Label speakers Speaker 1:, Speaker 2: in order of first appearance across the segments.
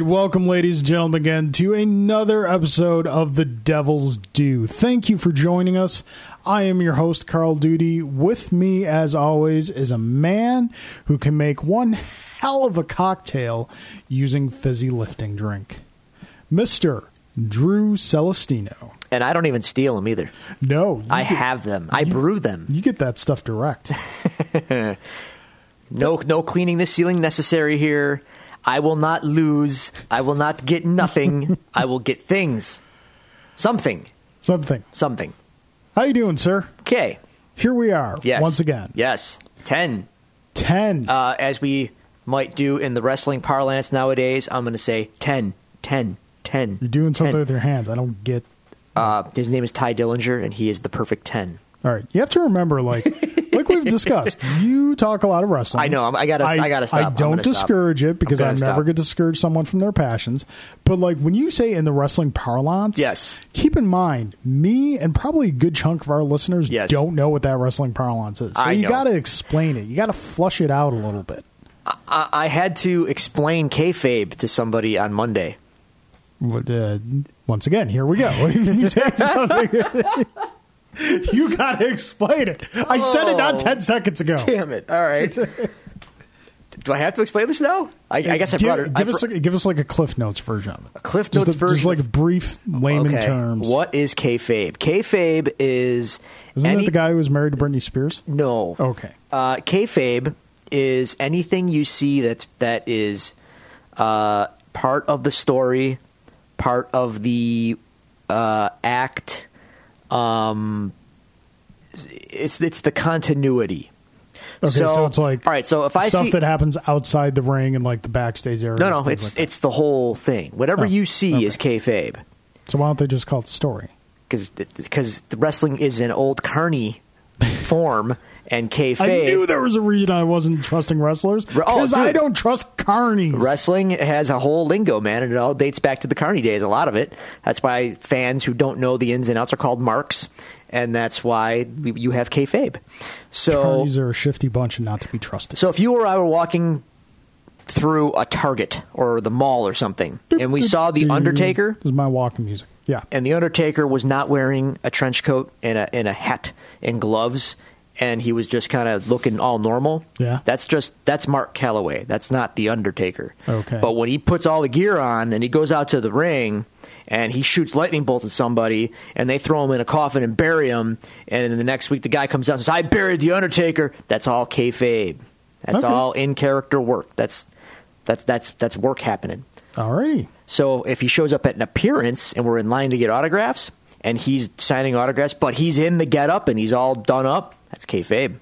Speaker 1: welcome, ladies and gentlemen, again to another episode of The Devil's Due. Thank you for joining us. I am your host, Carl Duty. With me, as always, is a man who can make one hell of a cocktail using fizzy lifting drink, Mr. Drew Celestino.
Speaker 2: And I don't even steal them either.
Speaker 1: No, you
Speaker 2: I
Speaker 1: get-
Speaker 2: have them. I brew them.
Speaker 1: You get that stuff direct.
Speaker 2: No, no cleaning the ceiling necessary here. I will not lose. I will not get nothing. I will get things. Something.
Speaker 1: Something.
Speaker 2: Something.
Speaker 1: How you doing, sir?
Speaker 2: Okay.
Speaker 1: Here we are.
Speaker 2: Yes.
Speaker 1: Once again.
Speaker 2: Yes. Ten.
Speaker 1: Ten.
Speaker 2: Uh, as we might do in the wrestling parlance nowadays, I'm going to say ten, ten, ten.
Speaker 1: You're doing something
Speaker 2: 10.
Speaker 1: with your hands. I don't get
Speaker 2: Uh, his name is Ty Dillinger, and he is the perfect ten.
Speaker 1: All right, you have to remember, like, like we've discussed, you talk a lot of wrestling.
Speaker 2: I know, I'm- I gotta- I gotta stop.
Speaker 1: I
Speaker 2: I'm
Speaker 1: don't
Speaker 2: gonna stop.
Speaker 1: discourage it because
Speaker 2: I'm
Speaker 1: I'm,
Speaker 2: gonna
Speaker 1: never
Speaker 2: stop.
Speaker 1: going to discourage someone from their passions. But like when you say in the wrestling parlance,
Speaker 2: Yes.
Speaker 1: keep in mind, me and probably a good chunk of our listeners
Speaker 2: Yes.
Speaker 1: don't know what that wrestling parlance is. So
Speaker 2: I
Speaker 1: you
Speaker 2: know.
Speaker 1: got to explain it. You got to flush it out a little bit.
Speaker 2: I, I had to explain kayfabe to somebody on Monday.
Speaker 1: What, uh, once again, here we go. you say something. You got to explain it. I said it
Speaker 2: Oh.
Speaker 1: not 10 seconds ago.
Speaker 2: Damn it! All right. Do I have to explain this now? I, I guess I
Speaker 1: give,
Speaker 2: brought her. I
Speaker 1: give us
Speaker 2: br-
Speaker 1: like, give us like a Cliff Notes version of it. A
Speaker 2: Cliff
Speaker 1: just
Speaker 2: Notes
Speaker 1: a-
Speaker 2: version
Speaker 1: just like
Speaker 2: of-
Speaker 1: brief layman
Speaker 2: okay.
Speaker 1: terms.
Speaker 2: What is kayfabe? Kayfabe is
Speaker 1: isn't
Speaker 2: any-
Speaker 1: it? The guy who was married to Britney Spears.
Speaker 2: No.
Speaker 1: Okay.
Speaker 2: Uh, kayfabe is anything you see that that is uh, part of the story, part of the uh, act. Um, it's it's the continuity.
Speaker 1: Okay, so,
Speaker 2: So-
Speaker 1: it's like
Speaker 2: all right, so if I
Speaker 1: stuff
Speaker 2: see-
Speaker 1: that happens outside the ring and like the backstage area.
Speaker 2: No,
Speaker 1: and
Speaker 2: no,
Speaker 1: stuff
Speaker 2: it's
Speaker 1: like that.
Speaker 2: it's the whole thing. Whatever
Speaker 1: Oh,
Speaker 2: you see
Speaker 1: okay.
Speaker 2: is kayfabe.
Speaker 1: So why don't they just call it story?
Speaker 2: because the wrestling is an old carny form and kayfabe.
Speaker 1: I knew there was a reason I wasn't trusting wrestlers
Speaker 2: Re- oh,
Speaker 1: because I
Speaker 2: dude.
Speaker 1: don't trust carnies.
Speaker 2: Wrestling has a whole lingo, man, and it all dates back to the Carney days. A lot of it. That's why fans who don't know the ins and outs are called marks, and that's why we- you have kayfabe. So,
Speaker 1: carnies are a shifty bunch and not to be trusted.
Speaker 2: so if you or I were walking through a Target or the mall or something, and we saw the Undertaker,
Speaker 1: This is my walking music. Yeah,
Speaker 2: and the Undertaker was not wearing a trench coat and a and a hat and gloves, and he was just kind of looking all normal.
Speaker 1: Yeah.
Speaker 2: that's just that's Mark Calloway. That's not the Undertaker.
Speaker 1: Okay.
Speaker 2: but when he puts all the gear on and he goes out to the ring and he shoots lightning bolts at somebody and they throw him in a coffin and bury him, and then the next week the guy comes out and says, "I buried the Undertaker." That's all kayfabe. That's
Speaker 1: Okay.
Speaker 2: all in character work. That's that's that's that's work happening.
Speaker 1: alrighty.
Speaker 2: So if he shows up at an appearance and we're in line to get autographs and he's signing autographs, but he's in the getup and he's all done up, that's kayfabe.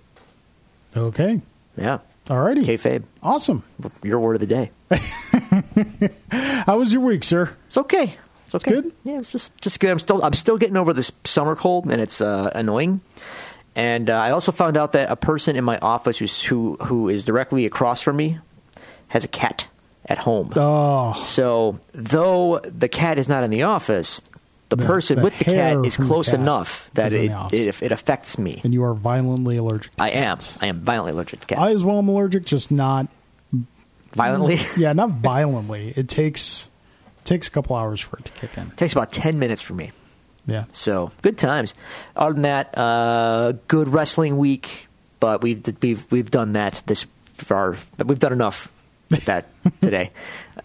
Speaker 1: Okay,
Speaker 2: Yeah.
Speaker 1: alrighty.
Speaker 2: Kayfabe.
Speaker 1: Awesome.
Speaker 2: Your word of the day.
Speaker 1: How was your week, sir?
Speaker 2: It's okay. It's okay.
Speaker 1: good?
Speaker 2: Yeah, it's just just good. I'm still I'm still getting over this summer cold and it's uh, annoying. And uh, I also found out that a person in my office who's, who who is directly across from me has a cat at home.
Speaker 1: Oh,
Speaker 2: So, though the cat is not in the office, the,
Speaker 1: The-
Speaker 2: person
Speaker 1: the
Speaker 2: with the
Speaker 1: hair
Speaker 2: cat is
Speaker 1: from the
Speaker 2: close
Speaker 1: cat
Speaker 2: enough that
Speaker 1: is in
Speaker 2: it,
Speaker 1: the office.
Speaker 2: it it affects me.
Speaker 1: and you are violently allergic. To
Speaker 2: I am.
Speaker 1: cats.
Speaker 2: I am violently allergic to cats.
Speaker 1: I as well am allergic, just not.
Speaker 2: violently
Speaker 1: Yeah, not violently. It takes takes a couple hours for it to kick in.
Speaker 2: takes about ten minutes for me.
Speaker 1: Yeah.
Speaker 2: So good times. Other than that, uh, good wrestling week. But we've we've we've done that this far. We've done enough with that today.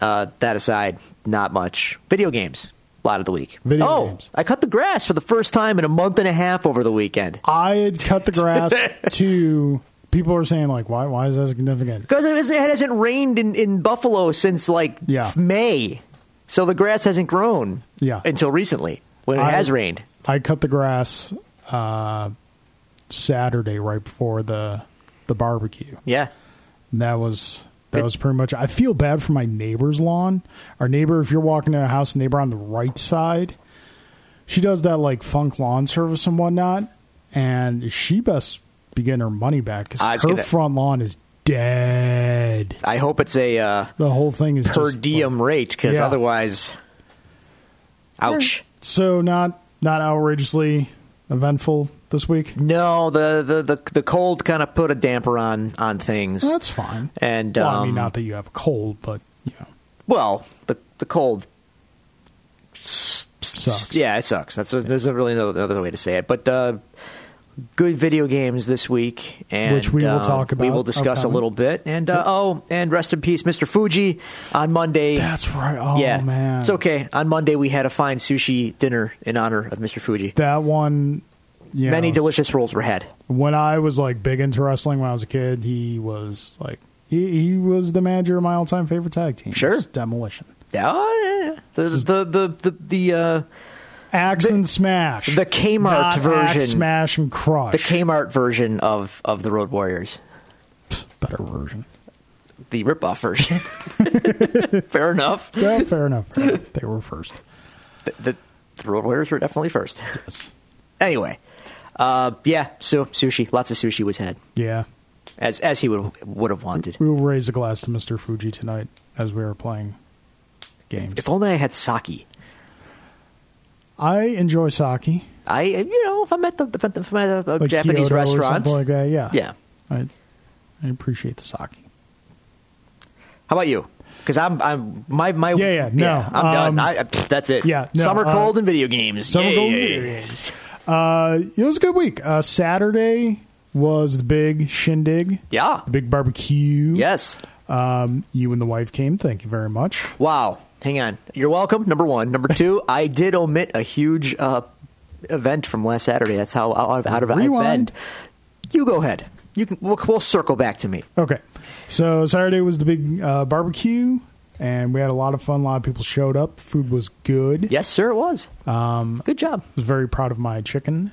Speaker 2: Uh, that aside, not much. Video games. A lot of the week.
Speaker 1: Video
Speaker 2: oh,
Speaker 1: games.
Speaker 2: I cut the grass for the first time in a month and a half over the weekend.
Speaker 1: I had cut the grass to people are saying like, why? Why is that significant?
Speaker 2: Because it, hasn't- it hasn't rained in, in Buffalo since like
Speaker 1: Yeah.
Speaker 2: May, so the grass hasn't grown.
Speaker 1: Yeah.
Speaker 2: until recently when it
Speaker 1: I-
Speaker 2: has rained.
Speaker 1: I cut the grass uh, Saturday right before the the barbecue.
Speaker 2: Yeah,
Speaker 1: That was that was pretty much. I feel bad for my neighbor's lawn. Our neighbor, if you're walking in a house, neighbor on the right side, she does that like funk lawn service and whatnot, and she best be getting her money back because
Speaker 2: I
Speaker 1: her
Speaker 2: was gonna-
Speaker 1: front lawn is dead.
Speaker 2: I hope it's a uh,
Speaker 1: The whole thing is
Speaker 2: per
Speaker 1: just,
Speaker 2: diem
Speaker 1: like-
Speaker 2: rate because
Speaker 1: Yeah.
Speaker 2: otherwise, ouch.
Speaker 1: so not not outrageously eventful this week.
Speaker 2: No, the the the, the cold kind of put a damper on on things.
Speaker 1: That's fine.
Speaker 2: And,
Speaker 1: well, I mean,
Speaker 2: um,
Speaker 1: not that you have a cold, but you know,
Speaker 2: Well, the the cold.
Speaker 1: Sucks.
Speaker 2: Yeah, it sucks. That's what, there's really no another way to say it. But uh, good video games this week, and
Speaker 1: Which we will
Speaker 2: uh,
Speaker 1: talk
Speaker 2: We
Speaker 1: about
Speaker 2: will discuss a
Speaker 1: upcoming.
Speaker 2: little bit. And uh, oh, and rest in peace, Mr. Fuji. On Monday,
Speaker 1: That's right. Oh
Speaker 2: yeah,
Speaker 1: man,
Speaker 2: it's okay. On Monday, we had a fine sushi dinner in honor of Mr. Fuji.
Speaker 1: That one. You
Speaker 2: Many
Speaker 1: know,
Speaker 2: delicious rolls were had.
Speaker 1: when I was like big into wrestling when I was a kid, he was like he, he was the manager of my all time favorite tag team.
Speaker 2: Sure.
Speaker 1: Just demolition.
Speaker 2: Oh, yeah, yeah. The the the the the, uh,
Speaker 1: Axe and Smash.
Speaker 2: the Kmart
Speaker 1: Not axe,
Speaker 2: version.
Speaker 1: Smash and Crush.
Speaker 2: the Kmart version of of the Road Warriors,
Speaker 1: better version.
Speaker 2: the ripoff version. Fair enough.
Speaker 1: Yeah, fair enough. Fair enough. They were first.
Speaker 2: The, the, the Road Warriors were definitely first.
Speaker 1: Yes.
Speaker 2: anyway, uh, yeah. So sushi, lots of sushi was had,
Speaker 1: Yeah.
Speaker 2: as as he would would have wanted.
Speaker 1: We will raise a glass to Mr. Fuji tonight as we are playing games.
Speaker 2: If only I had sake.
Speaker 1: I enjoy sake.
Speaker 2: I you know if I'm at the if I'm at a,
Speaker 1: Like
Speaker 2: Japanese
Speaker 1: Kyoto Or
Speaker 2: restaurant,
Speaker 1: something like that. Yeah.
Speaker 2: yeah.
Speaker 1: I, I appreciate the sake.
Speaker 2: How about you? Because I'm, I'm my my
Speaker 1: Yeah, yeah, no,
Speaker 2: I'm
Speaker 1: um,
Speaker 2: done. I, I- pff, that's it.
Speaker 1: yeah, no,
Speaker 2: summer
Speaker 1: uh,
Speaker 2: cold and video games.
Speaker 1: Some
Speaker 2: Yay.
Speaker 1: of the video games. Uh, it was a good week. Uh, Saturday was the big shindig,
Speaker 2: Yeah.
Speaker 1: the big barbecue.
Speaker 2: Yes.
Speaker 1: Um, you and the wife came. Thank you very much.
Speaker 2: Wow. Hang on. You're welcome. Number one. Number two. I did omit a huge uh, event from last Saturday. That's how out of out of I've
Speaker 1: Rewind.
Speaker 2: been. You go ahead. You can. We'll, we'll circle back to me.
Speaker 1: Okay. So Saturday was the big uh, barbecue, and we had a lot of fun. A lot of people showed up. Food was good.
Speaker 2: Yes, sir. It was. Um, good job.
Speaker 1: I was very proud of my chicken.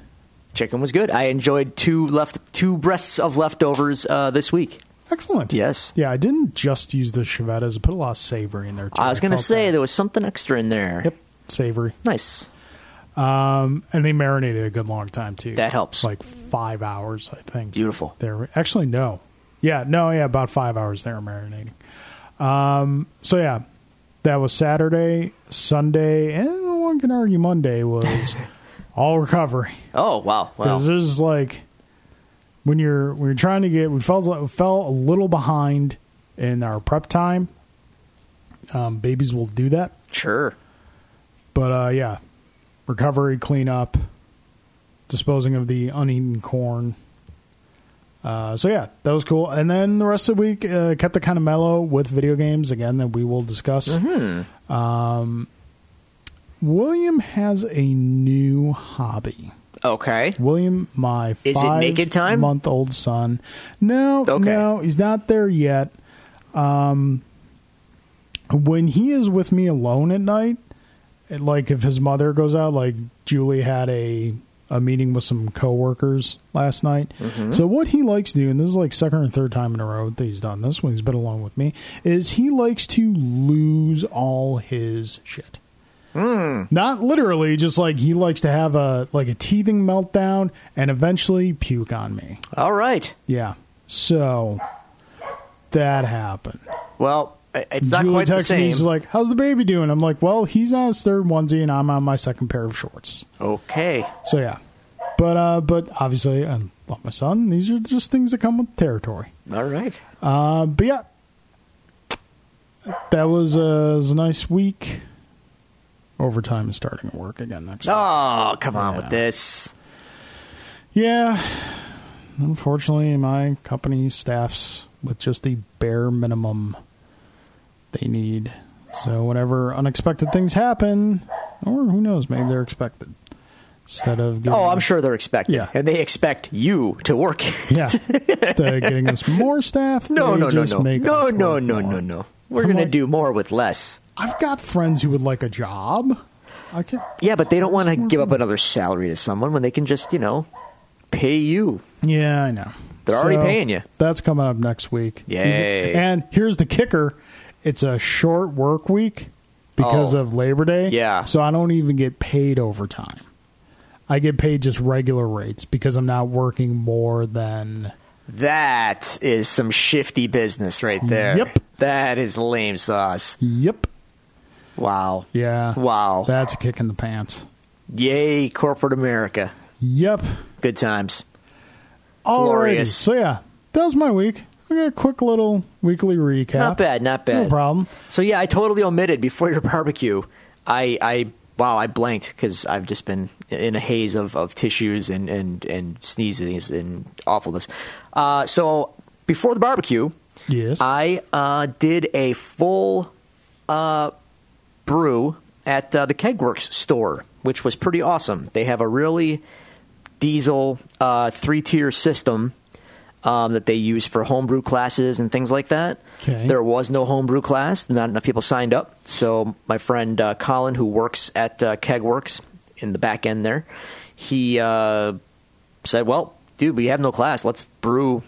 Speaker 2: Chicken was good. I enjoyed two left two breasts of leftovers uh, this week.
Speaker 1: Excellent.
Speaker 2: Yes.
Speaker 1: Yeah, I didn't just use the chevettas. I put a lot of savory in there too.
Speaker 2: I was going to
Speaker 1: felt
Speaker 2: say
Speaker 1: that.
Speaker 2: there was something extra in there.
Speaker 1: Yep, savory.
Speaker 2: Nice.
Speaker 1: Um, and they marinated a good long time too.
Speaker 2: That helps.
Speaker 1: Like five hours, I think.
Speaker 2: Beautiful.
Speaker 1: There, actually, no. Yeah, no, yeah, about five hours they were marinating. Um, so yeah, that was Saturday, Sunday, and one can argue Monday was all recovery
Speaker 2: Oh wow. Wow.
Speaker 1: because there's like when you're when you're trying to get we fell we fell a little behind in our prep time. Um, babies will do that,
Speaker 2: Sure.
Speaker 1: but uh, yeah, recovery, cleanup, disposing of the uneaten corn. Uh, so yeah, that was cool. And then the rest of the week uh, kept it kind of mellow with video games again that we will discuss. Um,
Speaker 2: Mm-hmm.
Speaker 1: William has a new hobby.
Speaker 2: Okay.
Speaker 1: William, my
Speaker 2: Is it naked time?
Speaker 1: month old son. No,
Speaker 2: Okay.
Speaker 1: no, he's not there yet. Um, when he is with me alone at night, it, like if his mother goes out, like Julie had a a meeting with some coworkers last night. So what he likes to do, and this is like second or third time in a row that he's done this when he's been alone with me, is he likes to lose all his shit not literally just like he likes to have a like a teething meltdown and eventually puke on me
Speaker 2: All right.
Speaker 1: yeah so that happened
Speaker 2: Well, i- it's not
Speaker 1: Julie
Speaker 2: quite the
Speaker 1: texts me
Speaker 2: same.
Speaker 1: she's like how's the baby doing i'm like well he's on his third onesie and i'm on my second pair of shorts
Speaker 2: okay.
Speaker 1: so yeah but uh but obviously i love my son these are just things that come with territory
Speaker 2: All right.
Speaker 1: uh, but yeah that was, uh, was a nice week overtime is starting to work again next week.
Speaker 2: Oh, come on
Speaker 1: Yeah.
Speaker 2: with this.
Speaker 1: Yeah. Unfortunately, my company staffs with just the bare minimum they need. So, whenever unexpected things happen, or who knows, maybe they're expected. Instead of giving
Speaker 2: Oh, I'm
Speaker 1: us-
Speaker 2: sure they're expected,
Speaker 1: Yeah.
Speaker 2: and they expect you to work.
Speaker 1: yeah, instead of getting us more staff,
Speaker 2: no,
Speaker 1: they
Speaker 2: no, no,
Speaker 1: just
Speaker 2: no,
Speaker 1: make
Speaker 2: no,
Speaker 1: us
Speaker 2: no,
Speaker 1: work
Speaker 2: no,
Speaker 1: more.
Speaker 2: no, no. We're
Speaker 1: I'm
Speaker 2: gonna
Speaker 1: like-
Speaker 2: do more with less.
Speaker 1: I've got friends who would like a job. I could,
Speaker 2: Yeah, but they don't want to
Speaker 1: Work
Speaker 2: give up
Speaker 1: more.
Speaker 2: another salary to someone when they can just, you know, pay you.
Speaker 1: Yeah, I know.
Speaker 2: They're already paying you.
Speaker 1: That's coming up next week.
Speaker 2: Yay.
Speaker 1: And here's the kicker it's a short work week because
Speaker 2: Oh.
Speaker 1: of Labor Day.
Speaker 2: Yeah.
Speaker 1: So I don't even get paid overtime. I get paid just regular rates because I'm not working more than.
Speaker 2: That is some shifty business right there.
Speaker 1: Yep.
Speaker 2: That is lame sauce.
Speaker 1: Yep.
Speaker 2: Wow.
Speaker 1: Yeah.
Speaker 2: Wow.
Speaker 1: That's a kick in the pants.
Speaker 2: Yay, corporate America.
Speaker 1: Yep.
Speaker 2: Good times.
Speaker 1: All right.
Speaker 2: Glorious.
Speaker 1: So yeah, that was my week. We got a quick little weekly recap.
Speaker 2: Not bad, not bad.
Speaker 1: No problem.
Speaker 2: So yeah, I totally omitted before your barbecue. I, I wow, I blanked because I've just been in a haze of, of tissues and and and sneezes and awfulness. Uh, so before the barbecue,
Speaker 1: Yes.
Speaker 2: I uh, did a full uh, brew at uh, the Kegworks store, which was pretty awesome. They have a really diesel uh, three tier system um, that they use for homebrew classes and things like that.
Speaker 1: Okay.
Speaker 2: There was no homebrew class, not enough people signed up. So my friend uh, Colin, who works at uh, Kegworks in the back end there, he uh, said, "Well, dude, we have no class. Let's brew."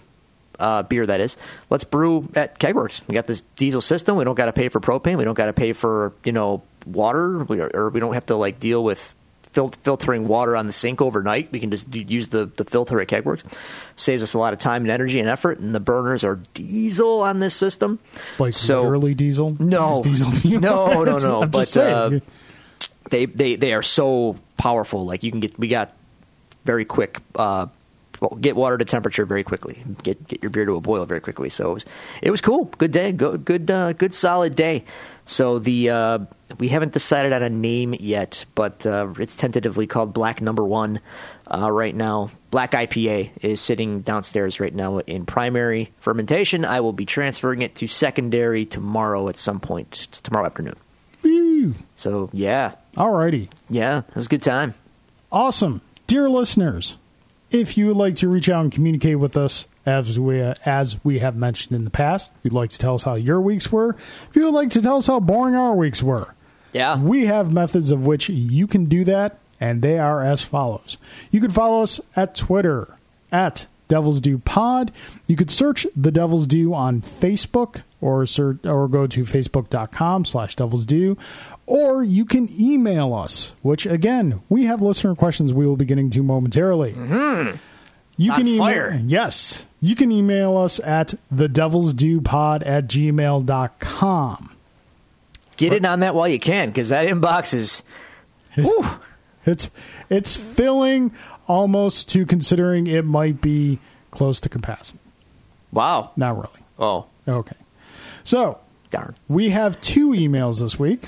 Speaker 2: Uh, beer that is. Let's brew at Kegworks. We got this diesel system. We don't got to pay for propane. We don't got to pay for you know water, we, or we don't have to like deal with fil- filtering water on the sink overnight. We can just u- use the, the filter at Kegworks. Saves us a lot of time and energy and effort. And the burners are diesel on this system.
Speaker 1: like
Speaker 2: so
Speaker 1: early diesel.
Speaker 2: No.
Speaker 1: Use diesel fuel.
Speaker 2: No, no, no,
Speaker 1: I'm just
Speaker 2: but,
Speaker 1: saying.
Speaker 2: uh, they they they are so powerful. Like you can get we got very quick. Uh, well, get water to temperature very quickly. Get get your beer to a boil very quickly. So it was, it was cool. Good day. Go, good uh, good solid day. So the uh, we haven't decided on a name yet, but uh, it's tentatively called Black Number One uh, right now. Black IPA is sitting downstairs right now in primary fermentation. I will be transferring it to secondary tomorrow at some point tomorrow afternoon.
Speaker 1: Woo.
Speaker 2: So yeah,
Speaker 1: Alrighty.
Speaker 2: yeah, it was a good time.
Speaker 1: Awesome. Dear listeners, if you would like to reach out and communicate with us, as we, as we have mentioned in the past, if you'd like to tell us how your weeks were, if you would like to tell us how boring our weeks were,
Speaker 2: Yeah.
Speaker 1: we have methods of which you can do that, and they are as follows. You can follow us at Twitter at Devil's Due Pod. You could search the Devil's Due on Facebook or search, or go to facebook.com slash Devil's Due. Or you can email us, which again, we have listener questions we will be getting to momentarily. You
Speaker 2: Mm-hmm. On
Speaker 1: can email
Speaker 2: fire.
Speaker 1: yes. You can email us at the devil's due pod at gmail.com.
Speaker 2: Get in on that while you can, because that inbox is. Whew.
Speaker 1: It's it's filling almost to considering it might be close to capacity.
Speaker 2: Wow.
Speaker 1: Not really.
Speaker 2: Oh,
Speaker 1: Okay. So
Speaker 2: darn.
Speaker 1: we have two emails this week.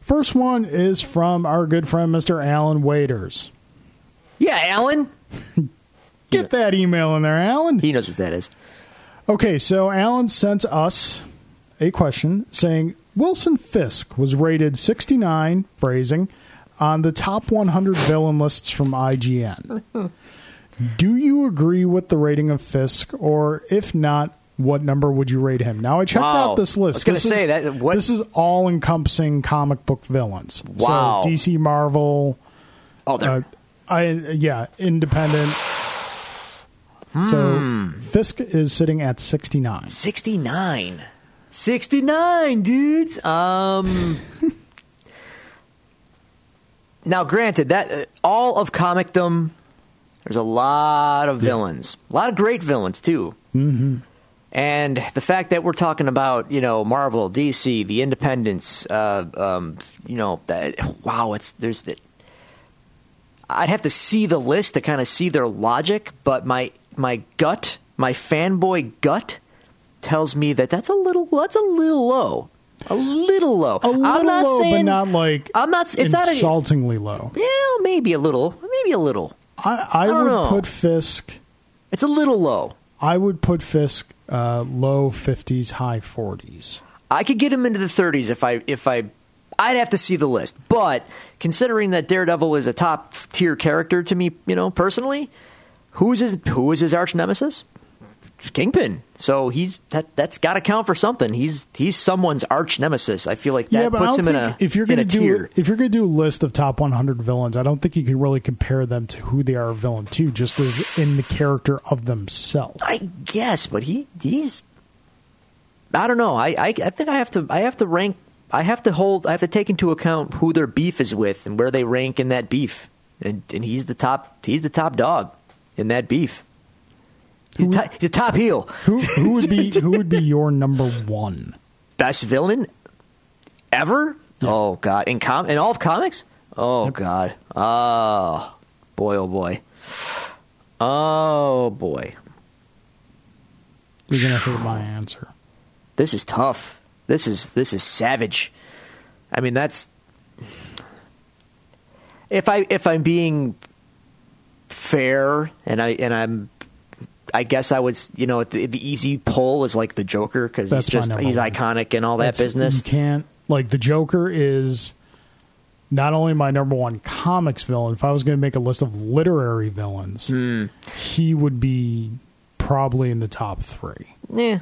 Speaker 1: First one is from our good friend Mr. Alan Waiters.
Speaker 2: Yeah, Alan.
Speaker 1: Get that email in there, Alan.
Speaker 2: He knows what that is.
Speaker 1: Okay, so Alan sent us a question saying Wilson Fisk was rated 69 phrasing on the top 100 villain lists from IGN. Do you agree with the rating of Fisk, or if not, what number would you rate him? Now I checked
Speaker 2: Wow.
Speaker 1: out this list.
Speaker 2: I was gonna
Speaker 1: This is-
Speaker 2: say that- what-
Speaker 1: this is all-encompassing comic book villains.
Speaker 2: Wow.
Speaker 1: so DC, Marvel,
Speaker 2: Oh, there.
Speaker 1: uh, I yeah, independent. So
Speaker 2: Hmm.
Speaker 1: Fisk is sitting at sixty nine.
Speaker 2: 69. 69, dudes. Um. now, granted, that uh, all of comicdom, there's a lot of villains, a lot of great villains too. Mm-hmm. And the fact that we're talking about you know Marvel, DC, the Independents, uh, um, you know, that, wow, it's there's. I'd have to see the list to kind of see their logic, but my my gut, my fanboy gut, tells me that that's a little that's a little low, a little low.
Speaker 1: A little
Speaker 2: I'm not
Speaker 1: low,
Speaker 2: saying,
Speaker 1: but not like
Speaker 2: I'm not. It's not a.
Speaker 1: insultingly low.
Speaker 2: Yeah, maybe a little. Maybe a little.
Speaker 1: I I,
Speaker 2: don't
Speaker 1: would
Speaker 2: know.
Speaker 1: put Fisk.
Speaker 2: It's a little low.
Speaker 1: I would put Fisk uh, low fifties, high forties.
Speaker 2: I could get him into the 30s if I if I I'd have to see the list. But considering that Daredevil is a top tier character to me, you know, personally, who is his who is his arch nemesis? Kingpin. So he's that that's got to count for something. He's he's someone's arch nemesis. I feel like that
Speaker 1: yeah, but I
Speaker 2: puts
Speaker 1: don't
Speaker 2: him
Speaker 1: think
Speaker 2: in a
Speaker 1: if you're
Speaker 2: in
Speaker 1: going
Speaker 2: a
Speaker 1: to do
Speaker 2: tier.
Speaker 1: if you're going to do a list of top 100 villains, I don't think you can really compare them to who they are a villain to, just as in the character of themselves.
Speaker 2: I guess, but he he's. I don't know. I, I I think I have to I have to rank. I have to hold. I have to take into account who their beef is with and where they rank in that beef. And and he's the top. He's the top dog in that beef. He's, the to- he's the top heel.
Speaker 1: Who who would be who would be your number one?
Speaker 2: Best villain ever.
Speaker 1: Yeah.
Speaker 2: Oh God! In com in all of comics. Oh God! Oh boy! Oh boy! Oh boy!
Speaker 1: You're gonna hate my answer.
Speaker 2: This is tough. This is this is savage. I mean, that's if I if I'm being fair and I and I'm I guess I would you know the, the easy pull is like the Joker because he's
Speaker 1: That's my
Speaker 2: just
Speaker 1: number
Speaker 2: he's
Speaker 1: one.
Speaker 2: iconic and all that
Speaker 1: It's-
Speaker 2: business.
Speaker 1: You can't like the Joker is not only my number one comics villain. If I was going to make a list of literary villains,
Speaker 2: Hmm.
Speaker 1: he would be probably in the top three.
Speaker 2: Yeah.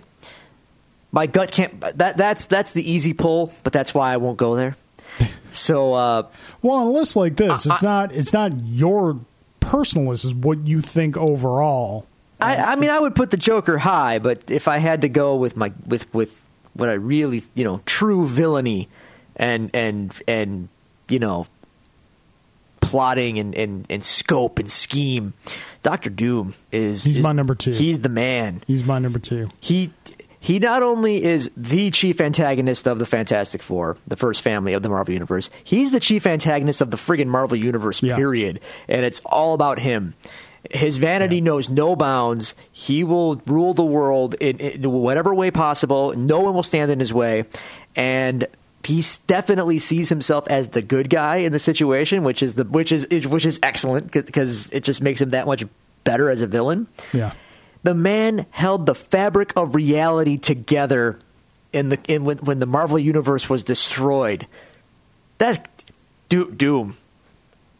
Speaker 2: My gut can't. That that's that's the easy pull, but that's why I won't go there. So uh,
Speaker 1: Well, on a list like this, it's not it's not your personal list. It's what you think overall.
Speaker 2: I, I mean, I would put the Joker high, but if I had to go with my with with what I really you know true villainy and and and you know plotting and and, and scope and scheme, Doctor Doom is
Speaker 1: He's
Speaker 2: is-
Speaker 1: my number two.
Speaker 2: He's the man.
Speaker 1: He's my number two.
Speaker 2: he he not only is the chief antagonist of the Fantastic Four, the first family of the Marvel Universe, he's the chief antagonist of the friggin' Marvel Universe,
Speaker 1: Yeah.
Speaker 2: period. And it's all about him. His vanity knows no bounds. He will rule the world in, in whatever way possible. No one will stand in his way. And he s- definitely sees himself as the good guy in the situation, which is the which is which is excellent because it just makes him that much better as a villain.
Speaker 1: Yeah.
Speaker 2: The man held the fabric of reality together in the in when, when the Marvel universe was destroyed. That do, doom,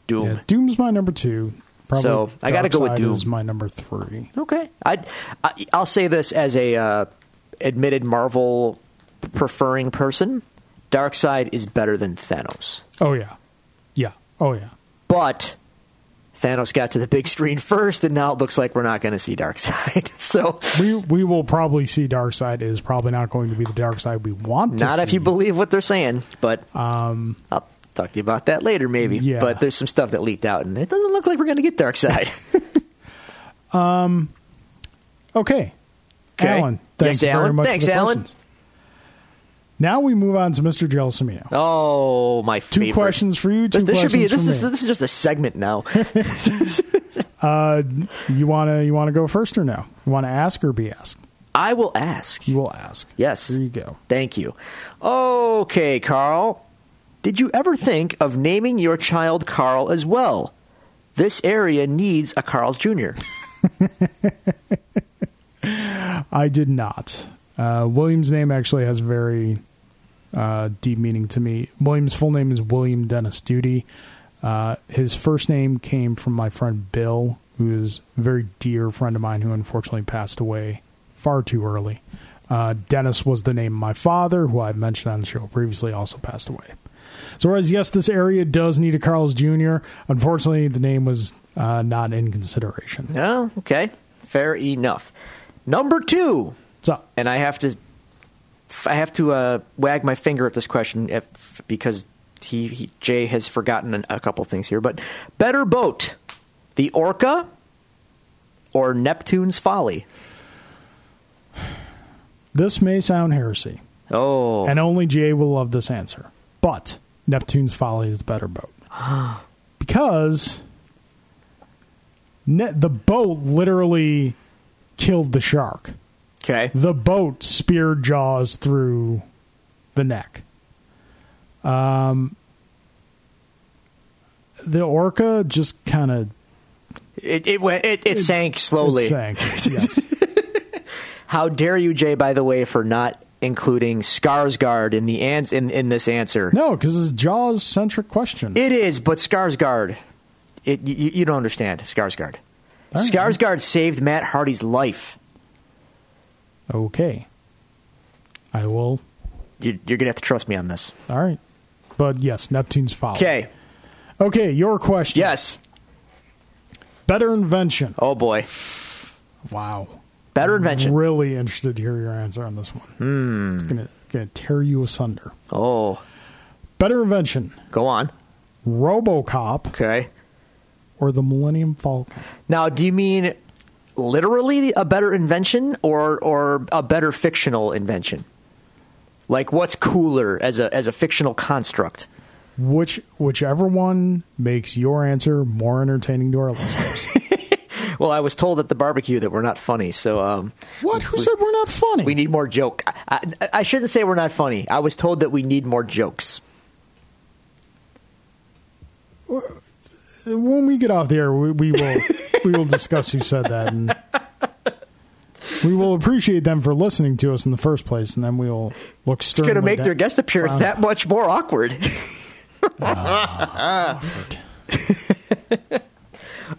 Speaker 2: doom.
Speaker 1: Yeah, Doom's my number two. Probably
Speaker 2: So, I gotta go with
Speaker 1: Darkseid
Speaker 2: Doom.
Speaker 1: Is my number three.
Speaker 2: Okay, I, I I'll say this as a uh, admitted Marvel preferring person. Darkseid is better than Thanos,
Speaker 1: Oh yeah, yeah. Oh yeah.
Speaker 2: but Thanos got to the big screen first, and now it looks like we're not going to see Darkseid. so
Speaker 1: We we will probably see Dark Side is probably not going to be the Dark Side we want. To
Speaker 2: Not if you
Speaker 1: see.
Speaker 2: believe what they're saying, but I'll talk to you about that later, maybe.
Speaker 1: Um, Yeah.
Speaker 2: But there's some stuff that leaked out, and it doesn't look like we're going to get Dark Side.
Speaker 1: Okay.
Speaker 2: Okay.
Speaker 1: Alan, thanks
Speaker 2: Yes, Alan.
Speaker 1: very much.
Speaker 2: Thanks,
Speaker 1: for the
Speaker 2: Alan.
Speaker 1: Questions. Now we move on to Mr. Gelsomino.
Speaker 2: oh, my
Speaker 1: Two
Speaker 2: favorite.
Speaker 1: questions for you. Two
Speaker 2: This, this should
Speaker 1: questions
Speaker 2: be. This
Speaker 1: for
Speaker 2: is
Speaker 1: me.
Speaker 2: this is just a segment now.
Speaker 1: Uh, you wanna you wanna go first or no? You wanna ask or be asked?
Speaker 2: I will ask.
Speaker 1: You will ask.
Speaker 2: Yes.
Speaker 1: Here you go.
Speaker 2: Thank you. Okay, Carl. Did you ever think of naming your child Carl as well? This area needs a Carl's Jr.
Speaker 1: I did not. Uh, William's name actually has very uh, deep meaning to me. William's full name is William Dennis Duty. Uh, his first name came from my friend Bill, who is a very dear friend of mine who unfortunately passed away far too early. Uh, Dennis was the name of my father, who I've mentioned on the show previously, also passed away. So, whereas, yes, this area does need a Carl's Jr., unfortunately, the name was uh, not in consideration.
Speaker 2: No, Oh, okay, fair enough. Number two.
Speaker 1: So,
Speaker 2: and I have to, I have to uh, wag my finger at this question if, because he, he Jay has forgotten an- a couple things here. But better boat, the Orca, or Neptune's Folly?
Speaker 1: this may sound heresy.
Speaker 2: Oh,
Speaker 1: And only Jay will love this answer. But Neptune's Folly is the better boat. because ne- the boat literally killed the shark.
Speaker 2: okay,
Speaker 1: The boat speared Jaws through the neck. Um, the orca just kind of
Speaker 2: it it went it, it, sank slowly.
Speaker 1: sank. Yes.
Speaker 2: How dare you, Jay? By the way, for not including Skarsgård in the ans- in in this answer.
Speaker 1: no, because it's a Jaws centric question.
Speaker 2: It is, but Skarsgård, it, you, you don't understand. Skarsgård.
Speaker 1: All right.
Speaker 2: Skarsgård saved Matt Hardy's life.
Speaker 1: okay. I will.
Speaker 2: You, you're gonna have to trust me on this.
Speaker 1: All right. But yes, Neptune's Folly.
Speaker 2: Okay.
Speaker 1: Okay, your question.
Speaker 2: Yes.
Speaker 1: Better invention.
Speaker 2: Oh boy.
Speaker 1: Wow.
Speaker 2: Better invention.
Speaker 1: Really interested to hear your answer on this one. Hmm. It's gonna, gonna tear you asunder.
Speaker 2: Oh,
Speaker 1: Better invention.
Speaker 2: go on.
Speaker 1: Robocop
Speaker 2: Okay.
Speaker 1: or the Millennium Falcon?
Speaker 2: Now, do you mean literally a better invention or or a better fictional invention? Like what's cooler as a as a fictional construct?
Speaker 1: Which whichever one makes your answer more entertaining to our listeners.
Speaker 2: Well, I was told at the barbecue that we're not funny, so um,
Speaker 1: What? Who said we're not funny?
Speaker 2: we need more joke. I, I, I shouldn't say we're not funny. I was told that we need more jokes.
Speaker 1: when we get off the air, we, we will we will discuss who said that, and we will appreciate them for listening to us in the first place, and then we will look
Speaker 2: It's
Speaker 1: sternly.
Speaker 2: going to make
Speaker 1: da-
Speaker 2: their guest appearance
Speaker 1: frown.
Speaker 2: that much more awkward.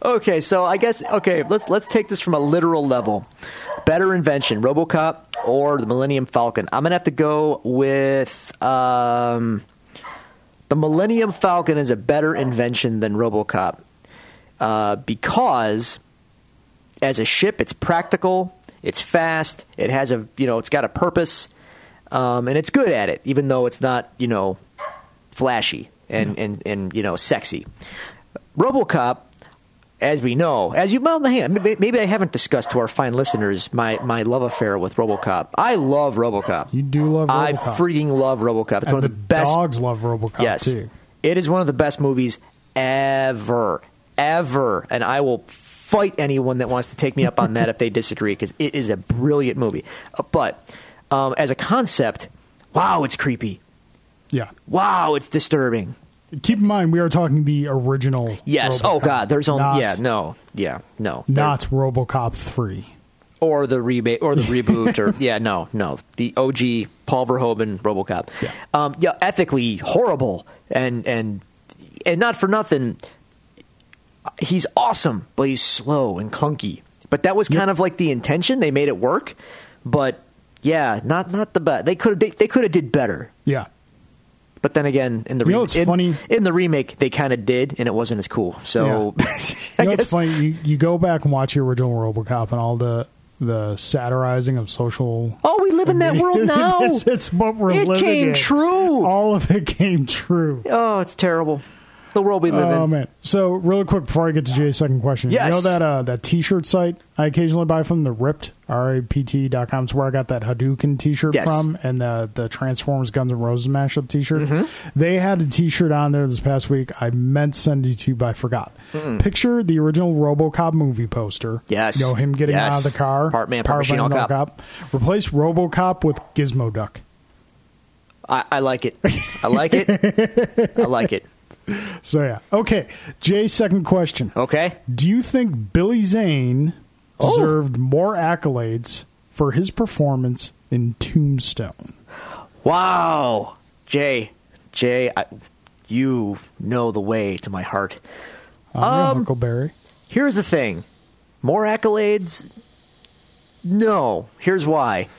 Speaker 2: okay, so I guess okay, let's let's take this from a literal level. Better invention, RoboCop or the Millennium Falcon? I'm going to have to go with um, the Millennium Falcon is a better invention than RoboCop uh, because as a ship, it's practical, it's fast, it has a you know it's got a purpose, um, and it's good at it, even though it's not you know flashy and
Speaker 1: Mm-hmm.
Speaker 2: and and you know sexy. RoboCop, as we know, as you well, hang on, may- maybe I haven't discussed to our fine listeners my my love affair with RoboCop. I love RoboCop.
Speaker 1: You do love
Speaker 2: I
Speaker 1: RoboCop.
Speaker 2: freaking love RoboCop. It's
Speaker 1: And
Speaker 2: one of the best
Speaker 1: dogs love RoboCop
Speaker 2: yes.
Speaker 1: too.
Speaker 2: It is one of the best movies ever, ever, and I will fight anyone that wants to take me up on that if they disagree because it is a brilliant movie. Uh, But um, as a concept, wow, it's creepy.
Speaker 1: Yeah.
Speaker 2: Wow, it's disturbing.
Speaker 1: Keep in mind, we are talking the original.
Speaker 2: Yes. oh
Speaker 1: RoboCop,
Speaker 2: God, there's only
Speaker 1: not-
Speaker 2: yeah, no, yeah, no,
Speaker 1: not RoBocop three.
Speaker 2: or the rebate or the reboot or yeah no no the OG Paul Verhoeven RoboCop
Speaker 1: Yeah.
Speaker 2: um yeah ethically horrible and and and not for nothing he's awesome but he's slow and clunky but that was kind of like the intention they made it work but yeah not not the best they could they, they could have did better
Speaker 1: Yeah.
Speaker 2: but then again in the
Speaker 1: You know
Speaker 2: rem-
Speaker 1: what's
Speaker 2: in,
Speaker 1: funny?
Speaker 2: in the remake they kind of did and it wasn't as cool so I
Speaker 1: You know, it's
Speaker 2: guess-
Speaker 1: funny. You, you go back and watch the original RoboCop and all the the satirizing of social.
Speaker 2: Oh, we live in that world now.
Speaker 1: it's, it's what we're
Speaker 2: It
Speaker 1: living
Speaker 2: came
Speaker 1: in.
Speaker 2: true.
Speaker 1: All of it came true.
Speaker 2: Oh, it's terrible. The world we live
Speaker 1: Oh
Speaker 2: in.
Speaker 1: man! So really quick before I get to Jay's second question, you
Speaker 2: Yes.
Speaker 1: know that uh, that T-shirt site I occasionally buy from the Ripped R A P T dot com. It's where I got that Hadouken T-shirt
Speaker 2: Yes.
Speaker 1: from, and the the Transformers Guns N' Roses mashup T-shirt.
Speaker 2: Mm-hmm.
Speaker 1: They had a T-shirt on there this past week. I meant to send it to you, but I forgot. Picture the original RoboCop movie poster.
Speaker 2: Yes.
Speaker 1: you know him getting
Speaker 2: Yes.
Speaker 1: out of the car.
Speaker 2: Part man, part
Speaker 1: Power
Speaker 2: machine,
Speaker 1: Man,
Speaker 2: all
Speaker 1: all
Speaker 2: cop.
Speaker 1: cop. Replace RoboCop with Gizmo Duck.
Speaker 2: I, I like it. I like it. I like it.
Speaker 1: So yeah, okay. Jay's second question.
Speaker 2: Okay.
Speaker 1: Do you think Billy Zane
Speaker 2: Oh.
Speaker 1: deserved more accolades for his performance in Tombstone?
Speaker 2: Wow. Jay, Jay, I, you know the way to my heart.
Speaker 1: I'm your
Speaker 2: Um,
Speaker 1: Huckleberry.
Speaker 2: Here's the thing more accolades? No. Here's why.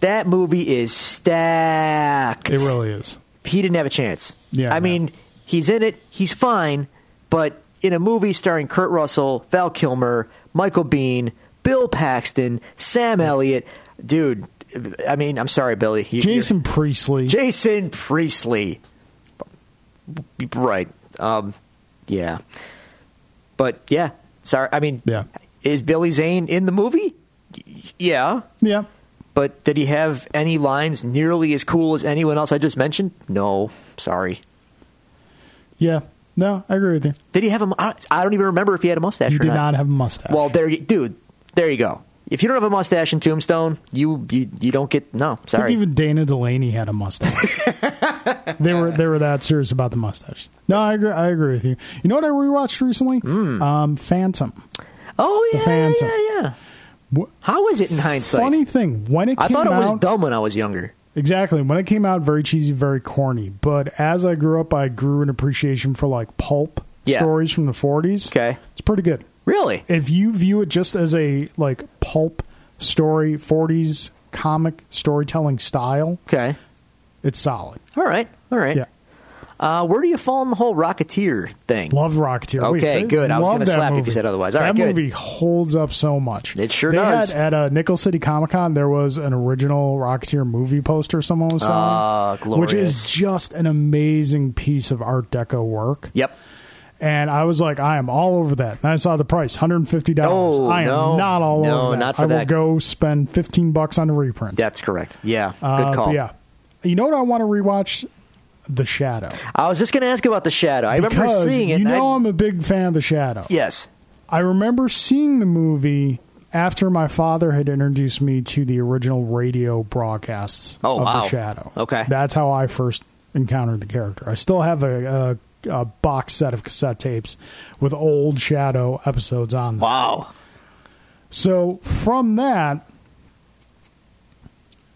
Speaker 2: That movie is stacked.
Speaker 1: It really is.
Speaker 2: he didn't have a chance.
Speaker 1: Yeah,
Speaker 2: I
Speaker 1: no.
Speaker 2: mean, he's in it, he's fine, but in a movie starring Kurt Russell, Val Kilmer, Michael Bean, Bill Paxton, Sam Elliott, dude, I mean, I'm sorry, Billy. You- you're-
Speaker 1: Jason Priestley.
Speaker 2: Jason Priestley. Right. Um, yeah. But yeah, sorry. I mean,
Speaker 1: Yeah.
Speaker 2: is Billy Zane in the movie? Y- Yeah.
Speaker 1: yeah.
Speaker 2: But did he have any lines nearly as cool as anyone else I just mentioned? No, sorry.
Speaker 1: Yeah. No, I agree with you.
Speaker 2: Did he have a? mu- I I don't even remember if he had a mustache.
Speaker 1: You
Speaker 2: or
Speaker 1: did not have a mustache.
Speaker 2: Well, there, you, dude. There you go. If you don't have a mustache in Tombstone, you you, you don't get no.
Speaker 1: I think
Speaker 2: Sorry.
Speaker 1: even Dana Delaney had a mustache. they were they were that serious about the mustache. No, I agree. I agree with you. You know what I rewatched recently?
Speaker 2: Hmm.
Speaker 1: Um, Phantom.
Speaker 2: oh
Speaker 1: The
Speaker 2: yeah,
Speaker 1: Phantom.
Speaker 2: yeah, yeah.
Speaker 1: Wha-
Speaker 2: How is it in hindsight?
Speaker 1: Funny thing, when it
Speaker 2: I
Speaker 1: came
Speaker 2: thought it was
Speaker 1: out,
Speaker 2: dumb when I was younger.
Speaker 1: Exactly. When it came out, very cheesy, very corny. But as I grew up, I grew an appreciation for like pulp
Speaker 2: Yeah.
Speaker 1: stories from the 40s.
Speaker 2: Okay.
Speaker 1: It's pretty good.
Speaker 2: Really?
Speaker 1: If you view it just as a like pulp story, 40s comic storytelling style,
Speaker 2: Okay.
Speaker 1: it's solid.
Speaker 2: All right. All right.
Speaker 1: Yeah.
Speaker 2: Uh, where do you fall in the whole Rocketeer thing?
Speaker 1: Love Rocketeer. Wait,
Speaker 2: Okay,
Speaker 1: I
Speaker 2: good. I was
Speaker 1: love
Speaker 2: gonna
Speaker 1: that
Speaker 2: slap if you
Speaker 1: movie.
Speaker 2: said otherwise. All
Speaker 1: that
Speaker 2: right, good.
Speaker 1: movie holds up so much.
Speaker 2: It sure
Speaker 1: they
Speaker 2: does.
Speaker 1: Had, at a Nickel City Comic Con, there was an original Rocketeer movie poster someone was selling,
Speaker 2: Ah,
Speaker 1: which
Speaker 2: glorious.
Speaker 1: is just an amazing piece of Art Deco work.
Speaker 2: Yep.
Speaker 1: And I was like, I am all over that. And I saw the price, hundred and fifty dollars.
Speaker 2: No,
Speaker 1: I am
Speaker 2: no,
Speaker 1: not all
Speaker 2: no,
Speaker 1: over that.
Speaker 2: not for
Speaker 1: I will
Speaker 2: that.
Speaker 1: go spend fifteen bucks on a reprint.
Speaker 2: That's correct. Yeah.
Speaker 1: Uh,
Speaker 2: Good
Speaker 1: but
Speaker 2: call.
Speaker 1: Yeah, you know what I want to rewatch? The Shadow.
Speaker 2: I was just going to ask about the shadow. I remember
Speaker 1: Because
Speaker 2: seeing it.
Speaker 1: You
Speaker 2: and I-
Speaker 1: know I, am a big fan of The Shadow.
Speaker 2: yes.
Speaker 1: I remember seeing the movie after my father had introduced me to the original radio broadcasts
Speaker 2: Oh,
Speaker 1: of
Speaker 2: wow.
Speaker 1: the Shadow.
Speaker 2: Okay.
Speaker 1: that's how I first encountered the character. I still have a, a, a box set of cassette tapes with old Shadow episodes on them.
Speaker 2: Wow.
Speaker 1: So from that,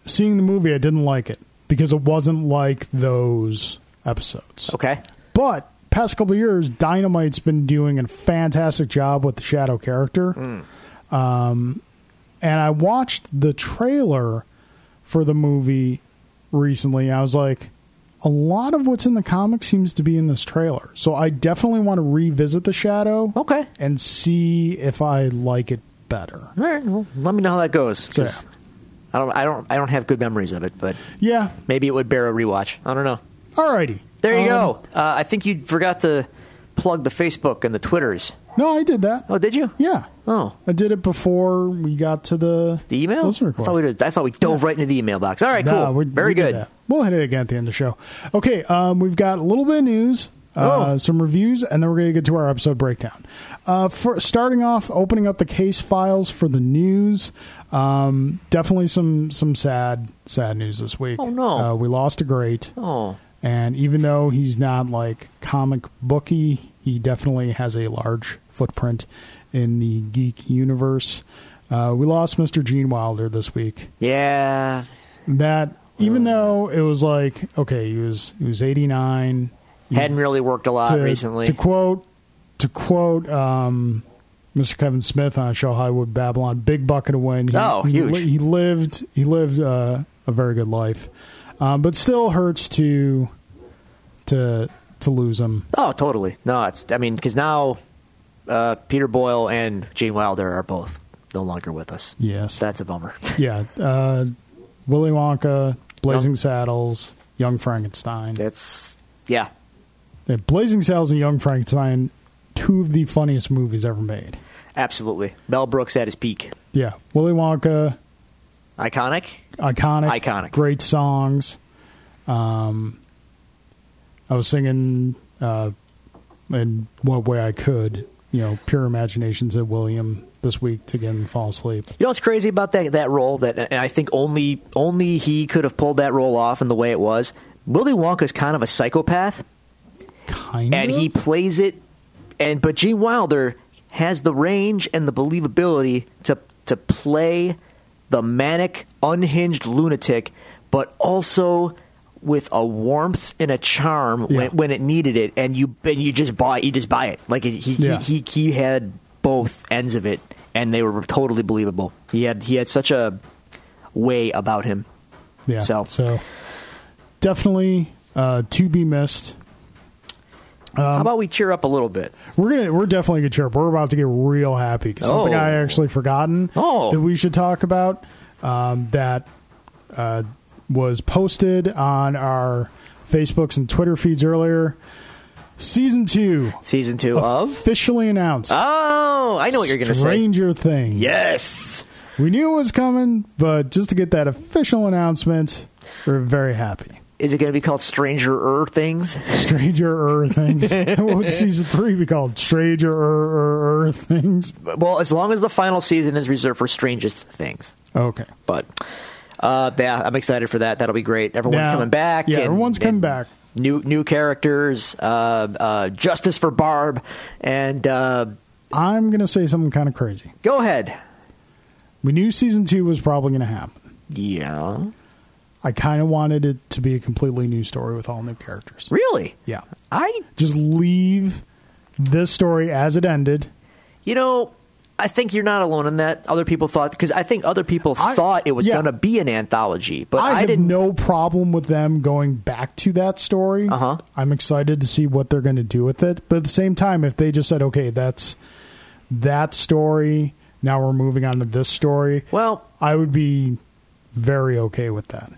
Speaker 1: seeing the movie, I didn't like it because it wasn't like those episodes.
Speaker 2: Okay.
Speaker 1: But past couple of years, Dynamite's been doing a fantastic job with the Shadow character.
Speaker 2: Hmm.
Speaker 1: Um, and I watched the trailer for the movie recently. I was like, a lot of what's in the comic seems to be in this trailer. So I definitely want to revisit the Shadow
Speaker 2: Okay.
Speaker 1: and see if I like it better.
Speaker 2: All right. Well, let me know how that goes.
Speaker 1: So,
Speaker 2: 'cause I don't. I don't. I don't have good memories of it, but
Speaker 1: Yeah.
Speaker 2: maybe it would bear a rewatch. I don't know.
Speaker 1: Alrighty.
Speaker 2: There you
Speaker 1: Um,
Speaker 2: go. Uh, I think you forgot to plug the Facebook and the Twitters.
Speaker 1: No, I did that.
Speaker 2: Oh, did you?
Speaker 1: Yeah.
Speaker 2: Oh,
Speaker 1: I did it before we got to the
Speaker 2: the email. Oh, I
Speaker 1: Listener
Speaker 2: thought we did, I thought we dove right into the email box. All right,
Speaker 1: No,
Speaker 2: cool.
Speaker 1: we-
Speaker 2: Very
Speaker 1: we did
Speaker 2: good.
Speaker 1: that. We'll hit it again at the end of the show. Okay, um, we've got a little bit of news, uh,
Speaker 2: Oh.
Speaker 1: some reviews, and then we're going to get to our episode breakdown. Uh, for starting off, opening up the case files for the news. Um, definitely some some sad sad news this week.
Speaker 2: Oh, no.
Speaker 1: uh, we lost a great,
Speaker 2: Oh,
Speaker 1: and even though he's not like comic booky, he definitely has a large footprint in the geek universe. Uh, we lost Mr. Gene Wilder this week
Speaker 2: yeah.
Speaker 1: that even
Speaker 2: Oh,
Speaker 1: though it was like okay he was he was 89
Speaker 2: Hadn't really worked a lot
Speaker 1: to,
Speaker 2: recently.
Speaker 1: to quote to quote um Mr. Kevin Smith on a show Hollywood Babylon big bucket of wind he,
Speaker 2: Oh,
Speaker 1: he,
Speaker 2: huge.
Speaker 1: li- he lived he lived uh, a very good life um, but still hurts to to to lose him
Speaker 2: oh, totally. No, it's. I mean, because now uh, Peter Boyle and Gene Wilder are both no longer with us.
Speaker 1: yes
Speaker 2: That's a bummer.
Speaker 1: yeah uh Willy Wonka Blazing
Speaker 2: Yep.
Speaker 1: Saddles Young Frankenstein
Speaker 2: That's yeah.
Speaker 1: Yeah, Blazing Saddles and Young Frankenstein two of the funniest movies ever made
Speaker 2: Absolutely. Mel Brooks at his peak.
Speaker 1: Yeah, Willy Wonka,
Speaker 2: Iconic?
Speaker 1: iconic,
Speaker 2: Iconic.
Speaker 1: great songs. Um, I was singing uh, in what way I could, you know, pure imaginations at William this week to get him to fall asleep.
Speaker 2: You know what's crazy about that that role that and I think only only he could have pulled that role off in the way it was. Willy Wonka's kind of a psychopath
Speaker 1: Kind
Speaker 2: and
Speaker 1: of,
Speaker 2: he plays it and but Gene Wilder has the range and the believability to to play the manic unhinged lunatic but also with a warmth and a charm
Speaker 1: Yeah.
Speaker 2: when, when it needed it and you and you just buy you just buy it like he he,
Speaker 1: Yeah.
Speaker 2: he he had both ends of it and they were totally believable he had he had such a way about him
Speaker 1: yeah.
Speaker 2: so.
Speaker 1: so definitely uh, to be missed. Um,
Speaker 2: how about we cheer up a little bit
Speaker 1: We're gonna we're definitely gonna cheer up. We're about to get real happy 'cause something
Speaker 2: Oh.
Speaker 1: I actually forgotten
Speaker 2: Oh.
Speaker 1: that we should talk about um, that uh, was posted on our Facebooks and Twitter feeds earlier. Season two
Speaker 2: season 2 of
Speaker 1: officially announced.
Speaker 2: oh i know what you're going to say
Speaker 1: Stranger Things.
Speaker 2: yes
Speaker 1: we knew it was coming, but just to get that official announcement, we're very happy.
Speaker 2: Is it going to be called Stranger Er Things?
Speaker 1: Stranger Er Things. what would season three be called? Stranger Er Er Things.
Speaker 2: Well, as long as the final season is reserved for Strangest Things.
Speaker 1: Okay.
Speaker 2: But uh, yeah, I'm excited for that. That'll be great. Everyone's
Speaker 1: Now-
Speaker 2: coming back.
Speaker 1: yeah, everyone's coming
Speaker 2: and
Speaker 1: back.
Speaker 2: New new characters. Uh, uh, justice for Barb. And uh,
Speaker 1: I'm going to say something kind of crazy.
Speaker 2: go ahead.
Speaker 1: We knew season two was probably going to happen.
Speaker 2: Yeah.
Speaker 1: I kind of wanted it to be a completely new story with all new characters.
Speaker 2: Really?
Speaker 1: Yeah.
Speaker 2: I
Speaker 1: Just leave this story as it ended.
Speaker 2: you know. I think you're not alone in that. Other people thought because I think other people
Speaker 1: I-
Speaker 2: thought it was
Speaker 1: yeah.
Speaker 2: going to be an anthology, but
Speaker 1: I,
Speaker 2: I,
Speaker 1: have
Speaker 2: didn't.
Speaker 1: no problem with them going back to that story.
Speaker 2: Uh-huh.
Speaker 1: I'm excited to see what they're going to do with it. But at the same time, if they just said, okay, that's that story, now we're moving on to this story,
Speaker 2: Well,
Speaker 1: I would be very okay with that.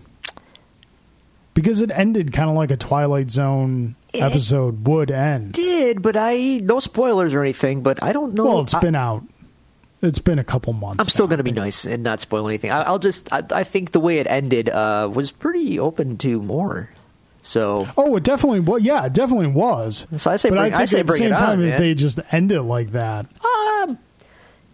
Speaker 1: Because it ended kind of like a Twilight Zone episode would end.
Speaker 2: did, but I no spoilers or anything. But I don't know.
Speaker 1: Well, it's
Speaker 2: I-
Speaker 1: been out. It's been a couple months.
Speaker 2: I'm still
Speaker 1: now,
Speaker 2: going to be
Speaker 1: I think.
Speaker 2: nice and not spoil anything. I, I'll just I, I think the way it ended uh, was pretty open to more. So
Speaker 1: Oh, it definitely was. Yeah, it definitely was.
Speaker 2: So I say
Speaker 1: but
Speaker 2: bring-
Speaker 1: I think
Speaker 2: I say
Speaker 1: at the
Speaker 2: bring it
Speaker 1: same
Speaker 2: on,
Speaker 1: time, if
Speaker 2: man.
Speaker 1: they just end it like that,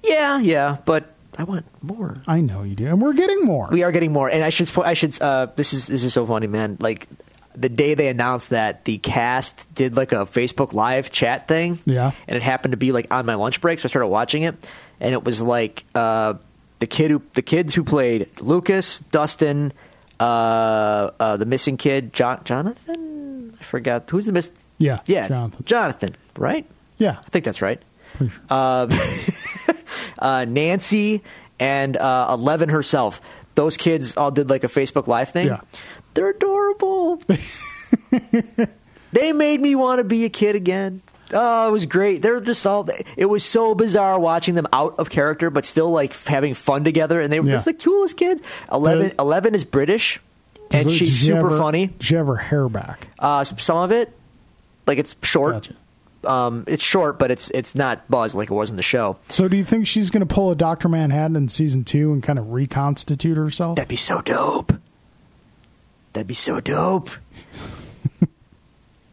Speaker 2: yeah, yeah, but I want more.
Speaker 1: I know you do, and we're getting more.
Speaker 2: We are getting more, and I should I should uh, this is this is so funny, man. Like the day they announced that the cast did like a Facebook live chat thing,
Speaker 1: Yeah.
Speaker 2: and it happened to be like on my lunch break, so I started watching it, and it was like uh, the kid who the kids who played Lucas, Dustin, uh, uh, the missing kid, John, Jonathan. I forgot who's the miss.
Speaker 1: Yeah,
Speaker 2: yeah,
Speaker 1: Jonathan.
Speaker 2: Jonathan, right?
Speaker 1: yeah,
Speaker 2: I think that's right. Um,
Speaker 1: Pretty sure.
Speaker 2: uh, Nancy and uh, Eleven herself. Those kids all did like a Facebook Live thing.
Speaker 1: Yeah.
Speaker 2: They're adorable. they made me want to be a kid again. Oh, it was great. They're just all. It was so bizarre watching them out of character, but still like f- having fun together. And they were
Speaker 1: Yeah.
Speaker 2: just the coolest kids. Eleven,
Speaker 1: Does-
Speaker 2: Eleven is British, and
Speaker 1: Does it-
Speaker 2: she's
Speaker 1: did she
Speaker 2: super
Speaker 1: have her-
Speaker 2: funny.
Speaker 1: Did she have her hair back?
Speaker 2: Uh, s- some of it, like it's short.
Speaker 1: Gotcha.
Speaker 2: Um, it's short, but it's it's not buzz like it was in the show.
Speaker 1: So, do you think she's going to pull a Doctor Manhattan in season two and kind of reconstitute herself?
Speaker 2: That'd be so dope. That'd be so dope.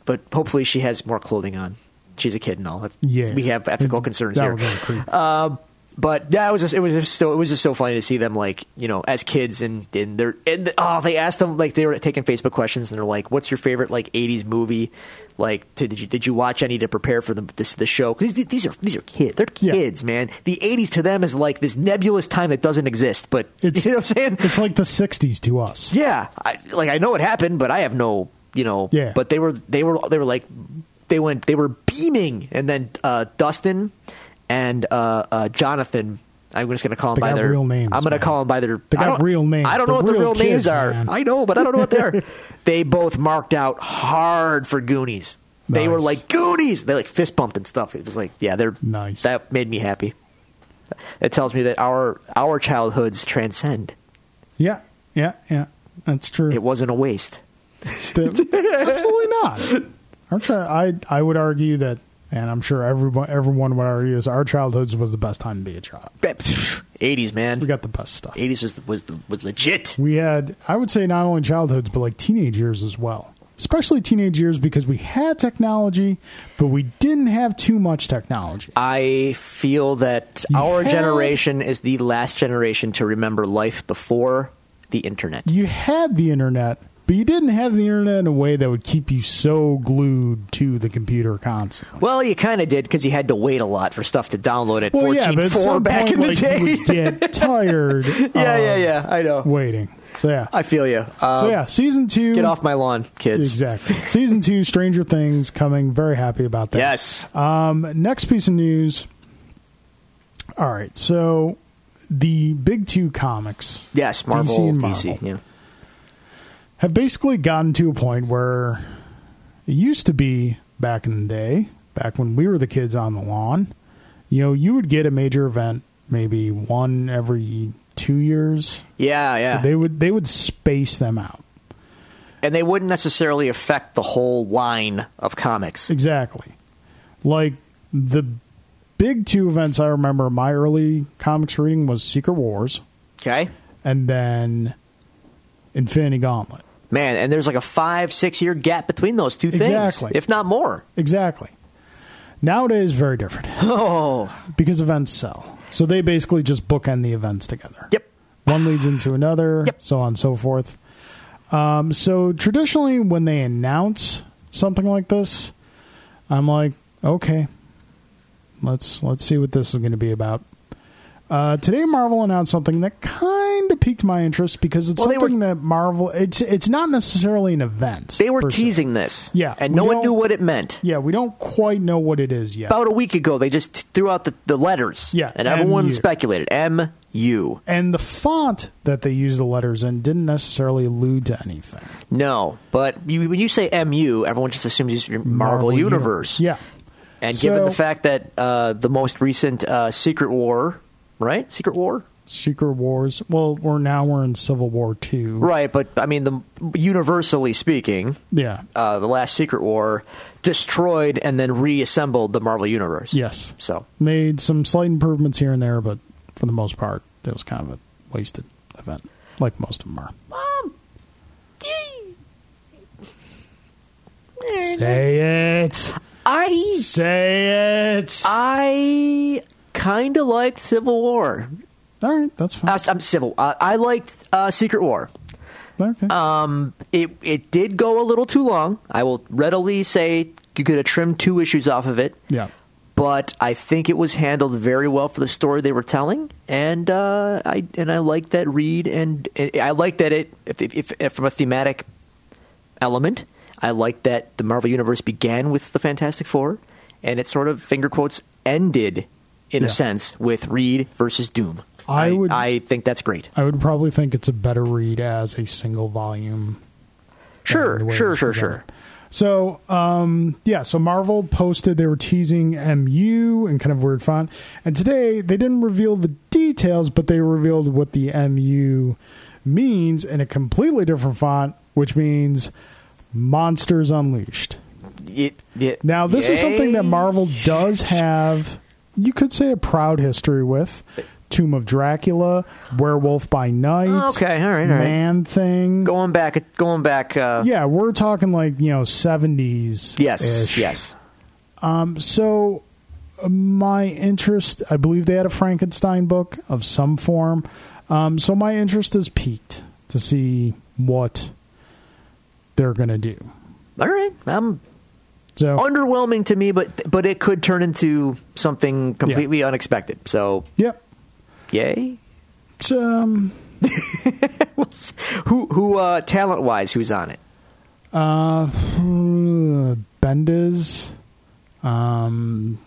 Speaker 2: but hopefully, she has more clothing on. She's a kid and all. That's-
Speaker 1: yeah,
Speaker 2: we have ethical
Speaker 1: It-
Speaker 2: concerns
Speaker 1: that
Speaker 2: here.
Speaker 1: would go creep.
Speaker 2: But yeah, it was just, it was just so it was just so funny to see them like you know as kids and and they're and oh they asked them like they were taking Facebook questions and they're like what's your favorite like '80s movie like to, did you did you watch any to prepare for the this the show because these, these are these are kids they're
Speaker 1: Yeah.
Speaker 2: kids man the '80s to them is like this nebulous time that doesn't exist but
Speaker 1: It's-
Speaker 2: you know what I'm saying
Speaker 1: it's like the '60s to us.
Speaker 2: yeah, I, like I know it happened, but I have no, you know.
Speaker 1: Yeah.
Speaker 2: But they were, they were, they were like, they went, they were beaming, and then uh, Dustin and uh, uh, Jonathan. I'm just gonna call them
Speaker 1: They
Speaker 2: by
Speaker 1: got
Speaker 2: their
Speaker 1: real names,
Speaker 2: I'm gonna
Speaker 1: man.
Speaker 2: call them by their.
Speaker 1: They
Speaker 2: I
Speaker 1: got
Speaker 2: don't-
Speaker 1: real names.
Speaker 2: I don't
Speaker 1: They're
Speaker 2: know what the
Speaker 1: real
Speaker 2: real names
Speaker 1: kids,
Speaker 2: are.
Speaker 1: man.
Speaker 2: I know, but I don't know what they are. they both marked out hard for Goonies. They were
Speaker 1: Nice.
Speaker 2: like Goonies. They like fist bumped and stuff. It was like, yeah, they're
Speaker 1: Nice.
Speaker 2: That made me happy. It tells me that our our childhoods transcend.
Speaker 1: yeah, yeah, yeah. That's true.
Speaker 2: It wasn't a waste.
Speaker 1: Absolutely not. Our chi- I I would argue that, and I'm sure everyone everyone would argue is our childhoods was the best time to be a child.
Speaker 2: Eighties,
Speaker 1: We
Speaker 2: man.
Speaker 1: got the best stuff.
Speaker 2: Eighties was was was legit.
Speaker 1: We had, I would say, not only childhoods but like teenage years as well. Especially teenage years because we had technology, but we didn't have too much technology.
Speaker 2: I feel that our
Speaker 1: Yeah.
Speaker 2: generation is the last generation to remember life before the internet.
Speaker 1: You had the internet, but you didn't have the internet in a way that would keep you so glued to the computer constantly.
Speaker 2: Well, you kind of did because you had to wait a lot for stuff to download at
Speaker 1: Well, yeah,
Speaker 2: fourteen
Speaker 1: but at
Speaker 2: four
Speaker 1: some
Speaker 2: back
Speaker 1: point,
Speaker 2: in the
Speaker 1: like,
Speaker 2: day.
Speaker 1: you would get tired.
Speaker 2: yeah,
Speaker 1: of
Speaker 2: yeah, yeah. I know.
Speaker 1: Waiting. So yeah.
Speaker 2: I feel you. Uh,
Speaker 1: so yeah, season two.
Speaker 2: Get off my lawn, kids.
Speaker 1: Exactly. Season two, Stranger Things, coming. Very happy about that.
Speaker 2: Yes.
Speaker 1: Um, next piece of news. All right, so the big two comics
Speaker 2: yes. Marvel.
Speaker 1: DC and
Speaker 2: DC,
Speaker 1: Marvel.
Speaker 2: Yeah.
Speaker 1: have basically gotten to a point where it used to be back in the day, back when we were the kids on the lawn. You know, you would get a major event, maybe one every two years.
Speaker 2: Yeah. Yeah.
Speaker 1: They would they would space them out.
Speaker 2: and they wouldn't necessarily affect the whole line of comics.
Speaker 1: Exactly. Like the big two events I remember in my early comics reading was Secret Wars
Speaker 2: Okay.
Speaker 1: and then Infinity Gauntlet.
Speaker 2: Man, and there's like a five, six year gap between those two things,
Speaker 1: Exactly.
Speaker 2: if not more.
Speaker 1: Exactly. Nowadays very different
Speaker 2: Oh,
Speaker 1: because events sell. So they basically just bookend the events together.
Speaker 2: yep.
Speaker 1: One leads into another,
Speaker 2: Yep.
Speaker 1: so on and so forth. Um, so traditionally when they announce something like this, I'm like, okay, let's let's see what this is going to be about. Uh, today, Marvel announced something that kind of piqued my interest because it's
Speaker 2: Well, they were-
Speaker 1: something that Marvel. It's it's not necessarily an event.
Speaker 2: They were
Speaker 1: per se.
Speaker 2: teasing this,
Speaker 1: Yeah,
Speaker 2: and
Speaker 1: we
Speaker 2: no one
Speaker 1: don't-
Speaker 2: knew what it meant.
Speaker 1: Yeah, we don't quite know what it is yet.
Speaker 2: About a week ago, they just threw out the, the letters,
Speaker 1: Yeah,
Speaker 2: and everyone
Speaker 1: MU.
Speaker 2: speculated M U.
Speaker 1: and the font that they use the letters in didn't necessarily allude to anything.
Speaker 2: No, but you, when you say M U, everyone just assumes it's your Marvel, Universe.
Speaker 1: Yeah.
Speaker 2: and given
Speaker 1: So-
Speaker 2: the fact that uh, the most recent uh, Secret War, right? Secret War,
Speaker 1: Secret Wars. Well, we're now we're in Civil War two.
Speaker 2: right? But I mean, the universally speaking,
Speaker 1: Yeah.
Speaker 2: uh, the last Secret War destroyed and then reassembled the Marvel Universe.
Speaker 1: Yes.
Speaker 2: So
Speaker 1: Made some slight improvements here and there, but for the most part, it was kind of a wasted event, like most of them are. Say it.
Speaker 2: I
Speaker 1: Say it.
Speaker 2: I kind of liked Civil War.
Speaker 1: All right, that's
Speaker 2: Uh,
Speaker 1: fine.
Speaker 2: I'm Civil. Uh, I liked uh, Secret War.
Speaker 1: Okay.
Speaker 2: Um, it it did go a little too long. I will readily say you could have trimmed two issues off of it.
Speaker 1: yeah.
Speaker 2: But I think it was handled very well for the story they were telling, and uh, I and I like that read, and, and I like that it if, if, if, if from a thematic element, I like that the Marvel Universe began with the Fantastic Four, and it sort of finger quotes ended in
Speaker 1: Yeah.
Speaker 2: a sense with Reed versus Doom.
Speaker 1: I would-
Speaker 2: I think that's great.
Speaker 1: I would probably think it's a better read as a single volume.
Speaker 2: Sure,
Speaker 1: than the way
Speaker 2: sure,
Speaker 1: it's
Speaker 2: sure,
Speaker 1: presented.
Speaker 2: sure.
Speaker 1: So, um, yeah, so Marvel posted they were teasing MU in kind of weird font. And today they didn't reveal the details, but they revealed what the MU means in a completely different font, which means Monsters Unleashed.
Speaker 2: It- it-
Speaker 1: Now, this is something that
Speaker 2: yay.
Speaker 1: Marvel does have, you could say, a proud history with Tomb of Dracula, Werewolf by Night.
Speaker 2: Okay, all right, all right.
Speaker 1: Man Thing.
Speaker 2: going back, going back. Uh,
Speaker 1: yeah, we're talking like, you know, 70s.
Speaker 2: Yes, yes.
Speaker 1: Um, So, uh, my interest, I believe they had a Frankenstein book of some form. Um, so, my interest is piqued to see what they're going to do.
Speaker 2: All right, I'm
Speaker 1: So,
Speaker 2: underwhelming to me, but but it could turn into something completely unexpected. So
Speaker 1: yep.
Speaker 2: yay.
Speaker 1: It's, um,
Speaker 2: Who who uh, talent wise who's on it?
Speaker 1: Uh, hmm, Bendis, um,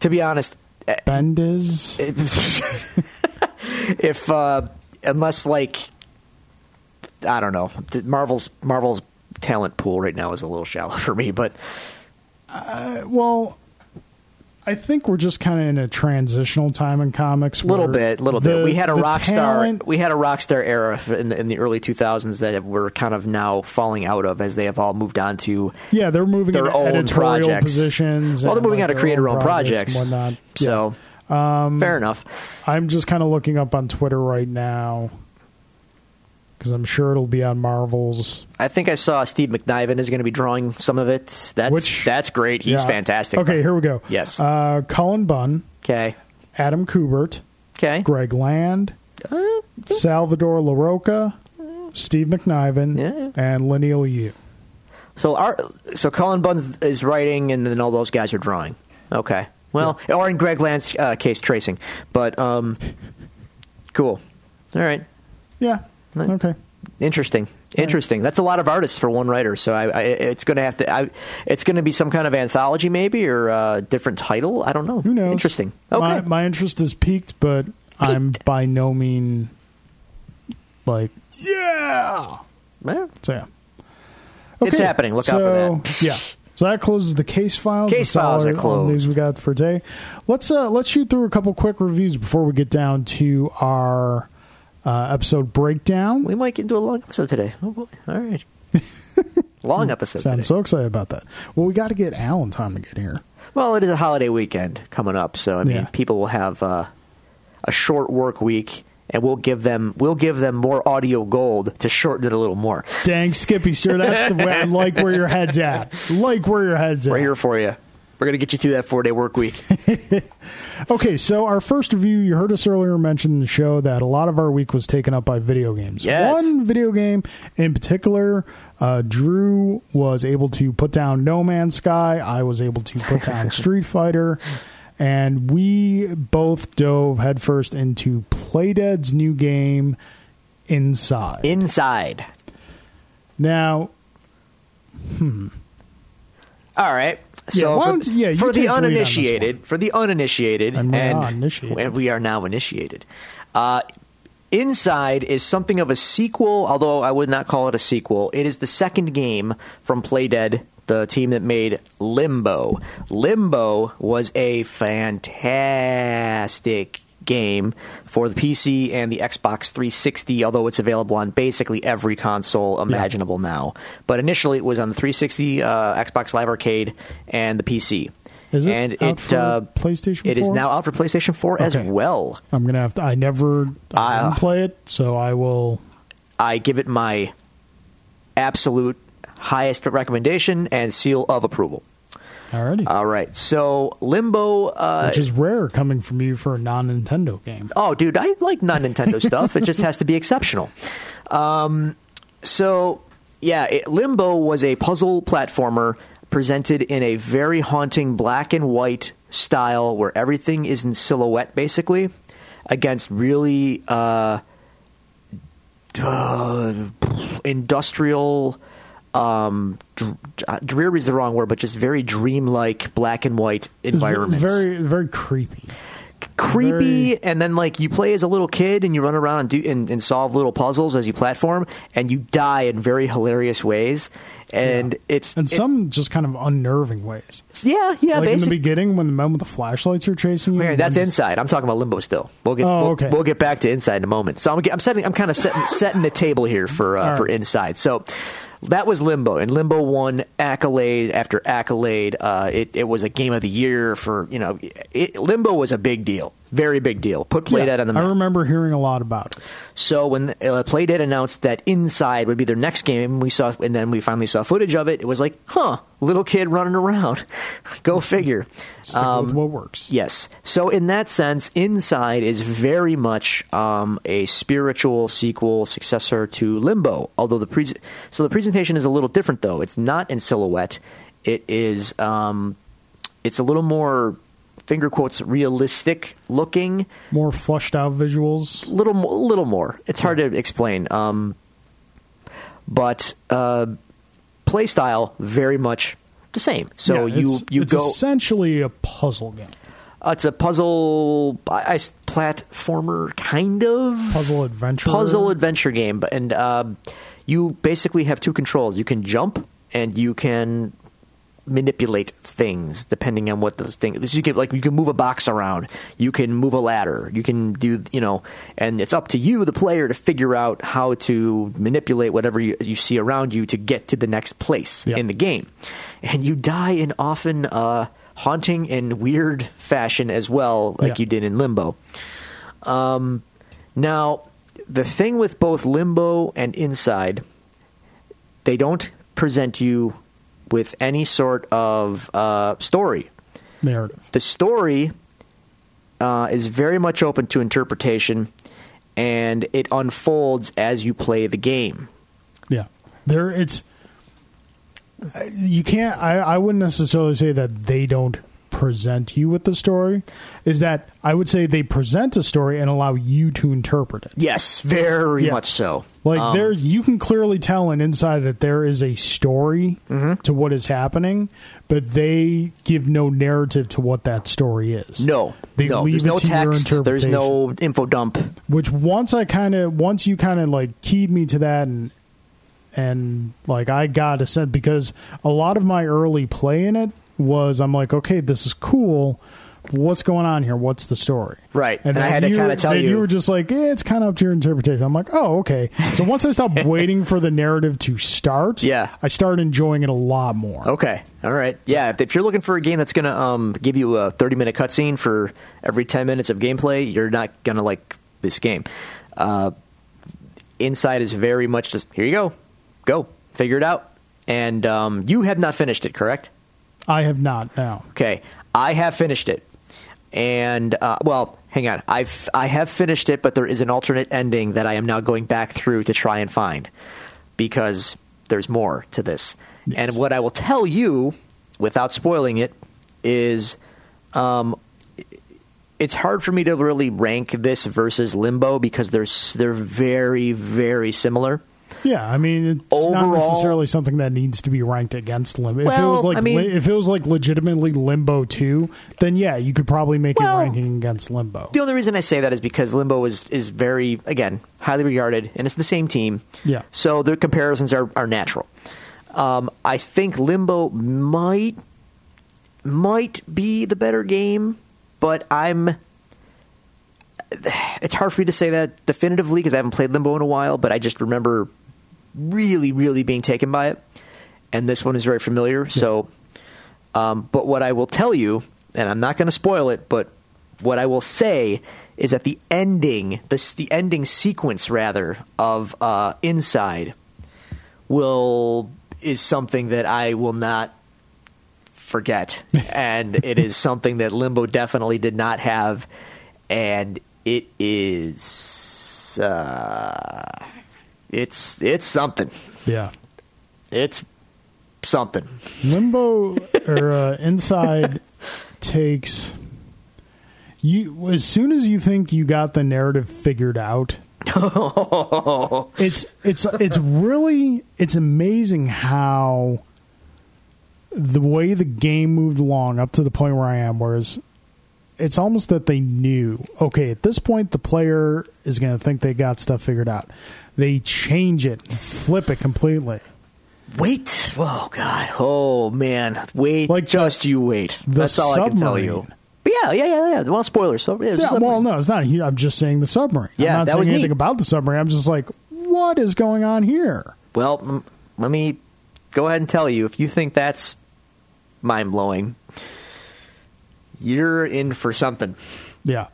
Speaker 2: To be honest, eh,
Speaker 1: Bendis.
Speaker 2: if uh, unless like I don't know, Marvel's Marvel's talent pool right now is a little shallow for me, but
Speaker 1: Well, I think we're just kind of in a transitional time in comics.
Speaker 2: little
Speaker 1: where
Speaker 2: bit, little
Speaker 1: the-
Speaker 2: bit. We had a
Speaker 1: the
Speaker 2: rock
Speaker 1: talent-
Speaker 2: star. We had a rock star era in the, in the early 2000s that we're kind of now falling out of as they have all moved on to
Speaker 1: yeah, they're moving
Speaker 2: their
Speaker 1: into
Speaker 2: own
Speaker 1: editorial
Speaker 2: projects.
Speaker 1: positions.
Speaker 2: Well, they're
Speaker 1: and,
Speaker 2: moving
Speaker 1: like,
Speaker 2: out to create their own projects,
Speaker 1: and whatnot. Yeah. Um,
Speaker 2: So um, fair enough.
Speaker 1: I'm just kind of looking up on Twitter right now because I'm sure it'll be on Marvel's.
Speaker 2: I think I saw Steve McNiven is going to be drawing some of it. That's
Speaker 1: Which-
Speaker 2: that's great. He's
Speaker 1: Yeah.
Speaker 2: fantastic.
Speaker 1: Okay, here we go.
Speaker 2: Yes.
Speaker 1: uh, Colin Bunn,
Speaker 2: Okay.
Speaker 1: Adam Kubert,
Speaker 2: Okay.
Speaker 1: Greg Land.
Speaker 2: Uh,
Speaker 1: Salvador LaRocca, Steve McNiven,
Speaker 2: Yeah.
Speaker 1: and Lineal Yu.
Speaker 2: So our so Colin Bunn is writing, and then all those guys are drawing. Okay. Well, or in Greg Land's uh, case, tracing. But um, cool. All right.
Speaker 1: Yeah.
Speaker 2: Right.
Speaker 1: Okay.
Speaker 2: Interesting. Interesting. That's a lot of artists for one writer. So I, I it's going to have to. I, it's going to be some kind of anthology, maybe, or a different title. I don't know.
Speaker 1: Who knows?
Speaker 2: Interesting. Okay.
Speaker 1: My, my interest is piqued, but I'm by no mean like yeah.
Speaker 2: Well,
Speaker 1: So yeah.
Speaker 2: It's happening. Look
Speaker 1: so,
Speaker 2: out for that.
Speaker 1: yeah. So that closes the case files.
Speaker 2: Case
Speaker 1: That's all
Speaker 2: files
Speaker 1: our-
Speaker 2: are
Speaker 1: all the
Speaker 2: closed.
Speaker 1: News we got for today. Let's uh let's shoot through a couple quick reviews before we get down to our uh, episode breakdown.
Speaker 2: we might get into a long episode today. Oh boy! All right. long episode.
Speaker 1: Sound
Speaker 2: today.
Speaker 1: so excited about that. Well, we got to get Alan time to get here.
Speaker 2: Well, it is a holiday weekend coming up, so I mean,
Speaker 1: Yeah.
Speaker 2: people will have uh, a short work week, and we'll give them we'll give them more audio gold to shorten it a little more.
Speaker 1: Dang, Skippy, sir, that's the way I like where your head's at. Like where your head's at.
Speaker 2: We're here for you. We're gonna get you through that four day work week.
Speaker 1: Okay, so our first review, you heard us earlier mention in the show that a lot of our week was taken up by video games.
Speaker 2: Yes.
Speaker 1: One video game in particular, uh, Drew was able to put down No Man's Sky. I was able to put down Street Fighter. And we both dove headfirst into Playdead's new game, Inside.
Speaker 2: Inside.
Speaker 1: now,
Speaker 2: All right. So
Speaker 1: why
Speaker 2: for-
Speaker 1: don't you- yeah, you
Speaker 2: for
Speaker 1: take the
Speaker 2: the
Speaker 1: lead on this
Speaker 2: uninitiated, for the uninitiated,
Speaker 1: And
Speaker 2: and,
Speaker 1: we're now initiated.
Speaker 2: and we are now initiated. Uh, Inside is something of a sequel, although I would not call it a sequel. It is the second game from Playdead, the team that made Limbo. Limbo was a fantastic game for the PC and the Xbox 360, although it's available on basically every console imaginable now. But initially, it was on the 360, uh, Xbox Live Arcade, and the PC.
Speaker 1: Is it
Speaker 2: and
Speaker 1: out
Speaker 2: it
Speaker 1: for
Speaker 2: uh,
Speaker 1: PlayStation
Speaker 2: It is
Speaker 1: 4?
Speaker 2: now out for PlayStation 4 as
Speaker 1: Okay.
Speaker 2: well.
Speaker 1: I'm gonna have to. I never I didn't
Speaker 2: Ah.
Speaker 1: play it, so I will.
Speaker 2: I give it my absolute highest recommendation and seal of approval.
Speaker 1: Alrighty.
Speaker 2: All right. So Limbo. Uh,
Speaker 1: Which is rare coming from you for a non Nintendo game.
Speaker 2: oh, dude, I like non Nintendo stuff. It just has to be exceptional. Um, so, yeah, it, Limbo was a puzzle platformer presented in a very haunting black and white style where everything is in silhouette, basically, against really uh, uh, industrial um dr- dreary is the wrong word but just very dreamlike black and white
Speaker 1: It's v-
Speaker 2: environments
Speaker 1: very, very creepy.
Speaker 2: creepy
Speaker 1: Very-
Speaker 2: and then like you play as a little kid and you run around and do and, and solve little puzzles as you platform and you die in very hilarious ways and it's
Speaker 1: And
Speaker 2: it-
Speaker 1: some just kind of unnerving ways.
Speaker 2: yeah yeah
Speaker 1: like in the
Speaker 2: basically
Speaker 1: beginning when the men with the flashlights are chasing you.
Speaker 2: Okay,
Speaker 1: and
Speaker 2: that's
Speaker 1: one
Speaker 2: inside. I'm talking about limbo still. We'll get
Speaker 1: Oh,
Speaker 2: we'll,
Speaker 1: okay.
Speaker 2: we'll get back to inside in a moment. So I'm I'm setting I'm kind of setting setting the table here for uh,
Speaker 1: right.
Speaker 2: for inside. So that was limbo, and limbo won accolade after accolade. Uh, it it was a game of the year for you know it, limbo was a big deal, very big deal. Put play
Speaker 1: Yeah,
Speaker 2: that on the
Speaker 1: I
Speaker 2: map.
Speaker 1: remember hearing a lot about it.
Speaker 2: So when uh, Playdead announced that Inside would be their next game, we saw, and then we finally saw footage of it. It was like, huh, little kid running around. Go figure.
Speaker 1: Stick
Speaker 2: Um,
Speaker 1: with what works.
Speaker 2: Yes. So in that sense, Inside is very much um, a spiritual sequel successor to Limbo. Although the pre- so the presentation is a little different though. It's not in silhouette. It is um, it's a little more finger quotes realistic looking.
Speaker 1: More flushed out visuals.
Speaker 2: Little mo- little more. It's hard to explain. Um, but uh, play style very much the same. So
Speaker 1: Yeah,
Speaker 2: you
Speaker 1: it's-
Speaker 2: you
Speaker 1: it's
Speaker 2: go
Speaker 1: essentially a puzzle game,
Speaker 2: uh, it's a puzzle I, I- platformer kind of
Speaker 1: puzzle adventure,
Speaker 2: puzzle adventure game, but and uh, you basically have two controls. You can jump and you can manipulate things depending on what those things. You can like you can move a box around, you can move a ladder, you can do you know, and it's up to you, the player, to figure out how to manipulate whatever you, you see around you to get to the next place
Speaker 1: Yeah.
Speaker 2: in the game, and you die in often. Uh, Haunting and weird fashion as well, like
Speaker 1: Yeah.
Speaker 2: you did in Limbo. Um, now, the thing with both Limbo and Inside, they don't present you with any sort of uh, story.
Speaker 1: narrative.
Speaker 2: The story uh, is very much open to interpretation, and it unfolds as you play the game.
Speaker 1: Yeah, there it's you can't. I I wouldn't necessarily say that they don't present you with the story. Is that I would say they present a story and allow you to interpret it.
Speaker 2: Yes, very
Speaker 1: Yeah.
Speaker 2: much so.
Speaker 1: Like
Speaker 2: Um,
Speaker 1: there, you can clearly tell in inside that there is a story
Speaker 2: Mm-hmm.
Speaker 1: to what is happening, but they give no narrative to what that story is.
Speaker 2: no,
Speaker 1: they
Speaker 2: no,
Speaker 1: leave
Speaker 2: there's
Speaker 1: it
Speaker 2: no
Speaker 1: to your
Speaker 2: text. There's
Speaker 1: interpretation.
Speaker 2: no info dump.
Speaker 1: Which once I kind of, once you kind of like keyed me to that, and and like I got a sense because a lot of my early play in it was I'm like, okay, this is cool. What's going on here? What's the story?
Speaker 2: Right. And I
Speaker 1: then
Speaker 2: had to
Speaker 1: you
Speaker 2: kinda
Speaker 1: were-
Speaker 2: tell
Speaker 1: then
Speaker 2: you-
Speaker 1: You were just like, eh, it's kind of up to your interpretation. I'm like, oh, okay. So once I stopped waiting for the narrative to start,
Speaker 2: Yeah. Oh.
Speaker 1: I started enjoying it a lot more.
Speaker 2: Okay. All right. Yeah. If, if you're looking for a game that's gonna um, give you a 30 minute cutscene for every 10 minutes of gameplay, you're not gonna like this game. Uh, Inside is very much just here you go, go figure it out. And um, you have not finished it, correct?
Speaker 1: I have not now.
Speaker 2: Okay, I have finished it, and uh, well, hang on, I've I have finished it, but there is an alternate ending that I am now going back through to try and find because there's more to this. And what I will tell you, without spoiling it, is um, it's hard for me to really rank this versus Limbo because they're s- they're very very similar.
Speaker 1: Yeah, I mean, it's
Speaker 2: Overall-
Speaker 1: not necessarily something that needs to be ranked against Limbo. if it
Speaker 2: Well,
Speaker 1: was like
Speaker 2: I mean-
Speaker 1: li- if it was like legitimately Limbo two, then yeah, you could probably make
Speaker 2: Well-
Speaker 1: it ranking against Limbo.
Speaker 2: The only reason I say that is because Limbo is is very again highly regarded, and it's the same team.
Speaker 1: Yeah.
Speaker 2: So the comparisons are are natural. Um, I think Limbo might might be the better game, but I'm. It's hard for me to say that definitively because I haven't played Limbo in a while, but I just remember really, really being taken by it. And this one is very familiar. So, um, but what I will tell you, and I'm not going to spoil it, but what I will say is that the ending, this the ending sequence rather of uh, Inside will is something that I will not forget. and it is something that Limbo definitely did not have. And it is. Uh, it's it's something.
Speaker 1: Yeah.
Speaker 2: It's something.
Speaker 1: Limbo or uh, Inside takes you as soon as you think you got the narrative figured out. it's it's it's really it's amazing how the way the game moved along up to the point where I am whereas it's almost that they knew okay at this point the player is going to think they got stuff figured out. They change it, and flip it completely.
Speaker 2: Wait. Oh God. Oh man. Wait.
Speaker 1: Like
Speaker 2: Like
Speaker 1: the-
Speaker 2: just you wait. That's all I can tell you.
Speaker 1: submarine.
Speaker 2: But yeah. Yeah. Yeah. Yeah. Well, spoilers. So, yeah,
Speaker 1: Yeah,
Speaker 2: submarine.
Speaker 1: well, no, it's not. he- I'm just saying the submarine.
Speaker 2: Yeah,
Speaker 1: I'm not
Speaker 2: that
Speaker 1: saying
Speaker 2: was
Speaker 1: anything
Speaker 2: neat.
Speaker 1: about the submarine. I'm just like, what is going on here?
Speaker 2: Well, m- let me go ahead and tell you if you think that's mind blowing, you're in for something.
Speaker 1: Yeah,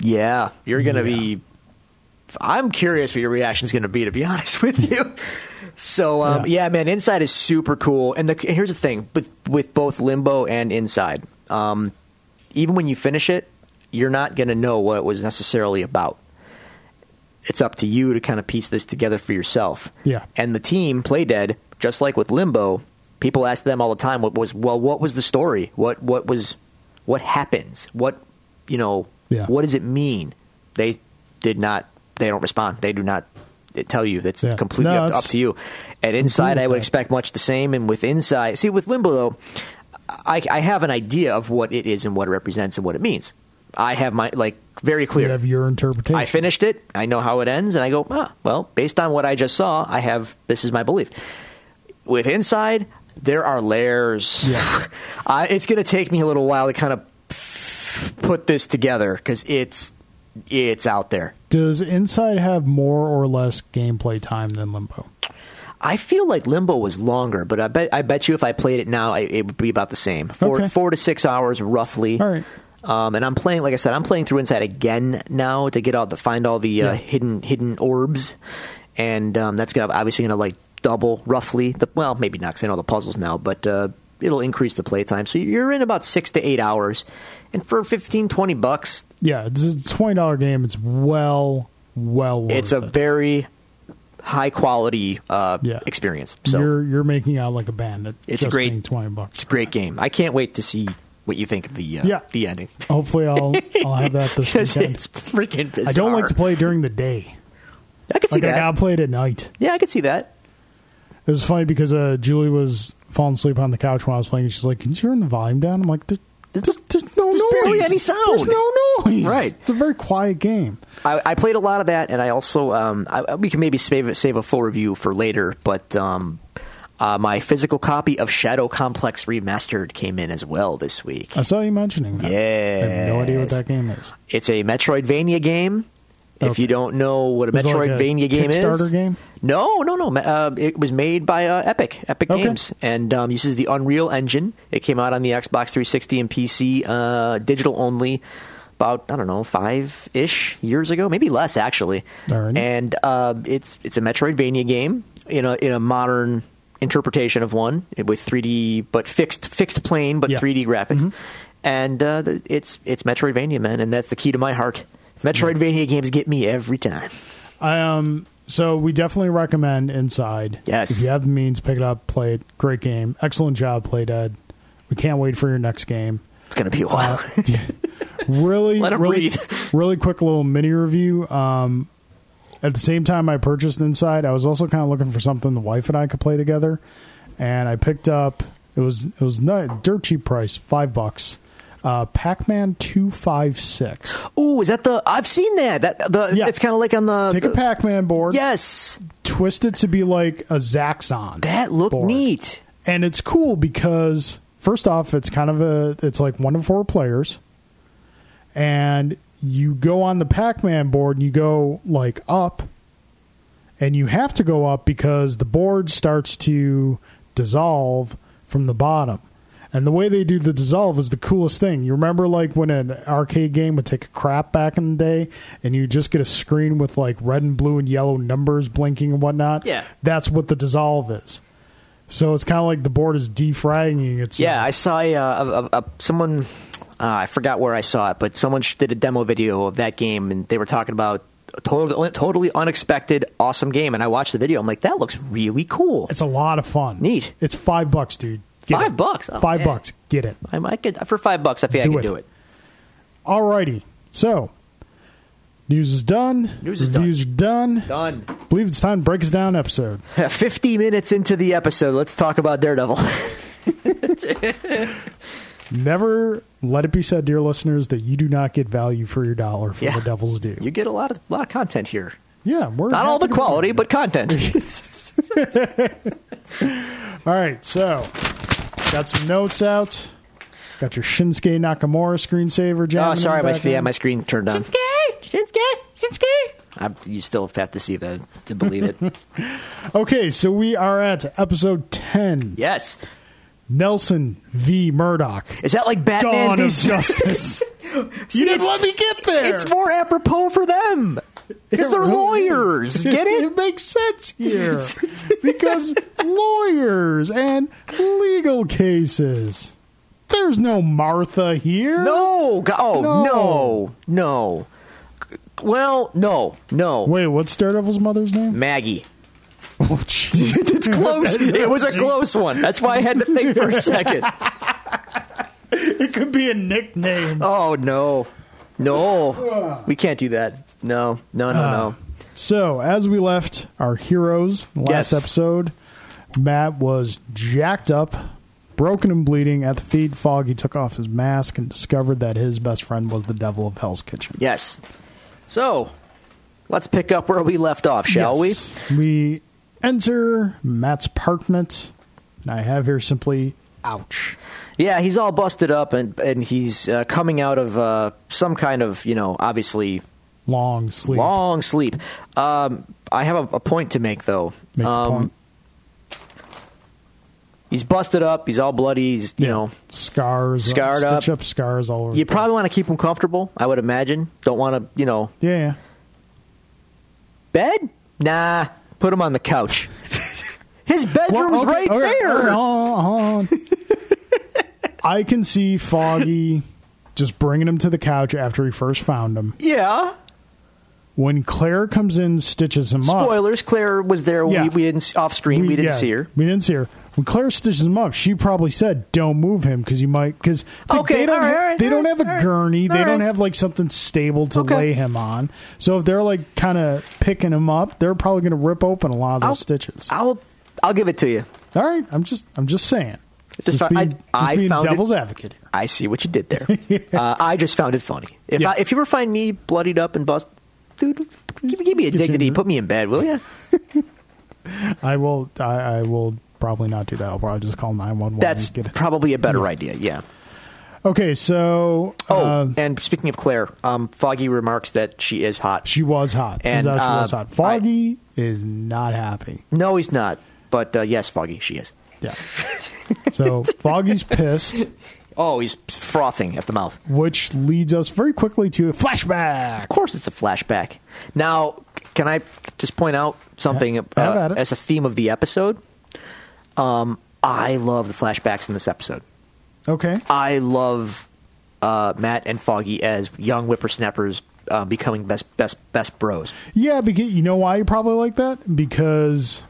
Speaker 2: Yeah, you're going to be. I'm curious what your reaction's going to be, to be honest with you. So, um,
Speaker 1: Yeah.
Speaker 2: yeah. man, Inside is super cool. And, the, and here's the thing with, with both Limbo and Inside, um, even when you finish it, you're not going to know what it was necessarily about. It's up to you to kind of piece this together for yourself.
Speaker 1: Yeah.
Speaker 2: And the team, Playdead, just like with Limbo, people ask them all the time, "What was well? What was the story? What what was what happens? What you know?
Speaker 1: Yeah.
Speaker 2: What does it mean?" They did not. They don't respond. They do not tell you. That's
Speaker 1: Yeah.
Speaker 2: completely
Speaker 1: No,
Speaker 2: up,
Speaker 1: it's-
Speaker 2: up to you. And inside,
Speaker 1: with
Speaker 2: I would
Speaker 1: that.
Speaker 2: expect much the same. And with inside, see, with Limbo though, I, I have an idea of what it is and what it represents and what it means. I have my like very
Speaker 1: you
Speaker 2: clear.
Speaker 1: have your interpretation.
Speaker 2: I finished it. I know how it ends, and I go, ah, well, based on what I just saw, I have this is my belief. With inside, there are layers.
Speaker 1: Yeah.
Speaker 2: I, it's going to take me a little while to kind of put this together because it's it's out there.
Speaker 1: Does Inside have more or less gameplay time than Limbo?
Speaker 2: I feel like Limbo was longer, but I bet I bet you if I played it now, I, it would be about the same four
Speaker 1: Okay.
Speaker 2: four to six hours roughly.
Speaker 1: All right.
Speaker 2: Um, and I'm playing, like I said, I'm playing through Inside again now to get all the find all the uh,
Speaker 1: Yeah.
Speaker 2: hidden hidden orbs, and um, that's gonna obviously gonna like double roughly the well maybe not 'cause I know the puzzles now, but uh, it'll increase the playtime. So you're in about six to eight hours, and for 15, 20 bucks,
Speaker 1: Yeah, it's a twenty dollar game. It's well, well worth
Speaker 2: it's a
Speaker 1: it.
Speaker 2: very high quality uh,
Speaker 1: Yeah.
Speaker 2: experience. So
Speaker 1: you're you're making out like a bandit.
Speaker 2: It's
Speaker 1: just
Speaker 2: great.
Speaker 1: paying Twenty bucks.
Speaker 2: It's a great game. I can't wait to see what you think of the uh,
Speaker 1: Yeah.
Speaker 2: the ending
Speaker 1: Hopefully, I'll I'll have that this
Speaker 2: because
Speaker 1: weekend.
Speaker 2: it's freaking bizarre.
Speaker 1: I don't like to play during the day.
Speaker 2: I can see
Speaker 1: Like I
Speaker 2: that.
Speaker 1: got played at night.
Speaker 2: yeah, I can see that.
Speaker 1: It was funny because uh, Julie was falling asleep on the couch when I was playing. And she's like, "Can you turn the volume down?" I'm like, "There- there- "There's, no
Speaker 2: There's
Speaker 1: noise.
Speaker 2: barely any
Speaker 1: There's
Speaker 2: sound."
Speaker 1: no noise.
Speaker 2: Right.
Speaker 1: It's a very quiet game.
Speaker 2: I, I played a lot of that, and I also um, I, we can maybe save it- save a full review for later. But um, uh, my physical copy of Shadow Complex Remastered came in as well this week.
Speaker 1: I saw you mentioning that. I have no idea what
Speaker 2: Yes.
Speaker 1: that game is.
Speaker 2: It's a Metroidvania game. If
Speaker 1: Okay.
Speaker 2: you don't know what a
Speaker 1: Is it like a
Speaker 2: Metroidvania game is,
Speaker 1: Kickstarter game?
Speaker 2: No, no, no. Ma- Uh, it was made by uh, Epic, Epic
Speaker 1: Okay.
Speaker 2: Games, and um, uses the Unreal Engine. It came out on the Xbox 360 and PC, uh, digital only, about I don't know five ish years ago, maybe less actually.
Speaker 1: Darn.
Speaker 2: And uh, it's it's a Metroidvania game in a in a modern interpretation of one with 3D but fixed fixed plane but
Speaker 1: Yeah. Mm-hmm.
Speaker 2: 3D graphics. And uh, the- it's it's Metroidvania, man, and that's the key to my heart. Metroidvania games get me every time.
Speaker 1: I um. So we definitely recommend Inside.
Speaker 2: Yes.
Speaker 1: If you have the means, pick it up, play it. Great game. Excellent job, Playdead. We can't wait for your next game.
Speaker 2: It's gonna be a while.
Speaker 1: really
Speaker 2: Let 'em
Speaker 1: really,
Speaker 2: breathe.
Speaker 1: really quick little mini review um at the same time i purchased inside i was also kind of looking for something the wife and i could play together and i picked up it was it was not dirt cheap price five bucks uh pac-man 256
Speaker 2: Ooh, is that the? I've seen that. That the.
Speaker 1: Yeah.
Speaker 2: It's kind of like on the.
Speaker 1: take a
Speaker 2: Uh, the-
Speaker 1: pac-man board
Speaker 2: Yes,
Speaker 1: twist it to be like a zaxxon
Speaker 2: that looked
Speaker 1: board.
Speaker 2: neat.
Speaker 1: and it's cool because first off it's kind of a it's like one to four players and you go on the pac-man board and you go like up and you have to go up because the board starts to dissolve from the bottom And the way they do the dissolve is the coolest thing. You remember, like, when an arcade game would take a crap back in the day and you just get a screen with, like, red and blue and yellow numbers blinking and whatnot?
Speaker 2: Yeah.
Speaker 1: That's what the dissolve is. So it's kind of like the board is defragging itself.
Speaker 2: Yeah, I saw a, uh, a, a, a someone. Uh, I forgot where I saw it, but someone sh- did a demo video of that game, and they were talking about a totally, totally unexpected, awesome game. And I watched the video. I'm like, that looks really cool.
Speaker 1: It's a lot of fun.
Speaker 2: Neat.
Speaker 1: It's five bucks, dude. Get
Speaker 2: Five
Speaker 1: it.
Speaker 2: bucks? Oh,
Speaker 1: Five
Speaker 2: man.
Speaker 1: bucks. Get it.
Speaker 2: I, I could for five bucks. I think
Speaker 1: Do
Speaker 2: I could
Speaker 1: it.
Speaker 2: do it.
Speaker 1: Alrighty. So, news is done.
Speaker 2: News is
Speaker 1: Reviews are done.
Speaker 2: Done.
Speaker 1: believe it's time to break us down episode.
Speaker 2: Fifty minutes into the episode, let's talk about Daredevil.
Speaker 1: Never let it be said, dear listeners, that you do not get value for your dollar from
Speaker 2: Yeah.
Speaker 1: the Devils do.
Speaker 2: you get a lot of lot of content here.
Speaker 1: yeah, we're
Speaker 2: Not all
Speaker 1: happy
Speaker 2: the
Speaker 1: to be
Speaker 2: quality,
Speaker 1: here.
Speaker 2: but content. Oh,
Speaker 1: all right. So, got some notes out. Got your Shinsuke Nakamura screensaver. jamming
Speaker 2: oh,
Speaker 1: in
Speaker 2: sorry,
Speaker 1: the
Speaker 2: my
Speaker 1: background.
Speaker 2: yeah, my screen turned on.
Speaker 3: Shinsuke! Shinsuke! Shinsuke!
Speaker 2: I, you still have to see that to believe it.
Speaker 1: Okay, so we are at episode ten.
Speaker 2: yes,
Speaker 1: Nelson v. Murdoch.
Speaker 2: is that like Batman?
Speaker 1: Dawn
Speaker 2: v
Speaker 1: of
Speaker 2: Superman?
Speaker 1: Justice.
Speaker 2: See,
Speaker 1: you didn't
Speaker 2: it's-
Speaker 1: let me get there.
Speaker 2: It's more apropos for them because
Speaker 1: It
Speaker 2: they're
Speaker 1: really is.
Speaker 2: lawyers. Get it?
Speaker 1: It makes sense here because lawyers and legal cases. There's no Martha here.
Speaker 2: No. go- Oh
Speaker 1: No.
Speaker 2: no. No. Well, no, no.
Speaker 1: Wait, what's Daredevil's mother's name?
Speaker 2: Maggie.
Speaker 1: Oh, jeez.
Speaker 2: It's close. it was a close one. That's why I had to think for a second.
Speaker 1: it could be a nickname.
Speaker 2: Oh no, no, we can't do that. No, no, no, no.
Speaker 1: So, as we left our heroes in the last
Speaker 2: Yes.
Speaker 1: episode, Matt was jacked up, broken and bleeding at the feed fog. He took off his mask and discovered that his best friend was the devil of Hell's Kitchen.
Speaker 2: Yes. So, let's pick up where we left off, shall we?
Speaker 1: we? We enter Matt's apartment, and I have here simply, ouch.
Speaker 2: Yeah, he's all busted up, and and he's uh, coming out of uh, some kind of you know obviously
Speaker 1: Long sleep.
Speaker 2: long sleep. Um, I have a, a point to make though.
Speaker 1: Make your
Speaker 2: um,
Speaker 1: point.
Speaker 2: He's busted up. He's all bloody. He's you
Speaker 1: Yeah.
Speaker 2: know
Speaker 1: scars, uh,
Speaker 2: Scarred up.
Speaker 1: stitch up scars all over. the
Speaker 2: you
Speaker 1: place.
Speaker 2: probably want to keep him comfortable. I would imagine. Don't want to you know
Speaker 1: yeah, yeah.
Speaker 2: Bed? Nah. Put him on the couch. His
Speaker 1: Well,
Speaker 2: bedroom's
Speaker 1: okay,
Speaker 2: right
Speaker 1: okay,
Speaker 2: there.
Speaker 1: okay, hold on, hold on. I can see Foggy just bringing him to the couch after he first found him.
Speaker 2: Yeah.
Speaker 1: When Claire comes in, stitches him up.
Speaker 2: Spoilers. Claire was there. when
Speaker 1: Yeah.
Speaker 2: We, we didn't see- off screen. We, didn't
Speaker 1: yeah,
Speaker 2: see her.
Speaker 1: We didn't see her. When Claire stitches him up, she probably said, "Don't move him because you might." Because
Speaker 2: Okay,
Speaker 1: they don't,
Speaker 2: all right,
Speaker 1: ha-
Speaker 2: all right,
Speaker 1: they
Speaker 2: all
Speaker 1: don't
Speaker 2: right,
Speaker 1: have a
Speaker 2: all right,
Speaker 1: gurney. They
Speaker 2: all
Speaker 1: don't
Speaker 2: right.
Speaker 1: have like something stable to
Speaker 2: Okay.
Speaker 1: lay him on. So if they're like kind of picking him up, they're probably going to rip open a lot of those
Speaker 2: I'll-
Speaker 1: stitches.
Speaker 2: I'll I'll give it to you.
Speaker 1: all right, I'm just I'm just saying.
Speaker 2: Just fi- I-
Speaker 1: being, just
Speaker 2: I
Speaker 1: being
Speaker 2: found it-
Speaker 1: devil's advocate here.
Speaker 2: I see what you did there. uh, I just found it funny. If
Speaker 1: Yeah.
Speaker 2: I, if you ever find me bloodied up and bust, dude, give, me- give me a
Speaker 1: Get you
Speaker 2: dignity.
Speaker 1: in-
Speaker 2: Put me in bed, will you?
Speaker 1: I will. I, I will probably not do that. I'll probably just call nine one one.
Speaker 2: That's
Speaker 1: get it.
Speaker 2: probably a better idea. Yeah.
Speaker 1: Okay, so
Speaker 2: Oh,
Speaker 1: uh,
Speaker 2: and speaking of Claire, um, Foggy remarks that she is hot.
Speaker 1: she was hot.
Speaker 2: and,
Speaker 1: Turns out she was
Speaker 2: uh,
Speaker 1: hot. Foggy is not happy.
Speaker 2: no, he's not. But uh, yes, Foggy, she is.
Speaker 1: Yeah. So Foggy's pissed,
Speaker 2: Oh, he's frothing at the mouth.
Speaker 1: which leads us very quickly to a flashback.
Speaker 2: Of course, it's a flashback. Now, can I just point out something
Speaker 1: have at
Speaker 2: uh,
Speaker 1: it.
Speaker 2: as a theme of the episode? Um, I love the flashbacks in this episode.
Speaker 1: Okay.
Speaker 2: I love uh, Matt and Foggy as young whippersnappers uh, becoming best best best bros.
Speaker 1: Yeah, because you know why you probably like that because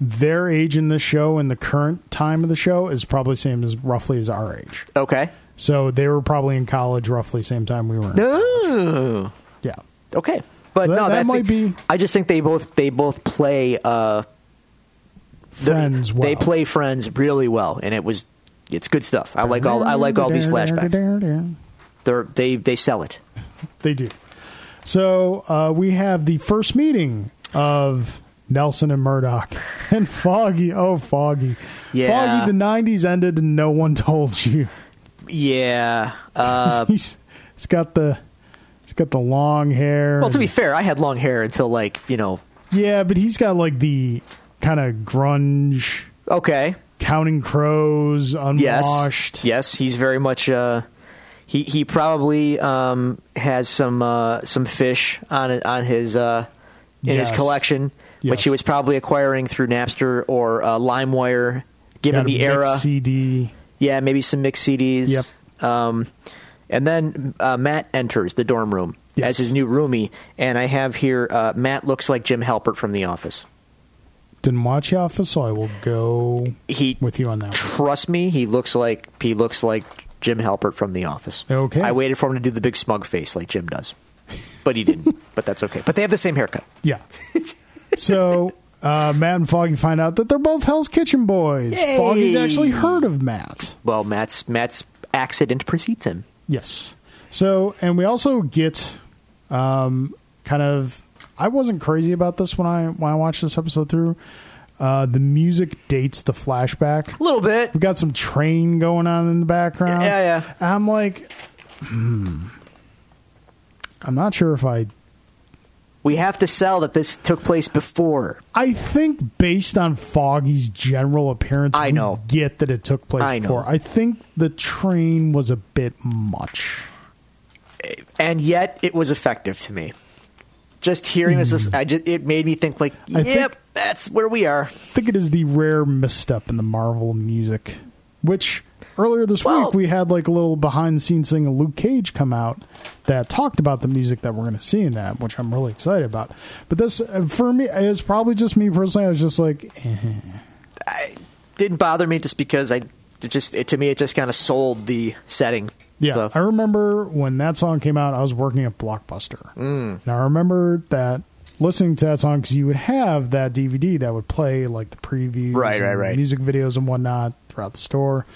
Speaker 1: their age in the show and the current time of the show is probably same as roughly as our age.
Speaker 2: Okay.
Speaker 1: So they were probably in college roughly same time we were. In.
Speaker 2: Ooh.
Speaker 1: Yeah.
Speaker 2: Okay. But
Speaker 1: That-
Speaker 2: no,
Speaker 1: that might
Speaker 2: thing-
Speaker 1: be-
Speaker 2: I just think they both they both play uh, the-
Speaker 1: friends.
Speaker 2: They
Speaker 1: well.
Speaker 2: play friends really well, and it was it's good stuff. I like all I like all these flashbacks. They're, they they sell it.
Speaker 1: They do. So uh, we have the first meeting of Nelson and Murdoch and Foggy. Oh, Foggy.
Speaker 2: Yeah.
Speaker 1: Foggy, the 90s ended and no one told you.
Speaker 2: Yeah. Uh,
Speaker 1: he's, he's got the. He's got the long hair.
Speaker 2: well, to be
Speaker 1: and-
Speaker 2: fair, I had long hair until like you know.
Speaker 1: yeah, but he's got like the kind of grunge
Speaker 2: Okay.
Speaker 1: Counting Crows, Unwashed.
Speaker 2: Yes, yes, he's very much. Uh, he he probably um, has some uh, some fish on on his uh, in
Speaker 1: Yes.
Speaker 2: his collection, which he
Speaker 1: Yes.
Speaker 2: was probably acquiring through Napster or uh, LimeWire, given
Speaker 1: Got a
Speaker 2: the
Speaker 1: big
Speaker 2: era.
Speaker 1: CD.
Speaker 2: Yeah, maybe some mixed CDs.
Speaker 1: Yep.
Speaker 2: Um, and then uh, Matt enters the dorm room
Speaker 1: Yes.
Speaker 2: as his new roomie, and I have here uh, Matt looks like Jim Halpert from The Office.
Speaker 1: Didn't watch The Office, so I will go
Speaker 2: He
Speaker 1: with you on that. one.
Speaker 2: trust me, he looks like he looks like Jim Halpert from The Office.
Speaker 1: Okay.
Speaker 2: I waited for him to do the big smug face like Jim does, but he didn't. but that's okay. But they have the same haircut.
Speaker 1: Yeah. so uh, Matt and Foggy find out that they're both Hell's Kitchen boys.
Speaker 2: Yay!
Speaker 1: Foggy's actually heard of Matt.
Speaker 2: Well, Matt's Matt's accident precedes him.
Speaker 1: Yes. So, and we also get um, kind of. I wasn't crazy about this when I when I watched this episode through. Uh, the music dates the flashback.
Speaker 2: A little bit.
Speaker 1: We got some train going on in the background.
Speaker 2: Yeah, yeah.
Speaker 1: And I'm like, hmm. I'm not sure if I.
Speaker 2: We have to sell that this took place before.
Speaker 1: I think based on Foggy's general appearance,
Speaker 2: I
Speaker 1: we
Speaker 2: know.
Speaker 1: get that it took place
Speaker 2: I know.
Speaker 1: before. I think the train was a bit much.
Speaker 2: and yet it was effective to me. Just hearing this, I just, it made me think like,
Speaker 1: I
Speaker 2: yep,
Speaker 1: think-
Speaker 2: that's where we are.
Speaker 1: I think it is the rare misstep in the Marvel music, which earlier this
Speaker 2: Well-
Speaker 1: week we had like a little behind the scenes thing of Luke Cage come out that talked about the music that we're going to see in that, which I'm really excited about. But this, uh, for me, is probably just me personally. I was just like, eh.
Speaker 2: Didn't bother me just because I it just it, to me it just kind of sold the setting.
Speaker 1: yeah.
Speaker 2: So-
Speaker 1: I remember when that song came out, I was working at Blockbuster. Mm. And I remember that listening to that song because you would have that DVD that would play like the previews,
Speaker 2: Right, right,
Speaker 1: and
Speaker 2: right.
Speaker 1: music videos and whatnot throughout the store.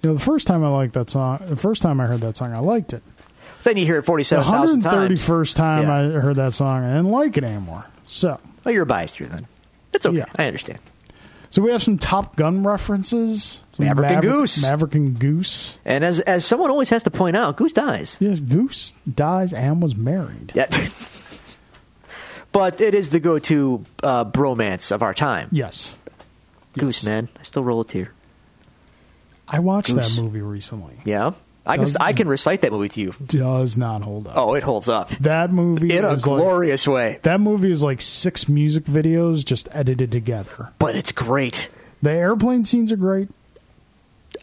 Speaker 1: You know, the first time I liked that song, the first time I heard that song, I liked it.
Speaker 2: then you hear it forty
Speaker 1: The
Speaker 2: seven thousand times.
Speaker 1: 131st time
Speaker 2: Yeah.
Speaker 1: I heard that song, I didn't like it anymore. So,
Speaker 2: Oh, you're biased here then. It's okay.
Speaker 1: Yeah.
Speaker 2: I understand.
Speaker 1: so we have some Top Gun references. Some
Speaker 2: Maverick and Goose.
Speaker 1: Maverick and Goose.
Speaker 2: And as as someone always has to point out, Goose dies.
Speaker 1: Yes, Goose dies and was married.
Speaker 2: Yeah. but it is the go to uh, bromance of our time.
Speaker 1: Yes.
Speaker 2: Goose man, I still roll a tear.
Speaker 1: I watched
Speaker 2: Goose.
Speaker 1: that movie recently.
Speaker 2: Yeah, I can
Speaker 1: Does-
Speaker 2: I can recite that movie to you.
Speaker 1: Does not hold up.
Speaker 2: Oh, it holds up
Speaker 1: That movie
Speaker 2: in a
Speaker 1: is like,
Speaker 2: glorious way.
Speaker 1: that movie is like six music videos just edited together.
Speaker 2: but it's great.
Speaker 1: The airplane scenes are great.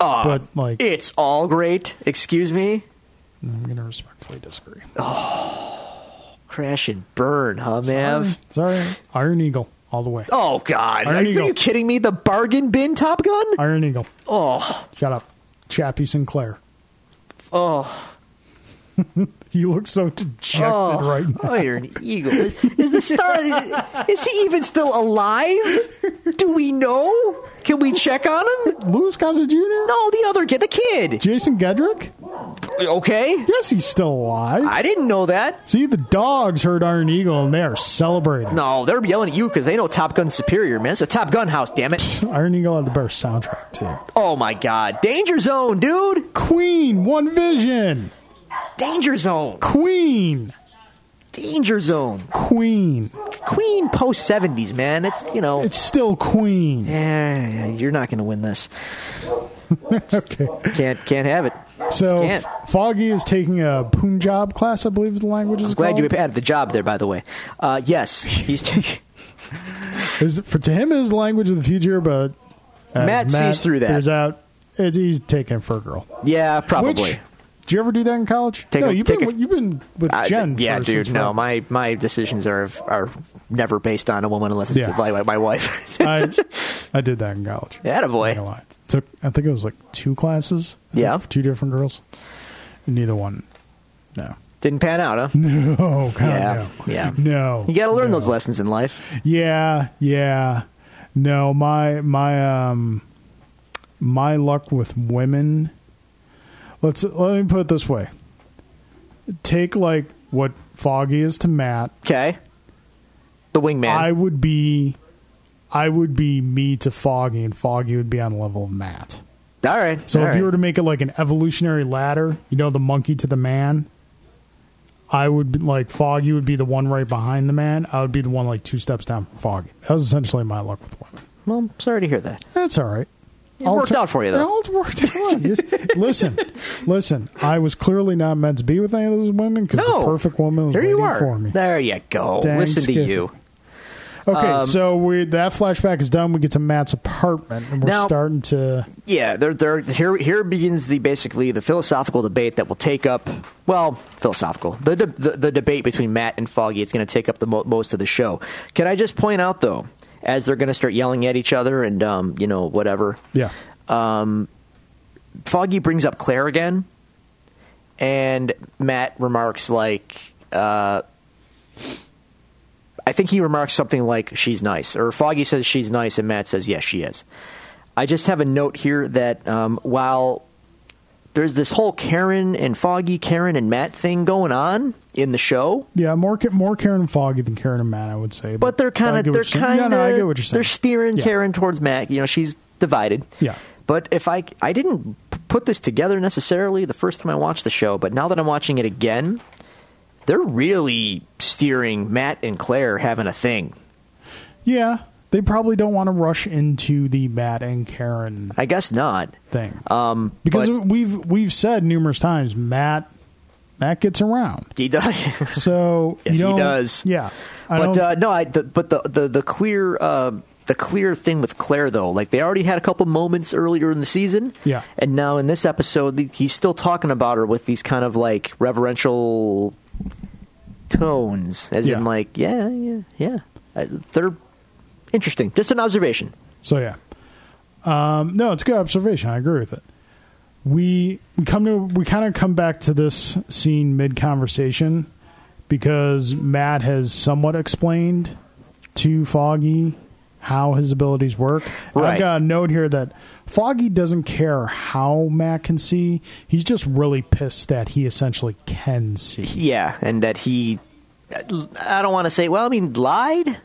Speaker 2: Uh,
Speaker 1: But, like-
Speaker 2: it's all great. Excuse me.
Speaker 1: I'm going to respectfully disagree.
Speaker 2: Crash and burn, huh, Mav?
Speaker 1: Sorry. Iron Eagle all the way.
Speaker 2: Oh God!
Speaker 1: Iron
Speaker 2: Are you,
Speaker 1: Eagle.
Speaker 2: are you kidding me? The bargain bin Top Gun?
Speaker 1: Iron Eagle.
Speaker 2: Oh,
Speaker 1: Shut up. Chappie Sinclair.
Speaker 2: oh,
Speaker 1: You look so dejected
Speaker 2: oh!
Speaker 1: right now.
Speaker 2: Iron Eagle is, is the star. is he even still alive? Do we know? Can we check on him?
Speaker 1: Louis Casa Jr.?
Speaker 2: No, the other kid, the kid.
Speaker 1: Jason Gedrick?
Speaker 2: Okay,
Speaker 1: Yes, he's still alive.
Speaker 2: I didn't know that.
Speaker 1: See, the dogs heard Iron Eagle and they are celebrating.
Speaker 2: No, they're yelling at you because they know Top Gun's superior, man. It's a Top Gun house, damn it.
Speaker 1: Iron Eagle had the best soundtrack, too.
Speaker 2: Oh my God, Danger Zone, dude.
Speaker 1: Queen, One Vision.
Speaker 2: Danger Zone.
Speaker 1: Queen.
Speaker 2: Danger Zone.
Speaker 1: Queen.
Speaker 2: Queen post 70s, man. It's, you know,
Speaker 1: It's still Queen.
Speaker 2: eh, you're not going to win this.
Speaker 1: Okay.
Speaker 2: Can't can't have it.
Speaker 1: So
Speaker 2: Can't.
Speaker 1: Foggy is taking a Punjab class, I believe the language is
Speaker 2: Glad
Speaker 1: called.
Speaker 2: you added the job there, by the way. Uh, yes, he's taking.
Speaker 1: Is- for to him it is language of the future, but as
Speaker 2: Matt sees through that.
Speaker 1: figures out it's, he's taking it for a girl.
Speaker 2: Yeah, probably.
Speaker 1: Which, did you ever do that in college?
Speaker 2: Take
Speaker 1: no,
Speaker 2: a-
Speaker 1: you've
Speaker 2: take
Speaker 1: been
Speaker 2: a-
Speaker 1: you've been with
Speaker 2: I-
Speaker 1: Jen.
Speaker 2: yeah,
Speaker 1: for-
Speaker 2: dude.
Speaker 1: since
Speaker 2: No,
Speaker 1: forever.
Speaker 2: my my decisions are are never based on a woman unless it's
Speaker 1: Yeah.
Speaker 2: my, my wife.
Speaker 1: I, I did that in college. Not gonna
Speaker 2: Attaboy.
Speaker 1: lie. Took I think it was like two classes. I think,
Speaker 2: Yeah.
Speaker 1: for two different girls. Neither one. No.
Speaker 2: Didn't pan out, huh?
Speaker 1: No. God,
Speaker 2: Yeah,
Speaker 1: no.
Speaker 2: yeah.
Speaker 1: No.
Speaker 2: You got to learn
Speaker 1: no.
Speaker 2: those lessons in life.
Speaker 1: Yeah, yeah. No, my my um my luck with women. Let's let me put it this way. Take like what Foggy is to Matt.
Speaker 2: Okay. The wingman.
Speaker 1: I would be I would be me to Foggy and Foggy would be on the level of Matt.
Speaker 2: all right.
Speaker 1: So
Speaker 2: all
Speaker 1: if you
Speaker 2: right.
Speaker 1: were to make it like an evolutionary ladder, you know, the monkey to the man, I would be like Foggy would be the one right behind the man. I would be the one like two steps down from Foggy. That was essentially my luck with women.
Speaker 2: well, I'm sorry to hear that.
Speaker 1: That's all right.
Speaker 2: It worked out for you, though.
Speaker 1: It all worked out. Just- listen, listen. I was clearly not meant to be with any of those women because
Speaker 2: No,
Speaker 1: the perfect woman was
Speaker 2: There
Speaker 1: waiting
Speaker 2: you are.
Speaker 1: for me.
Speaker 2: There you go.
Speaker 1: Dang
Speaker 2: Listen to
Speaker 1: skippy.
Speaker 2: you.
Speaker 1: Okay,
Speaker 2: um,
Speaker 1: so we that flashback is done. We get to Matt's apartment, and we're
Speaker 2: Now-
Speaker 1: starting to.
Speaker 2: yeah, there, there, here, here begins the basically the philosophical debate that will take up. Well, philosophical the de- the, the debate between Matt and Foggy. It's going to take up the mo- most of the show. Can I just point out though, as they're going to start yelling at each other and um, you know whatever,
Speaker 1: Yeah,
Speaker 2: Um, Foggy brings up Claire again, and Matt remarks like, uh, I think he remarks something like, "She's nice," or Foggy says she's nice, and Matt says, "Yes, she is." I just have a note here that um, while there's this whole Karen and Foggy, Karen and Matt thing going on in the show,
Speaker 1: yeah. More Ca- more Karen Foggy than Karen and Matt, I would say.
Speaker 2: but they're
Speaker 1: I
Speaker 2: kind
Speaker 1: get
Speaker 2: of
Speaker 1: what
Speaker 2: they're
Speaker 1: you're saying.
Speaker 2: kind of
Speaker 1: No, no, I get what you're saying.
Speaker 2: they're steering
Speaker 1: Yeah.
Speaker 2: Karen towards Mac. You know, she's divided.
Speaker 1: Yeah.
Speaker 2: But if I I didn't p- put this together necessarily the first time I watched the show, but now that I'm watching it again, they're really steering Matt and Claire having a thing.
Speaker 1: Yeah, they probably don't want to rush into the Matt and Karen
Speaker 2: I guess not.
Speaker 1: thing
Speaker 2: Um,
Speaker 1: because
Speaker 2: but
Speaker 1: we've we've said numerous times Matt Matt gets around.
Speaker 2: he does.
Speaker 1: So
Speaker 2: Yes,
Speaker 1: you
Speaker 2: he
Speaker 1: don't,
Speaker 2: does.
Speaker 1: Yeah, I
Speaker 2: but
Speaker 1: don't,
Speaker 2: uh, no, I, the, but the the the clear uh, the clear thing with Claire though, like they already had a couple moments earlier in the season,
Speaker 1: Yeah.
Speaker 2: and now in this episode, the- he's still talking about her with these kind of like reverential tones, as
Speaker 1: Yeah.
Speaker 2: in like, yeah, yeah, yeah, Uh, they're interesting. Just an observation.
Speaker 1: so yeah, um, no, it's a good observation. I agree with it. We we come to we kind of come back to this scene mid conversation because Matt has somewhat explained to Foggy how his abilities work. I've
Speaker 2: Right.
Speaker 1: got a note here that Foggy doesn't care how Matt can see. He's just really pissed that he essentially can see.
Speaker 2: Yeah, and that he, I don't want to say. Well, I mean, lied.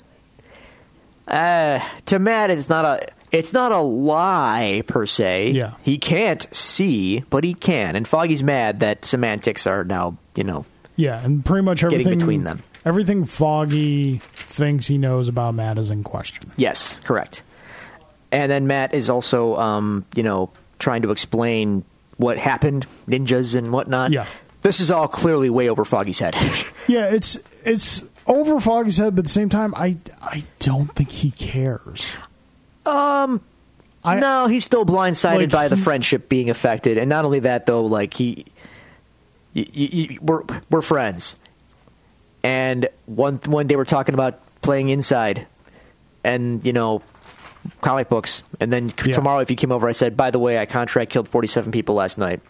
Speaker 2: Uh, to Matt, it's not a it's not a lie per se.
Speaker 1: Yeah.
Speaker 2: he can't see, but he can. And Foggy's mad that semantics are now you know
Speaker 1: Yeah, and pretty much everything
Speaker 2: between them.
Speaker 1: Everything Foggy thinks he knows about Matt is in question.
Speaker 2: Yes, correct. And then Matt is also, um, you know, trying to explain what happened, ninjas and whatnot.
Speaker 1: Yeah.
Speaker 2: This is all clearly way over Foggy's head.
Speaker 1: Yeah, it's it's over Foggy's head, but at the same time, I I don't think he cares. Um, I
Speaker 2: no, he's still blindsided
Speaker 1: Like,
Speaker 2: by the
Speaker 1: he-
Speaker 2: friendship being affected, and not only that, though, like he, y y y we're we're friends, and one one day we're talking about playing inside, and you know, comic books, and then c-
Speaker 1: Yeah.
Speaker 2: tomorrow if you came over, I said, by the way, I contract killed forty seven people last night.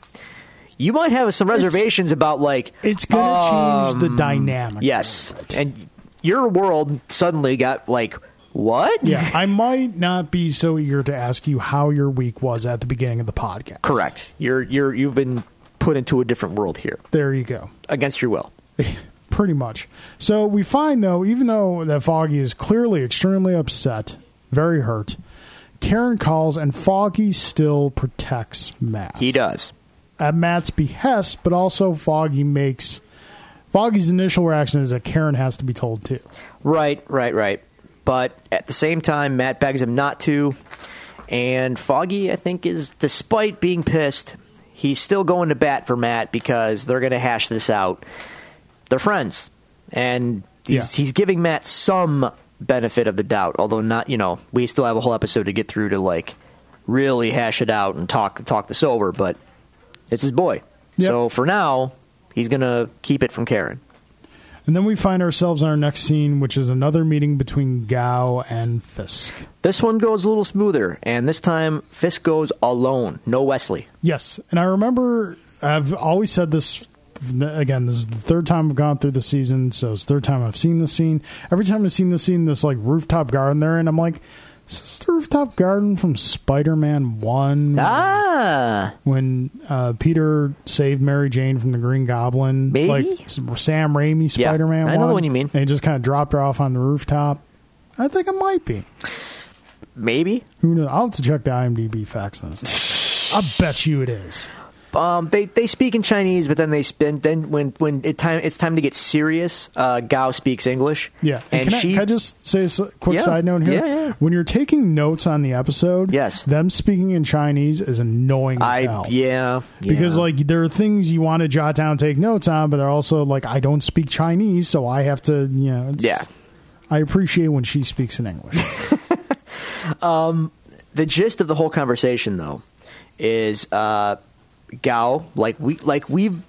Speaker 2: You might have some reservations about like
Speaker 1: it's gonna change the
Speaker 2: um,
Speaker 1: dynamic. a
Speaker 2: Yes,
Speaker 1: little bit.
Speaker 2: and your world suddenly got like what?
Speaker 1: yeah, I might not be so eager to ask you how your week was at the beginning of the podcast.
Speaker 2: Correct. You're you're you've been put into a different world here
Speaker 1: There you go.
Speaker 2: against your will.
Speaker 1: pretty much. So we find though, even though that Foggy is clearly extremely upset, very hurt, Karen calls and Foggy still protects Matt.
Speaker 2: He does.
Speaker 1: At Matt's behest, but also Foggy makes Foggy's initial reaction is that Karen has to be told too.
Speaker 2: Right, right, right. But at the same time, Matt begs him not to, and Foggy, I think, is despite being pissed, he's still going to bat for Matt because they're going to hash this out. They're friends, and
Speaker 1: Yeah.
Speaker 2: he's he's giving Matt some benefit of the doubt, although not. You know, we still have a whole episode to get through to like really hash it out and talk talk this over. But it's his boy,
Speaker 1: Yep.
Speaker 2: so for now, he's going to keep it from Karen.
Speaker 1: And then we find ourselves in our next scene, which is another meeting between Gao and Fisk.
Speaker 2: This one goes a little smoother, and this time Fisk goes alone, no Wesley.
Speaker 1: Yes, and I remember I've always said this. Again, this is the third time I've gone through the season, so it's the third time I've seen this scene. Every time I've seen this scene, this like rooftop garden there, and I'm like, is this the rooftop garden from Spider-Man One
Speaker 2: Ah,
Speaker 1: when uh, Peter saved Mary Jane from the Green Goblin?
Speaker 2: Maybe?
Speaker 1: like S- Sam Raimi
Speaker 2: Yeah,
Speaker 1: Spider-Man.
Speaker 2: I know the
Speaker 1: 1,
Speaker 2: one you mean.
Speaker 1: And he just kind of dropped her off on the rooftop. I think it might be.
Speaker 2: maybe.
Speaker 1: Who knows? I'll have to check the IMDb facts on this. I bet you it is.
Speaker 2: um, they they speak in Chinese, but then they spend then when when it time it's time to get serious, uh, Gao speaks English.
Speaker 1: Yeah, and,
Speaker 2: and
Speaker 1: can,
Speaker 2: she
Speaker 1: I, can I just say a s- quick
Speaker 2: Yeah.
Speaker 1: side note here?
Speaker 2: Yeah, yeah.
Speaker 1: When you're taking notes on the episode,
Speaker 2: Yes.
Speaker 1: them speaking in Chinese is annoying. as
Speaker 2: I
Speaker 1: hell.
Speaker 2: yeah, yeah.
Speaker 1: because like there are things you want to jot down, take notes on, but they're also like I don't speak Chinese, so I have to you know. It's,
Speaker 2: Yeah.
Speaker 1: I appreciate when she speaks in English.
Speaker 2: the gist of the whole conversation though is uh, Gao like we like we've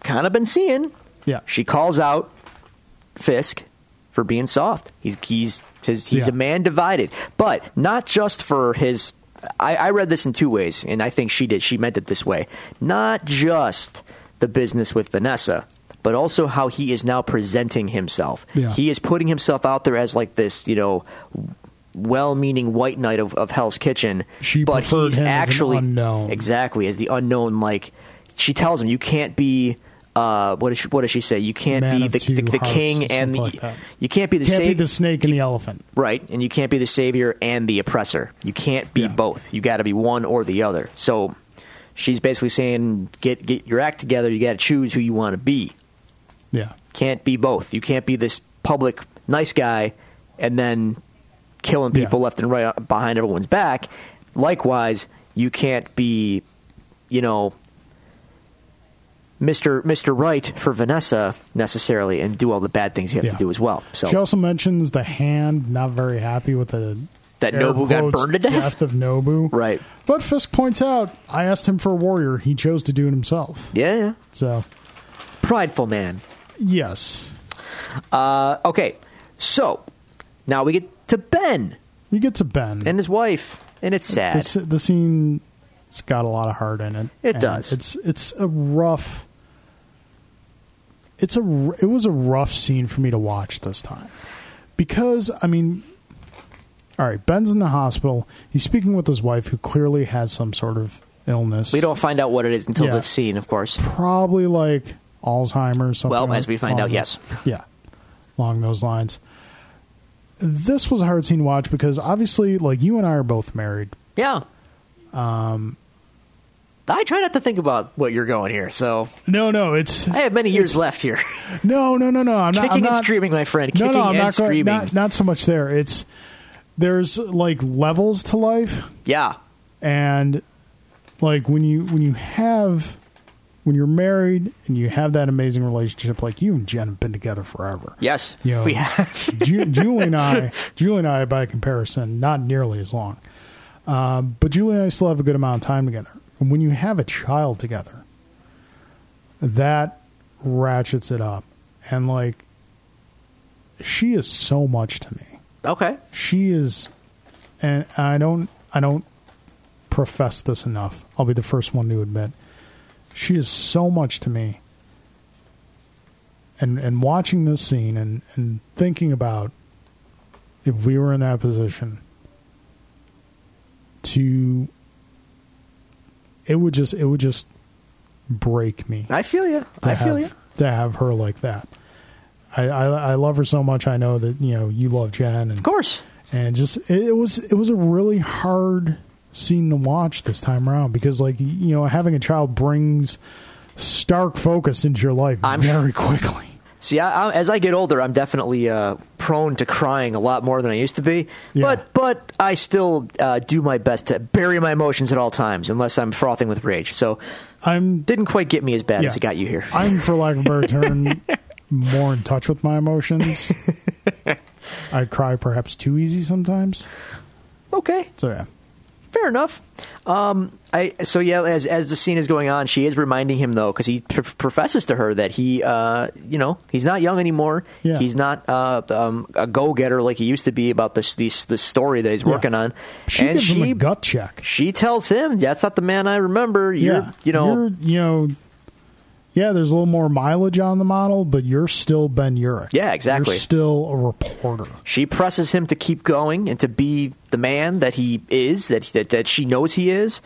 Speaker 2: kind of been seeing.
Speaker 1: Yeah.
Speaker 2: she calls out Fisk for being soft. He's he's his, he's
Speaker 1: Yeah.
Speaker 2: a man divided, but not just for his. I, I read this in two ways, and I think she did. She meant it this way: not just the business with Vanessa, but also how he is now presenting himself.
Speaker 1: Yeah.
Speaker 2: He is putting himself out there as like this, you know, well-meaning white knight of, of Hell's Kitchen.
Speaker 1: She
Speaker 2: but
Speaker 1: preferred
Speaker 2: he's
Speaker 1: him as an
Speaker 2: actually
Speaker 1: unknown.
Speaker 2: exactly as the unknown. Like she tells him, you can't be. Uh, what does she, what does she say? You can't
Speaker 1: Man
Speaker 2: be
Speaker 1: of
Speaker 2: the,
Speaker 1: two
Speaker 2: the, the
Speaker 1: hearts
Speaker 2: king
Speaker 1: or
Speaker 2: and the,
Speaker 1: something like that.
Speaker 2: you can't be the
Speaker 1: Can't be
Speaker 2: savior,
Speaker 1: the snake and the elephant.
Speaker 2: right? And you can't be the savior and the oppressor. You can't be
Speaker 1: Yeah.
Speaker 2: both. You got to be one or the other. So she's basically saying, get get your act together. You got to choose who you want to be.
Speaker 1: Yeah,
Speaker 2: Can't be both. You can't be this public nice guy and then killing
Speaker 1: Yeah.
Speaker 2: people left and right uh, behind everyone's back. Likewise, you can't be, you know, Mr. Mr. Right for Vanessa necessarily and do all the bad things you have
Speaker 1: Yeah.
Speaker 2: to do as well. So
Speaker 1: she also mentions the hand not very happy with the
Speaker 2: That
Speaker 1: air
Speaker 2: Nobu got
Speaker 1: quotes,
Speaker 2: burned to death?
Speaker 1: of Nobu.
Speaker 2: Right.
Speaker 1: But Fisk points out, I asked him for a warrior. He chose to do it himself.
Speaker 2: Yeah, yeah.
Speaker 1: So
Speaker 2: Prideful man.
Speaker 1: yes,
Speaker 2: Uh, okay, so now we get to Ben
Speaker 1: you get to Ben
Speaker 2: and his wife, and it's sad.
Speaker 1: the, s- the scene has got a lot of heart in it.
Speaker 2: It
Speaker 1: And
Speaker 2: does.
Speaker 1: It's it's a rough. It's a r- it was a rough scene for me to watch this time because I mean, all right, Ben's in the hospital. He's speaking with his wife, who clearly has some sort of illness.
Speaker 2: we don't find out what it is until
Speaker 1: Yeah.
Speaker 2: the scene, of course.
Speaker 1: probably like Alzheimer's. Something
Speaker 2: Well,
Speaker 1: like-
Speaker 2: as we find
Speaker 1: along
Speaker 2: out, yes.
Speaker 1: those- yeah, along those lines. This was a hard scene to watch because obviously, like you and I are both married.
Speaker 2: Yeah. Um, I try not to think about what you're going here, so
Speaker 1: No, no, it's
Speaker 2: I have many years left here.
Speaker 1: No, no, no, no. I'm not.
Speaker 2: Kicking
Speaker 1: I'm
Speaker 2: and
Speaker 1: not-
Speaker 2: screaming, my friend.
Speaker 1: No,
Speaker 2: Kicking
Speaker 1: no, I'm
Speaker 2: and
Speaker 1: not, going-
Speaker 2: screaming.
Speaker 1: not. Not so much there. It's there's like levels to life,
Speaker 2: yeah.
Speaker 1: and like when you when you have when you're married and you have that amazing relationship, like you and Jen have been together forever.
Speaker 2: Yes.
Speaker 1: You know,
Speaker 2: We have.
Speaker 1: Ju- Julie and I, Julie and I, by comparison, not nearly as long. Um, but Julie and I still have a good amount of time together. And when you have a child together, that ratchets it up. And like, she is so much to me.
Speaker 2: Okay.
Speaker 1: She is, and I don't, I don't profess this enough. I'll be the first one to admit, she is so much to me. And and watching this scene and and thinking about if we were in that position to, it would just it would just break me
Speaker 2: I feel you.
Speaker 1: to
Speaker 2: I
Speaker 1: have,
Speaker 2: feel you.
Speaker 1: to have her like that. I, I I love her so much. I know that you know you love Jen
Speaker 2: Of
Speaker 1: and
Speaker 2: course.
Speaker 1: and just it, it was it was a really hard scene to watch this time around because like you know having a child brings stark focus into your life
Speaker 2: I'm-
Speaker 1: very quickly.
Speaker 2: See, I, I, as I get older, I'm definitely uh, prone to crying a lot more than I used to be.
Speaker 1: Yeah.
Speaker 2: But but I still uh, do my best to bury my emotions at all times, unless I'm frothing with rage. So
Speaker 1: I'm
Speaker 2: didn't quite get me as bad
Speaker 1: yeah.
Speaker 2: as it got you here.
Speaker 1: I'm for lack of a better term more in touch with my emotions. I cry perhaps too easy sometimes.
Speaker 2: okay,
Speaker 1: So yeah.
Speaker 2: fair enough. Um, I so yeah, as as the scene is going on, she is reminding him though, because he pr- professes to her that he, uh, you know, he's not young anymore.
Speaker 1: Yeah.
Speaker 2: He's not uh, um, a go getter like he used to be about this this, this story that he's working
Speaker 1: Yeah.
Speaker 2: on.
Speaker 1: She
Speaker 2: and
Speaker 1: gives
Speaker 2: she
Speaker 1: him a gut check.
Speaker 2: she tells him that's not the man I remember. You're, you know,
Speaker 1: you're, you know, yeah. There's a little more mileage on the model, but you're still Ben Urich.
Speaker 2: Yeah, exactly.
Speaker 1: You're still a reporter.
Speaker 2: she presses him to keep going and to be the man that he is, that that, that she knows he is.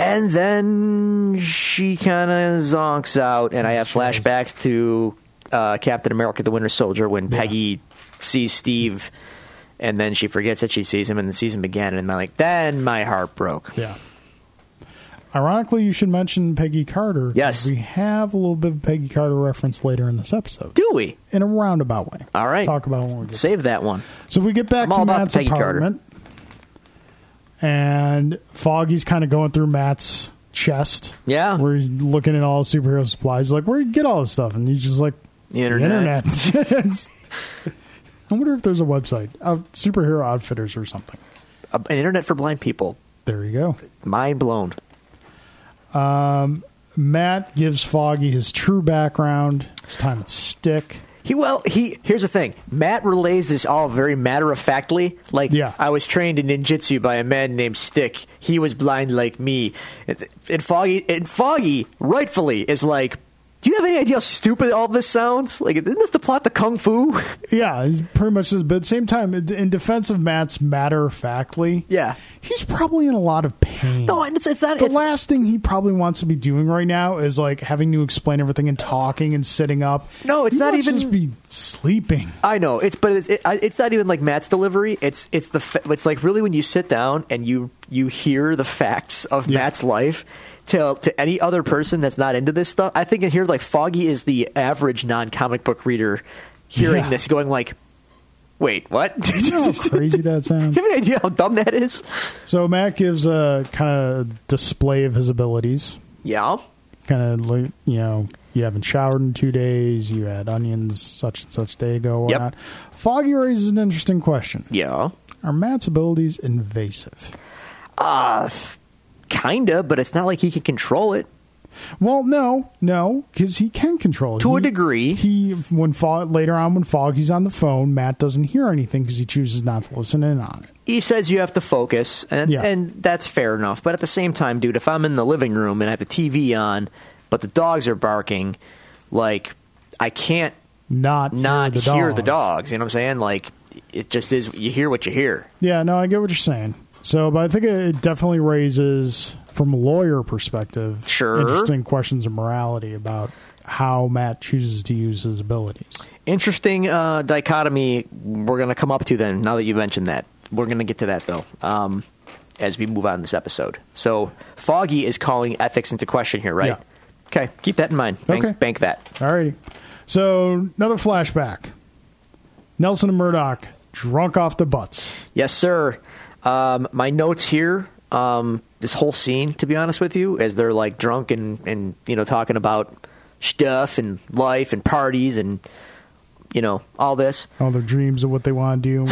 Speaker 2: And then she kind of zonks out, and I have
Speaker 1: She does.
Speaker 2: flashbacks to uh, Captain America: The Winter Soldier when Peggy sees Steve, and then she forgets that she sees him, and then sees him again, and I'm like, then my heart broke.
Speaker 1: Yeah. Ironically, you should mention Peggy Carter. 'cause
Speaker 2: Yes.
Speaker 1: we have a little bit of Peggy Carter reference later in this episode,
Speaker 2: Do we?
Speaker 1: in a roundabout way.
Speaker 2: All right.
Speaker 1: talk about it when we get
Speaker 2: Save that one.
Speaker 1: So we get back
Speaker 2: I'm
Speaker 1: to
Speaker 2: all about
Speaker 1: Matt's
Speaker 2: Peggy Carter.
Speaker 1: apartment, and Foggy's kind of going through Matt's chest.
Speaker 2: Yeah.
Speaker 1: where he's looking at all the superhero supplies. He's like, "Where you get all this stuff?" And he's just like,
Speaker 2: The internet.
Speaker 1: The internet. It's- I wonder if there's a website of superhero outfitters or something.
Speaker 2: Uh, An internet for blind people.
Speaker 1: There you go.
Speaker 2: Mind blown.
Speaker 1: Matt gives Foggy his true background. His time at Stick.
Speaker 2: He well he here's the thing. Matt relays this all very matter of factly. Like
Speaker 1: Yeah.
Speaker 2: I was trained in ninjutsu by a man named Stick. He was blind like me. And, and Foggy and Foggy rightfully is like, do you have any idea how stupid all this sounds? Like isn't this the plot to Kung Fu?
Speaker 1: Yeah, he's pretty much this. But at the same time, in- in defense of Matt's matter of factly,
Speaker 2: Yeah.
Speaker 1: he's probably in a lot of pain.
Speaker 2: no, and it's, it's not.
Speaker 1: the
Speaker 2: It's,
Speaker 1: last thing he probably wants to be doing right now is like having to explain everything and talking and sitting up.
Speaker 2: No, it's
Speaker 1: He
Speaker 2: not
Speaker 1: wants to
Speaker 2: even-
Speaker 1: just be sleeping.
Speaker 2: I know it's, but it's, it, I- it's not even like Matt's delivery. It's it's the fa- it's like really when you sit down and you you hear the facts of
Speaker 1: Yeah.
Speaker 2: Matt's life to to any other person that's not into this stuff. I think in here like Foggy is the average non comic book reader hearing
Speaker 1: Yeah.
Speaker 2: this going like, wait, what?
Speaker 1: You know how crazy that sounds.
Speaker 2: you have an idea how dumb that is?
Speaker 1: So Matt gives a kind of display of his abilities.
Speaker 2: Yeah,
Speaker 1: Kind of like you know, you haven't showered in two days. You had onions such and such day ago. Or
Speaker 2: Yep.
Speaker 1: not. Foggy raises an interesting question:
Speaker 2: yeah,
Speaker 1: Are Matt's abilities invasive?
Speaker 2: kinda, but it's not like he can control it.
Speaker 1: Well, no, no, because he can control it
Speaker 2: To a
Speaker 1: He-
Speaker 2: degree.
Speaker 1: He when Fog, later on when Foggy's on the phone, Matt doesn't hear anything because he chooses not to listen in on it.
Speaker 2: he says you have to focus, and
Speaker 1: Yeah.
Speaker 2: and that's fair enough. But at the same time, dude, if I'm in the living room and I have the TV on, but the dogs are barking, like I can't
Speaker 1: Not
Speaker 2: not
Speaker 1: hear the,
Speaker 2: hear
Speaker 1: dogs.
Speaker 2: the dogs. You know what I'm saying? Like it just is. You hear what you hear.
Speaker 1: Yeah, no, I get what you're saying. So, but I think it it definitely raises, from a lawyer perspective,
Speaker 2: Sure.
Speaker 1: interesting questions of morality about how Matt chooses to use his abilities.
Speaker 2: Interesting uh, dichotomy we're gonna come up to then. Now that you mentioned that, we're gonna get to that though. Um, as we move on in this episode, so Foggy is calling ethics into question here, right?
Speaker 1: Yeah.
Speaker 2: Okay, keep that in mind. Bank,
Speaker 1: Okay.
Speaker 2: bank that.
Speaker 1: Alrighty. So, another flashback. Nelson and Murdoch drunk off the butts.
Speaker 2: Yes, sir. Um, my notes here. Um, this whole scene, to be honest with you, as they're like drunk and and you know talking about stuff and life and parties and you know all this.
Speaker 1: All their dreams of what they want to do.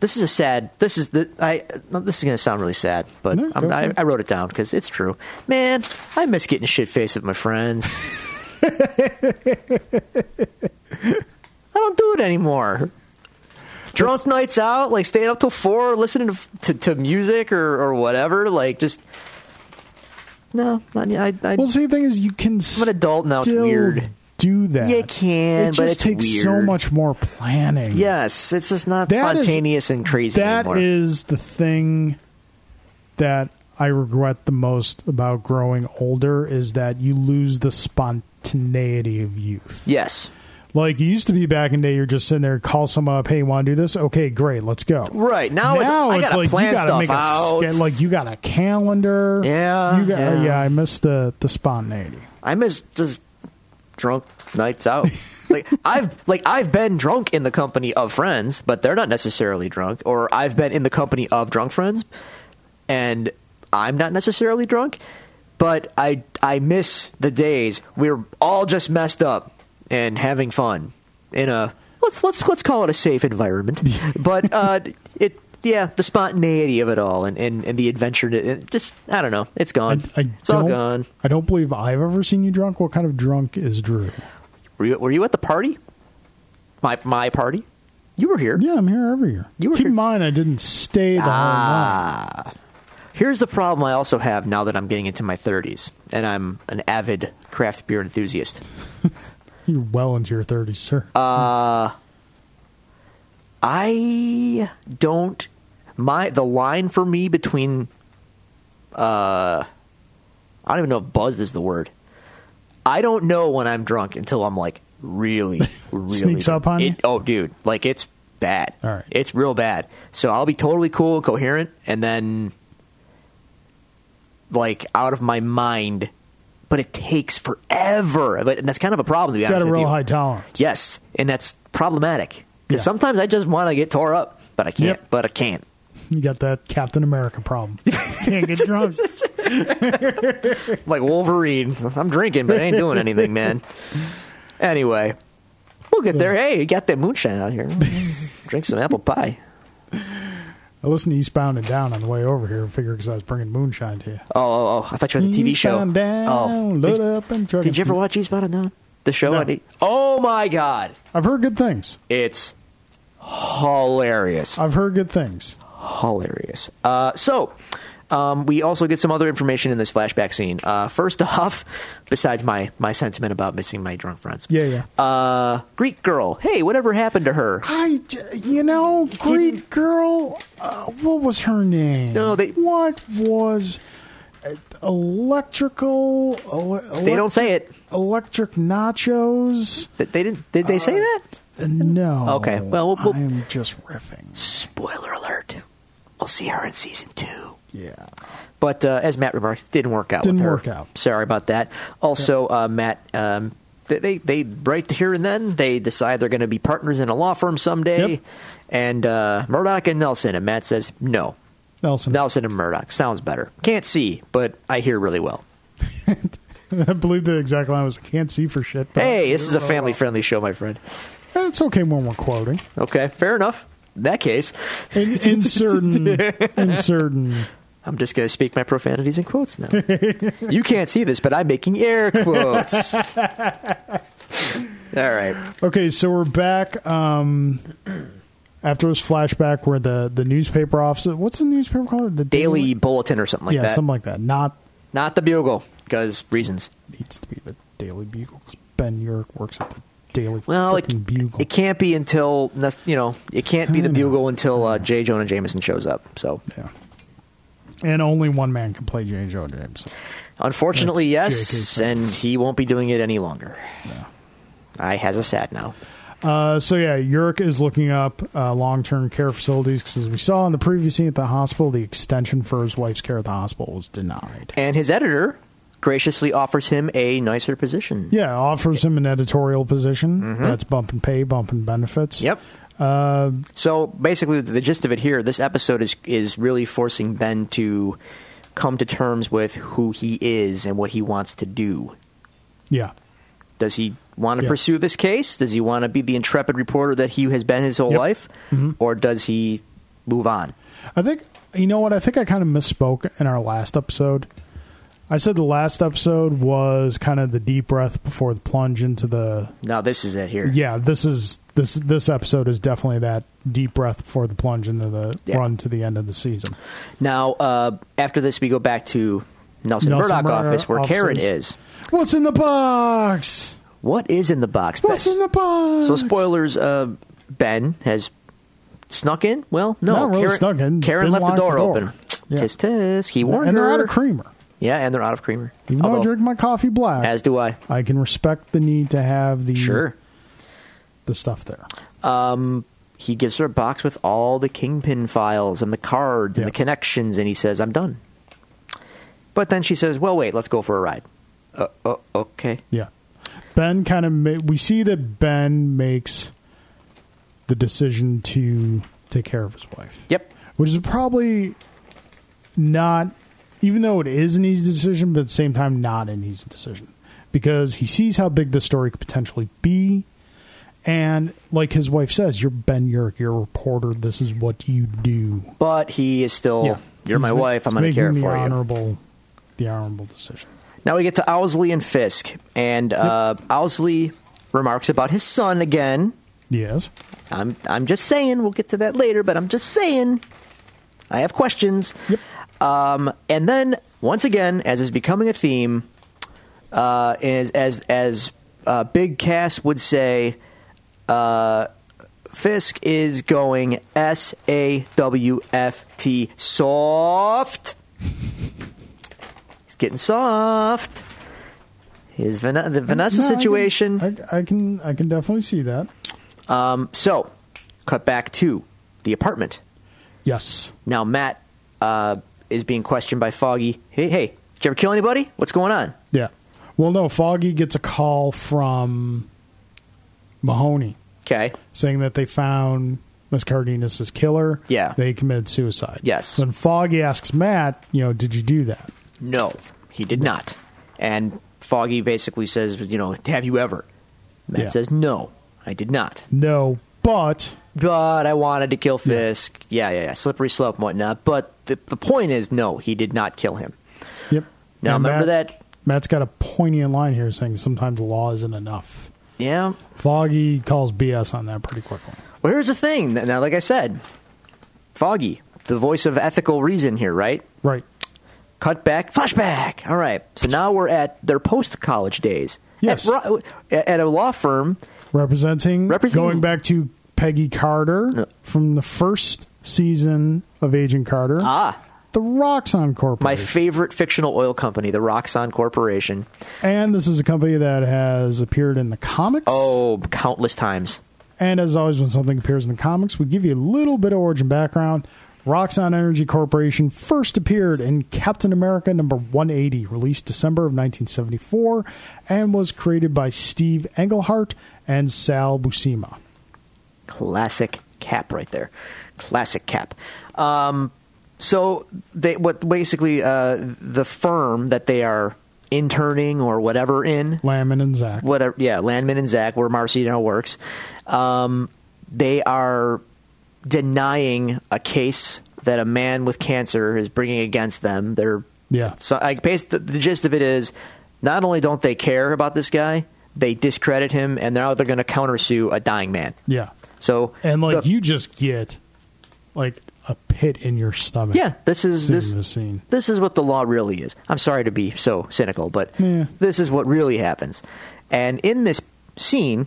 Speaker 2: This is a sad. This is the I. no, This is gonna sound really sad, but
Speaker 1: No,
Speaker 2: I'm,
Speaker 1: Mm-hmm. go
Speaker 2: I,
Speaker 1: ahead.
Speaker 2: I wrote it down because it's true. Man, I miss getting shit faced with my friends. I don't do it anymore. drunk nights out, like staying up till four, listening to to, to music or, or whatever. Like just no, not, I, I
Speaker 1: Well, see, the thing is, you can. I'm
Speaker 2: an adult now, it's
Speaker 1: Still
Speaker 2: weird.
Speaker 1: Do that.
Speaker 2: You can,
Speaker 1: It
Speaker 2: but
Speaker 1: just
Speaker 2: it's
Speaker 1: takes so
Speaker 2: weird.
Speaker 1: much more planning.
Speaker 2: yes, it's just not
Speaker 1: That is-
Speaker 2: spontaneous and crazy
Speaker 1: That
Speaker 2: anymore.
Speaker 1: is the thing that I regret the most about growing older is that you lose the spontaneity of youth.
Speaker 2: yes,
Speaker 1: Like you used to be back in the day, you're just sitting there, call someone up, hey, want to do this? Okay, great, let's go.
Speaker 2: Right. Now it's-
Speaker 1: now
Speaker 2: I
Speaker 1: it's,
Speaker 2: gotta
Speaker 1: like
Speaker 2: plan
Speaker 1: you gotta
Speaker 2: stuff
Speaker 1: make a
Speaker 2: out.
Speaker 1: sch- like you got a calendar.
Speaker 2: Yeah,
Speaker 1: you got, uh,
Speaker 2: yeah.
Speaker 1: yeah. I miss the the spontaneity.
Speaker 2: I miss just drunk nights out. like I've like I've been drunk in the company of friends, but they're not necessarily drunk. Or I've been in the company of drunk friends, and I'm not necessarily drunk. But I I miss the days we're all just messed up and having fun in a let's let's let's call it a safe environment. but uh, it yeah the spontaneity of it all and and, and the adventure it just I don't know it's gone
Speaker 1: I
Speaker 2: it's
Speaker 1: don't.
Speaker 2: all gone.
Speaker 1: I don't believe I've ever seen you drunk. What kind of drunk is Drew?
Speaker 2: Were you, were you at the party? My my party? You were here.
Speaker 1: Yeah, I'm here every year.
Speaker 2: You were
Speaker 1: Keep
Speaker 2: here-
Speaker 1: in mind, I didn't stay the whole night.
Speaker 2: Ah. Here's the problem I also have now that I'm getting into my 30s and I'm an avid craft beer enthusiast.
Speaker 1: You're well into your 30s, sir.
Speaker 2: Uh, I don't my the line for me between uh I don't even know if buzzed is the word. I don't know when I'm drunk until I'm like really really
Speaker 1: Sneaks
Speaker 2: drunk.
Speaker 1: up on
Speaker 2: It-
Speaker 1: you?
Speaker 2: Oh dude, like it's bad.
Speaker 1: All right.
Speaker 2: It's real bad. So I'll be totally cool and coherent and then like out of my mind, but it takes forever. But and that's kind of a problem to be
Speaker 1: Got
Speaker 2: honest
Speaker 1: a
Speaker 2: with
Speaker 1: real
Speaker 2: you.
Speaker 1: high tolerance.
Speaker 2: Yes, and that's problematic because
Speaker 1: Yeah.
Speaker 2: sometimes I just want to get tore up, but I can't.
Speaker 1: Yep.
Speaker 2: But I can't.
Speaker 1: You got that Captain America problem. Can't get drunk.
Speaker 2: like Wolverine. I'm drinking, but I ain't doing anything, man. Anyway, we'll get there. Hey, you got that moonshine out here. Drink some apple pie.
Speaker 1: I listened to Eastbound and Down on the way over here, figured because I was bringing moonshine to you.
Speaker 2: Oh, oh, oh, I thought you were on the TV show.
Speaker 1: Eastbound Down,
Speaker 2: oh,
Speaker 1: load
Speaker 2: did,
Speaker 1: up and truck
Speaker 2: did you
Speaker 1: it.
Speaker 2: ever watch Eastbound and Down? The show?
Speaker 1: No.
Speaker 2: on E- oh my God,
Speaker 1: I've heard good things.
Speaker 2: it's hilarious,
Speaker 1: I've heard good things.
Speaker 2: hilarious. Uh, so. Um, we also get some other information in this flashback scene. Uh, first off, besides my, my sentiment about missing my drunk friends,
Speaker 1: Yeah, yeah.
Speaker 2: Uh, Greek girl. Hey, whatever happened to her?
Speaker 1: I, d- you know, Greek girl. Uh, what was her name?
Speaker 2: No, they-
Speaker 1: What was uh, electrical? ele-
Speaker 2: They
Speaker 1: elec-
Speaker 2: don't say it.
Speaker 1: Electric nachos.
Speaker 2: Th- They didn't. Did they say that?
Speaker 1: Uh, No.
Speaker 2: Okay, well, we'll-
Speaker 1: I'm just riffing.
Speaker 2: Spoiler alert. We'll see her in season two.
Speaker 1: Yeah.
Speaker 2: But uh, as Matt remarks, didn't work out.
Speaker 1: Didn't
Speaker 2: with her.
Speaker 1: work out.
Speaker 2: Sorry about that. Also, uh, Matt, um, they, they they right here and then they decide they're going to be partners in a law firm someday,
Speaker 1: Yep.
Speaker 2: and uh, Murdoch and Nelson. And Matt says no.
Speaker 1: Nelson.
Speaker 2: Nelson and Murdoch sounds better. Can't see, but I hear really well.
Speaker 1: I believe the exact line was I can't see for shit. but I
Speaker 2: Hey,
Speaker 1: hear
Speaker 2: this is a
Speaker 1: really
Speaker 2: family friendly show, my friend.
Speaker 1: well. It's okay when we're quoting.
Speaker 2: Okay, fair enough. In that case,
Speaker 1: In, in certain, in certain.
Speaker 2: I'm just going to speak my profanities in quotes now. you can't see this, but I'm making air quotes. All right.
Speaker 1: Okay, so we're back. Um, after this flashback, where the the newspaper office. What's the newspaper called? The
Speaker 2: Daily bulletin or something like
Speaker 1: yeah,
Speaker 2: that.
Speaker 1: something like that. Not
Speaker 2: Not the bugle, because reasons.
Speaker 1: needs to be the Daily Bugle 'cause Ben York works at the Daily
Speaker 2: Well, it,
Speaker 1: frickin' Bugle.
Speaker 2: it can't be until, that's- you know, it can't be the
Speaker 1: I know.
Speaker 2: bugle until uh, J. Jonah Jameson shows up. So,
Speaker 1: yeah. And only one man can play J. Joe Jameson.
Speaker 2: unfortunately,
Speaker 1: That's J.K.
Speaker 2: yes,
Speaker 1: Simmons.
Speaker 2: and he won't be doing it any longer.
Speaker 1: Yeah.
Speaker 2: I has a sad now.
Speaker 1: Uh, so yeah, Yurik is looking up uh, long-term care facilities because, as we saw in the previous scene at the hospital, the extension for his wife's care at the hospital was denied.
Speaker 2: And his editor graciously offers him a nicer position.
Speaker 1: Yeah, offers him an editorial position. That's bump and pay, bump and benefits.
Speaker 2: Mm-hmm. Yep.
Speaker 1: Uh,
Speaker 2: So basically, the gist of it here, this episode is is really forcing Ben to come to terms with who he is and what he wants to do.
Speaker 1: yeah.
Speaker 2: Does he want to
Speaker 1: Yeah.
Speaker 2: pursue this case? Does he want to be the intrepid reporter that he has been his whole
Speaker 1: Yep. Mm-hmm.
Speaker 2: life, or does he move on?
Speaker 1: I think you know what I think I kind of misspoke in our last episode. I said the last episode was kind of the deep breath before the plunge into the
Speaker 2: No, this is it here.
Speaker 1: yeah, this is this this episode is definitely that deep breath before the plunge into the
Speaker 2: Yeah.
Speaker 1: run to the end of the season.
Speaker 2: Now, uh, after this, we go back to Nelson,
Speaker 1: Nelson
Speaker 2: Murdoch
Speaker 1: Murdoch
Speaker 2: office where Karen
Speaker 1: offices.
Speaker 2: is.
Speaker 1: What's in the box?
Speaker 2: What is in the box?
Speaker 1: What's
Speaker 2: Bess?
Speaker 1: in the box?
Speaker 2: So spoilers, uh, Ben has snuck in. Well, no,
Speaker 1: Not really
Speaker 2: Karen,
Speaker 1: snuck in.
Speaker 2: Karen
Speaker 1: Didn't
Speaker 2: left the
Speaker 1: lock the
Speaker 2: door,
Speaker 1: door.
Speaker 2: open.
Speaker 1: Yeah.
Speaker 2: Tisk tisk. He warned
Speaker 1: and
Speaker 2: her.
Speaker 1: they're out of creamer.
Speaker 2: Yeah, and they're out of creamer.
Speaker 1: Even though I
Speaker 2: Although,
Speaker 1: drink my coffee black,
Speaker 2: as do I.
Speaker 1: I can respect the need to have the
Speaker 2: Sure.
Speaker 1: the stuff there.
Speaker 2: Um, he gives her a box with all the kingpin files and the cards and
Speaker 1: Yeah.
Speaker 2: the connections, and he says, "I'm done." But then she says, "Well, wait, let's go for a ride." Uh, uh, okay.
Speaker 1: Yeah. Ben kind of ma- we see that Ben makes the decision to take care of his wife.
Speaker 2: Yep.
Speaker 1: Which is probably not even though it is an easy decision, but at the same time not an easy decision because he sees how big this story could potentially be. And like his wife says, you're Ben Yurick, you're a reporter. This is what you do.
Speaker 2: But he is still. You're
Speaker 1: He's
Speaker 2: my
Speaker 1: ma-
Speaker 2: wife. I'm
Speaker 1: he's
Speaker 2: going to care
Speaker 1: making the
Speaker 2: for you.
Speaker 1: honorable, The honorable decision.
Speaker 2: Now we get to Owsley and Fisk, and uh, Owsley remarks about his son again.
Speaker 1: Yes.
Speaker 2: I'm I'm just saying we'll get to that later, but I'm just saying I have questions.
Speaker 1: Yep.
Speaker 2: Um, and then once again, as is becoming a theme, uh, as as as uh, Big Cass would say, uh, Fisk is going S A W F T soft. He's getting soft. His Van- the Vanessa
Speaker 1: No, I can-
Speaker 2: situation.
Speaker 1: I I can I can definitely see that.
Speaker 2: Um, so, cut back to the apartment.
Speaker 1: Yes.
Speaker 2: Now Matt uh, is being questioned by Foggy. Hey, hey, Did you ever kill anybody? What's going on?
Speaker 1: Yeah. Well, no, Foggy gets a call from Mahoney
Speaker 2: Okay.
Speaker 1: saying that they found Miss Cardenas' killer.
Speaker 2: Yeah.
Speaker 1: They committed suicide.
Speaker 2: Yes.
Speaker 1: Then Foggy asks Matt, you know, did you do that?
Speaker 2: No, he did not. And Foggy basically says, you know, have you ever? Matt
Speaker 1: Yeah.
Speaker 2: says, no, I did not.
Speaker 1: No, but
Speaker 2: But I wanted to kill Fisk. Yeah, yeah, yeah. Slippery slope and whatnot. But the, the point is, no, he did not kill him.
Speaker 1: yep.
Speaker 2: Now,
Speaker 1: And
Speaker 2: remember
Speaker 1: Matt-
Speaker 2: that-
Speaker 1: Matt's got a poignant line here saying sometimes the law isn't enough.
Speaker 2: Yeah.
Speaker 1: Foggy calls BS on that pretty quickly.
Speaker 2: Well, here's the thing. Now, like I said, Foggy, the voice of ethical reason here, right?
Speaker 1: Right.
Speaker 2: Cut back, flashback. All right. So now we're at their post college days.
Speaker 1: Yes.
Speaker 2: At, Ro- at a law firm.
Speaker 1: Representing,
Speaker 2: Representing-
Speaker 1: going back to Peggy Carter
Speaker 2: Yeah.
Speaker 1: from the first season of Agent Carter.
Speaker 2: Ah,
Speaker 1: the Roxxon Corporation.
Speaker 2: my favorite fictional oil company, the Roxxon Corporation.
Speaker 1: and this is a company that has appeared in the comics.
Speaker 2: Oh, countless times.
Speaker 1: And as always, when something appears in the comics, we give you a little bit of origin background. Roxxon Energy Corporation first appeared in Captain America number 180, released December of 1974, and was created by Steve Englehart and Sal Buscema.
Speaker 2: Classic cap right there. Classic cap. Um, so they what basically uh, the firm that they are interning or whatever in
Speaker 1: Lamon and Zach.
Speaker 2: whatever yeah landman and zach where marcy now works um, they are denying a case that a man with cancer is bringing against them they're
Speaker 1: Yeah.
Speaker 2: so i base the, the gist of it is not only don't they care about this guy they discredit him and now they're going to countersue a dying man
Speaker 1: Yeah.
Speaker 2: so
Speaker 1: And like
Speaker 2: the-
Speaker 1: you just get like a pit in your stomach.
Speaker 2: yeah this is
Speaker 1: seeing
Speaker 2: this
Speaker 1: this scene.
Speaker 2: this is what the law really is. I'm sorry to be so cynical, but
Speaker 1: Yeah.
Speaker 2: this is what really happens. And in this scene,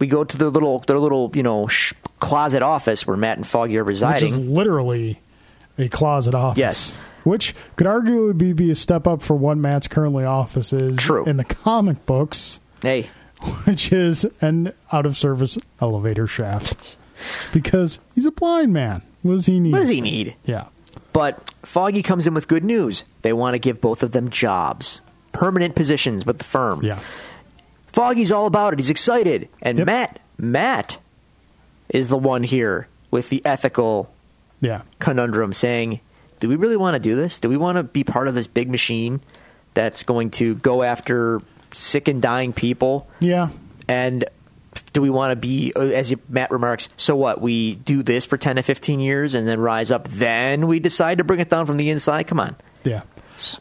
Speaker 2: we go to their little their little you know sh- closet office where Matt and Foggy are
Speaker 1: which is
Speaker 2: residing.
Speaker 1: literally a closet office.
Speaker 2: Yes.
Speaker 1: Which could arguably be, be a step up for what Matt's currently office is
Speaker 2: True.
Speaker 1: in the comic books,
Speaker 2: hey,
Speaker 1: which is an out of service elevator shaft. Because he's a blind man. What does he need?
Speaker 2: What does he need?
Speaker 1: Yeah.
Speaker 2: but Foggy comes in with good news. They want to give both of them jobs, permanent positions with the firm.
Speaker 1: Yeah.
Speaker 2: Foggy's all about it. He's excited. And
Speaker 1: Yep.
Speaker 2: Matt Matt is the one here with the ethical
Speaker 1: Yeah.
Speaker 2: conundrum saying, do we really want to do this? Do we want to be part of this big machine that's going to go after sick and dying people?
Speaker 1: Yeah.
Speaker 2: And do we want to be, as Matt remarks, so what? We do this for 10 to 15 years and then rise up, then we decide to bring it down from the inside? Come on.
Speaker 1: Yeah.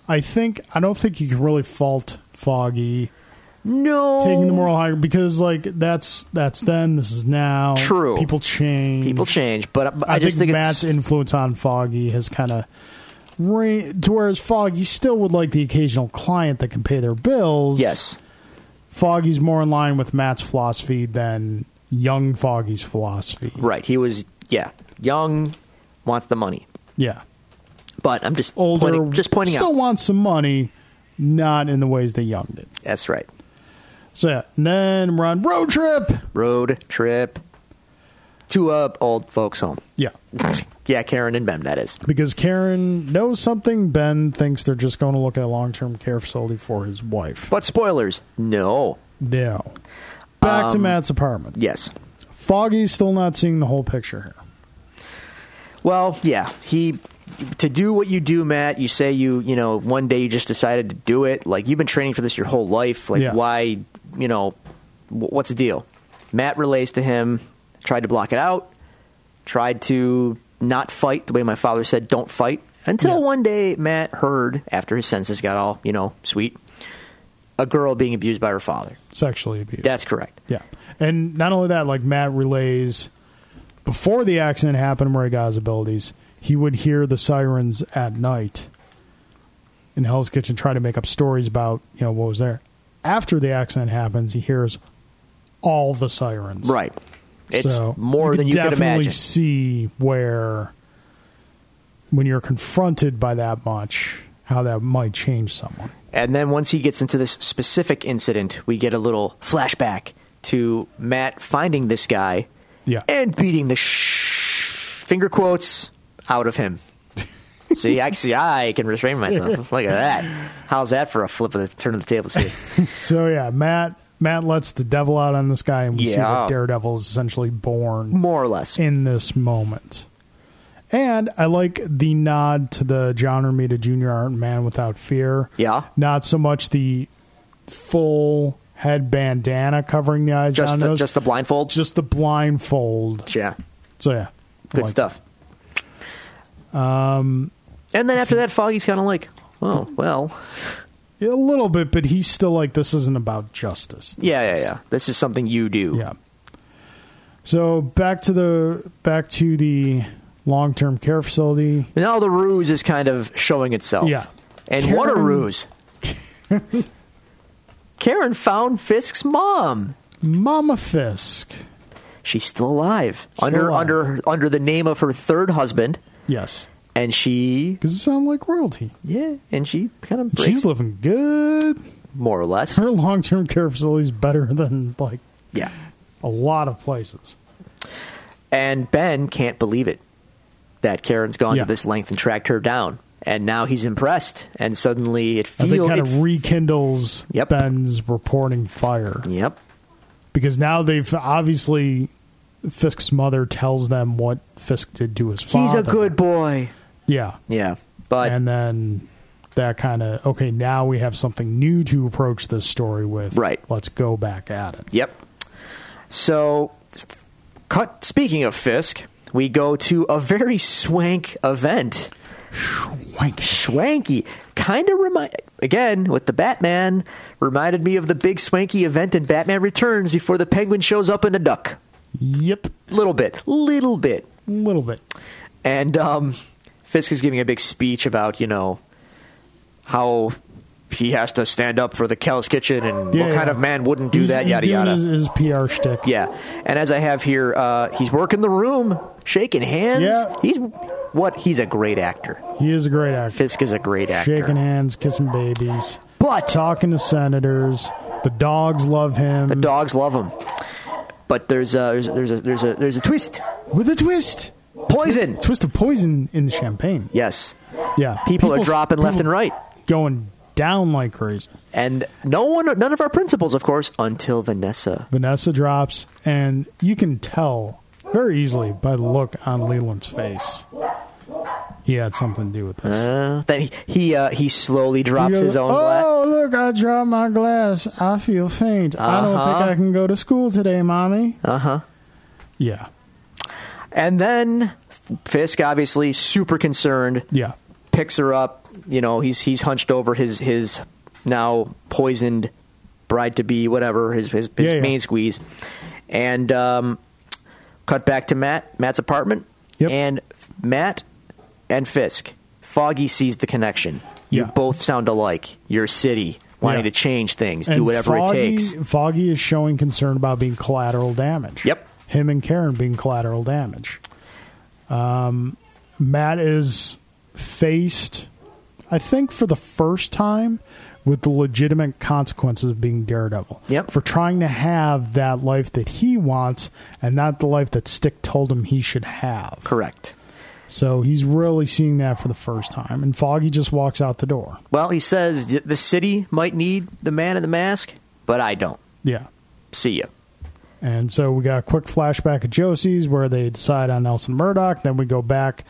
Speaker 1: I think I don't think you can really fault Foggy
Speaker 2: No.
Speaker 1: taking the moral high because like that's that's then, this is now.
Speaker 2: True.
Speaker 1: People change.
Speaker 2: People change, but I,
Speaker 1: I,
Speaker 2: I just
Speaker 1: think,
Speaker 2: think,
Speaker 1: Matt's
Speaker 2: it's.
Speaker 1: influence on Foggy has kind of ran to whereas Foggy still would like the occasional client that can pay their bills.
Speaker 2: Yes.
Speaker 1: Foggy's more in line with Matt's philosophy than young Foggy's philosophy.
Speaker 2: Right. He was, yeah, young, wants the money.
Speaker 1: Yeah,
Speaker 2: But I'm just
Speaker 1: older
Speaker 2: pointing, just pointing
Speaker 1: still
Speaker 2: out.
Speaker 1: wants some money, not in the ways that young did.
Speaker 2: That's right.
Speaker 1: So yeah, and then we're on road trip.
Speaker 2: road trip to a old folks home.
Speaker 1: Yeah,
Speaker 2: yeah, Karen and Ben, that is.
Speaker 1: because Karen knows something. Ben thinks they're just going to look at a long-term care facility for his wife.
Speaker 2: But spoilers, no.
Speaker 1: No. Back to
Speaker 2: Um,
Speaker 1: Matt's apartment.
Speaker 2: Yes.
Speaker 1: Foggy's still not seeing the whole picture here.
Speaker 2: Well, yeah, he to do what you do, Matt, you say you, you know, one day you just decided to do it. Like you've been training for this your whole life. Like
Speaker 1: Yeah.
Speaker 2: why, you know, wh- what's the deal? Matt relays to him, tried to block it out, tried to not fight the way my father said don't fight until
Speaker 1: Yeah.
Speaker 2: one day Matt heard after his senses got all, you know, sweet, a girl being abused by her father.
Speaker 1: Sexually abused.
Speaker 2: That's correct.
Speaker 1: yeah. And not only that, like Matt relays before the accident happened where he got his abilities, he would hear the sirens at night in Hell's Kitchen try to make up stories about, you know, what was there. After the accident happens, he hears all the sirens.
Speaker 2: Right. It's
Speaker 1: So,
Speaker 2: more than you could
Speaker 1: definitely
Speaker 2: imagine.
Speaker 1: see where when you're confronted by that much, how that might change someone.
Speaker 2: And then once he gets into this specific incident, we get a little flashback to Matt finding this guy
Speaker 1: Yeah.
Speaker 2: and beating the sh- finger quotes out of him. see, I see, I can restrain myself. Look at that. How's that for a flip of the turn of the table? See,
Speaker 1: So yeah, Matt Matt lets the devil out on this guy, and we see
Speaker 2: Yeah.
Speaker 1: that Daredevil is essentially born
Speaker 2: more or less.
Speaker 1: in this moment. And I like the nod to the John Romita Jr. Iron Man Without Fear.
Speaker 2: Yeah.
Speaker 1: Not so much the full head bandana covering the eyes
Speaker 2: Just
Speaker 1: down
Speaker 2: the,
Speaker 1: nose,
Speaker 2: just the blindfold.
Speaker 1: just the blindfold.
Speaker 2: yeah,
Speaker 1: So yeah, I
Speaker 2: good
Speaker 1: like Um,
Speaker 2: stuff. Um, and then after that, Foggy's kind of like, oh well,
Speaker 1: it. Yeah, a little bit, but he's still like, this isn't about justice. This
Speaker 2: yeah, yeah,
Speaker 1: is-
Speaker 2: yeah. This is something you do.
Speaker 1: Yeah. So back to the back to the long term care facility.
Speaker 2: Now the ruse is kind of showing itself.
Speaker 1: Yeah.
Speaker 2: And what a
Speaker 1: Karen-
Speaker 2: ruse. Karen found Fisk's mom.
Speaker 1: Mama Fisk.
Speaker 2: She's still alive. under
Speaker 1: alive.
Speaker 2: under under the name of her third husband.
Speaker 1: Yes.
Speaker 2: And she
Speaker 1: Because it sounds like royalty.
Speaker 2: yeah, and she kind of breaks
Speaker 1: She's living good.
Speaker 2: more or less.
Speaker 1: Her long term care facility's better than like
Speaker 2: Yeah.
Speaker 1: a lot of places.
Speaker 2: And Ben can't believe it that Karen's gone
Speaker 1: Yeah.
Speaker 2: to this length and tracked her down. And now he's impressed and suddenly it
Speaker 1: I think
Speaker 2: feels
Speaker 1: kind of rekindles
Speaker 2: Yep.
Speaker 1: Ben's reporting fire.
Speaker 2: Yep.
Speaker 1: Because now they've obviously Fisk's mother tells them what Fisk did to his
Speaker 2: He's
Speaker 1: father.
Speaker 2: a good boy.
Speaker 1: Yeah.
Speaker 2: Yeah. But
Speaker 1: and then that kind of okay now we have something new to approach this story with
Speaker 2: Right.
Speaker 1: let's go back at it
Speaker 2: Yep. So, cut. Speaking of Fisk, we go to a very swank event.
Speaker 1: Wank.
Speaker 2: Swanky, kind of remind again with the Batman reminded me of the big swanky event in Batman Returns before the Penguin shows up in a duck.
Speaker 1: yep
Speaker 2: Little bit, little bit,
Speaker 1: little bit
Speaker 2: and um, Fisk is giving a big speech about you know how. He has to stand up for the Kell's Kitchen, and
Speaker 1: Yeah,
Speaker 2: what kind
Speaker 1: yeah.
Speaker 2: of man wouldn't do
Speaker 1: He's-
Speaker 2: that?
Speaker 1: he's
Speaker 2: Yada
Speaker 1: doing
Speaker 2: yada.
Speaker 1: his, his pr shtick
Speaker 2: Yeah, and as I have here, uh, he's working the room, shaking hands.
Speaker 1: Yeah.
Speaker 2: He's what? He's a great actor.
Speaker 1: he is a great actor
Speaker 2: Fisk is a great actor.
Speaker 1: shaking hands kissing babies
Speaker 2: But-
Speaker 1: talking to senators the dogs love him
Speaker 2: The dogs love him. But there's a there's a there's a there's a twist.
Speaker 1: with a twist
Speaker 2: Poison.
Speaker 1: twist of poison in the champagne
Speaker 2: Yes,
Speaker 1: yeah
Speaker 2: people are dropping left and
Speaker 1: people
Speaker 2: right,
Speaker 1: going down like crazy
Speaker 2: and no one, none of our principals, of course, until Vanessa.
Speaker 1: Vanessa drops, and you can tell very easily by the look on Leland's face. He had something to do with this.
Speaker 2: Uh, then he he, uh, he slowly drops
Speaker 1: He goes,
Speaker 2: his own. glass.
Speaker 1: oh, look, I dropped my glass. I feel faint. I don't
Speaker 2: Uh-huh.
Speaker 1: think I can go to school today, Mommy.
Speaker 2: Uh huh.
Speaker 1: Yeah.
Speaker 2: And then Fisk, obviously, super concerned.
Speaker 1: Yeah.
Speaker 2: picks her up. You know, he's he's hunched over his his now poisoned bride to be, whatever his his, his
Speaker 1: Yeah, yeah.
Speaker 2: main squeeze, and um, cut back to Matt Matt's apartment,
Speaker 1: Yep.
Speaker 2: and Matt and Fisk. Foggy sees the connection. You
Speaker 1: Yeah.
Speaker 2: both sound alike. Your city wanting
Speaker 1: Yeah.
Speaker 2: to change things, do whatever
Speaker 1: Foggy,
Speaker 2: it takes.
Speaker 1: Foggy is showing concern about being collateral damage.
Speaker 2: Yep.
Speaker 1: Him and Karen being collateral damage. Um, Matt is faced, I think, for the first time with the legitimate consequences of being Daredevil.
Speaker 2: Yep.
Speaker 1: For trying to have that life that he wants and not the life that Stick told him he should have.
Speaker 2: Correct.
Speaker 1: So he's really seeing that for the first time. And Foggy just walks out the door.
Speaker 2: Well, he says "Y- the city might need the man in the mask, but I don't.
Speaker 1: Yeah.
Speaker 2: See ya.
Speaker 1: And so we got a quick flashback at Josie's where they decide on Nelson Murdoch. Then we go back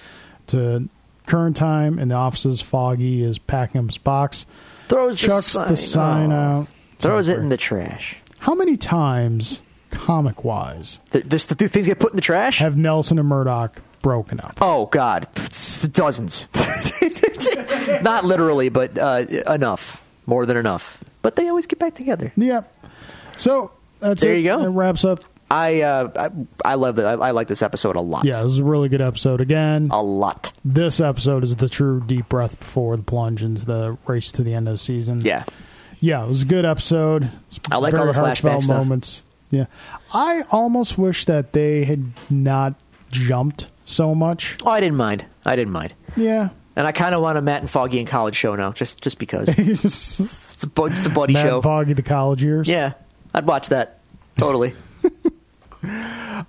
Speaker 1: to current time in the offices. Foggy is packing up his box,
Speaker 2: Throws
Speaker 1: chucks the sign Oh.
Speaker 2: off.
Speaker 1: out,
Speaker 2: Throws it
Speaker 1: Sorry.
Speaker 2: in the trash.
Speaker 1: How many times, comic wise,
Speaker 2: Th- this, the things get put in the trash?
Speaker 1: have Nelson and Murdoch broken up?
Speaker 2: Oh, God. Dozens. Not literally, but uh, enough. More than enough. But they always get back together.
Speaker 1: Yep. So that's
Speaker 2: There
Speaker 1: it.
Speaker 2: you go.
Speaker 1: It wraps up.
Speaker 2: I uh, I, I love that. I, I like this episode a lot.
Speaker 1: Yeah, this is a really good episode. Again,
Speaker 2: A lot.
Speaker 1: this episode is the true deep breath before the plunge into the race to the end of the season.
Speaker 2: Yeah.
Speaker 1: Yeah, it was a good episode. It's
Speaker 2: I like
Speaker 1: very
Speaker 2: all the
Speaker 1: heartfelt
Speaker 2: flashback stuff.
Speaker 1: moments. Yeah, I almost wish that they had not jumped so much.
Speaker 2: Oh, I didn't mind. I didn't mind.
Speaker 1: Yeah,
Speaker 2: And I kind of want a Matt and Foggy in college show now, just just because.
Speaker 1: Matt
Speaker 2: it's, the, bu- it's the buddy show.
Speaker 1: Foggy, the college years.
Speaker 2: yeah. I'd watch that. Totally.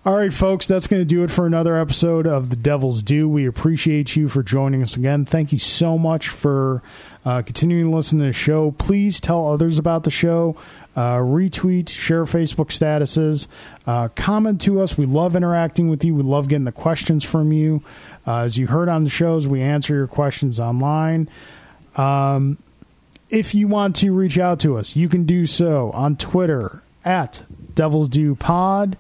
Speaker 1: All right, folks, that's going to do it for another episode of The Devil's Do. We appreciate you for joining us again. Thank you so much for uh, continuing to listen to the show. Please tell others about the show, uh, retweet, share Facebook statuses, uh, comment to us. We love interacting with you, we love getting the questions from you. Uh, as you heard on the shows, we answer your questions online Um, if you want to reach out to us, you can do so on Twitter at Devils Do Pod.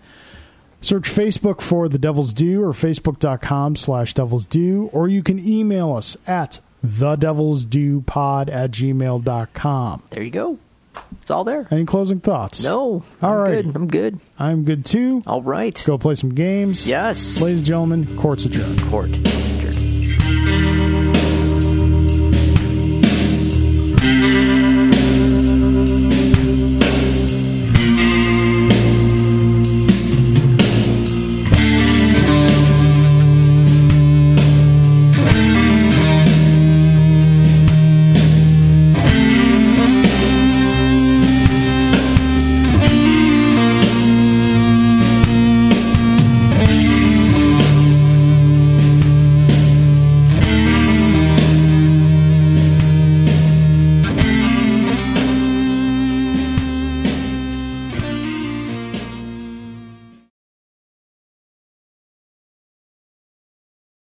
Speaker 1: Search Facebook for The Devils Do or Facebook.com slash Devils Do, or you can email us at The Devils Do Pod at gmail.com.
Speaker 2: There you go. It's all there.
Speaker 1: Any closing thoughts?
Speaker 2: No.
Speaker 1: All
Speaker 2: I'm
Speaker 1: right.
Speaker 2: Good. I'm good.
Speaker 1: I'm good too.
Speaker 2: All right.
Speaker 1: Go play some games.
Speaker 2: Yes.
Speaker 1: Ladies and gentlemen, court's adjourned.
Speaker 2: Court.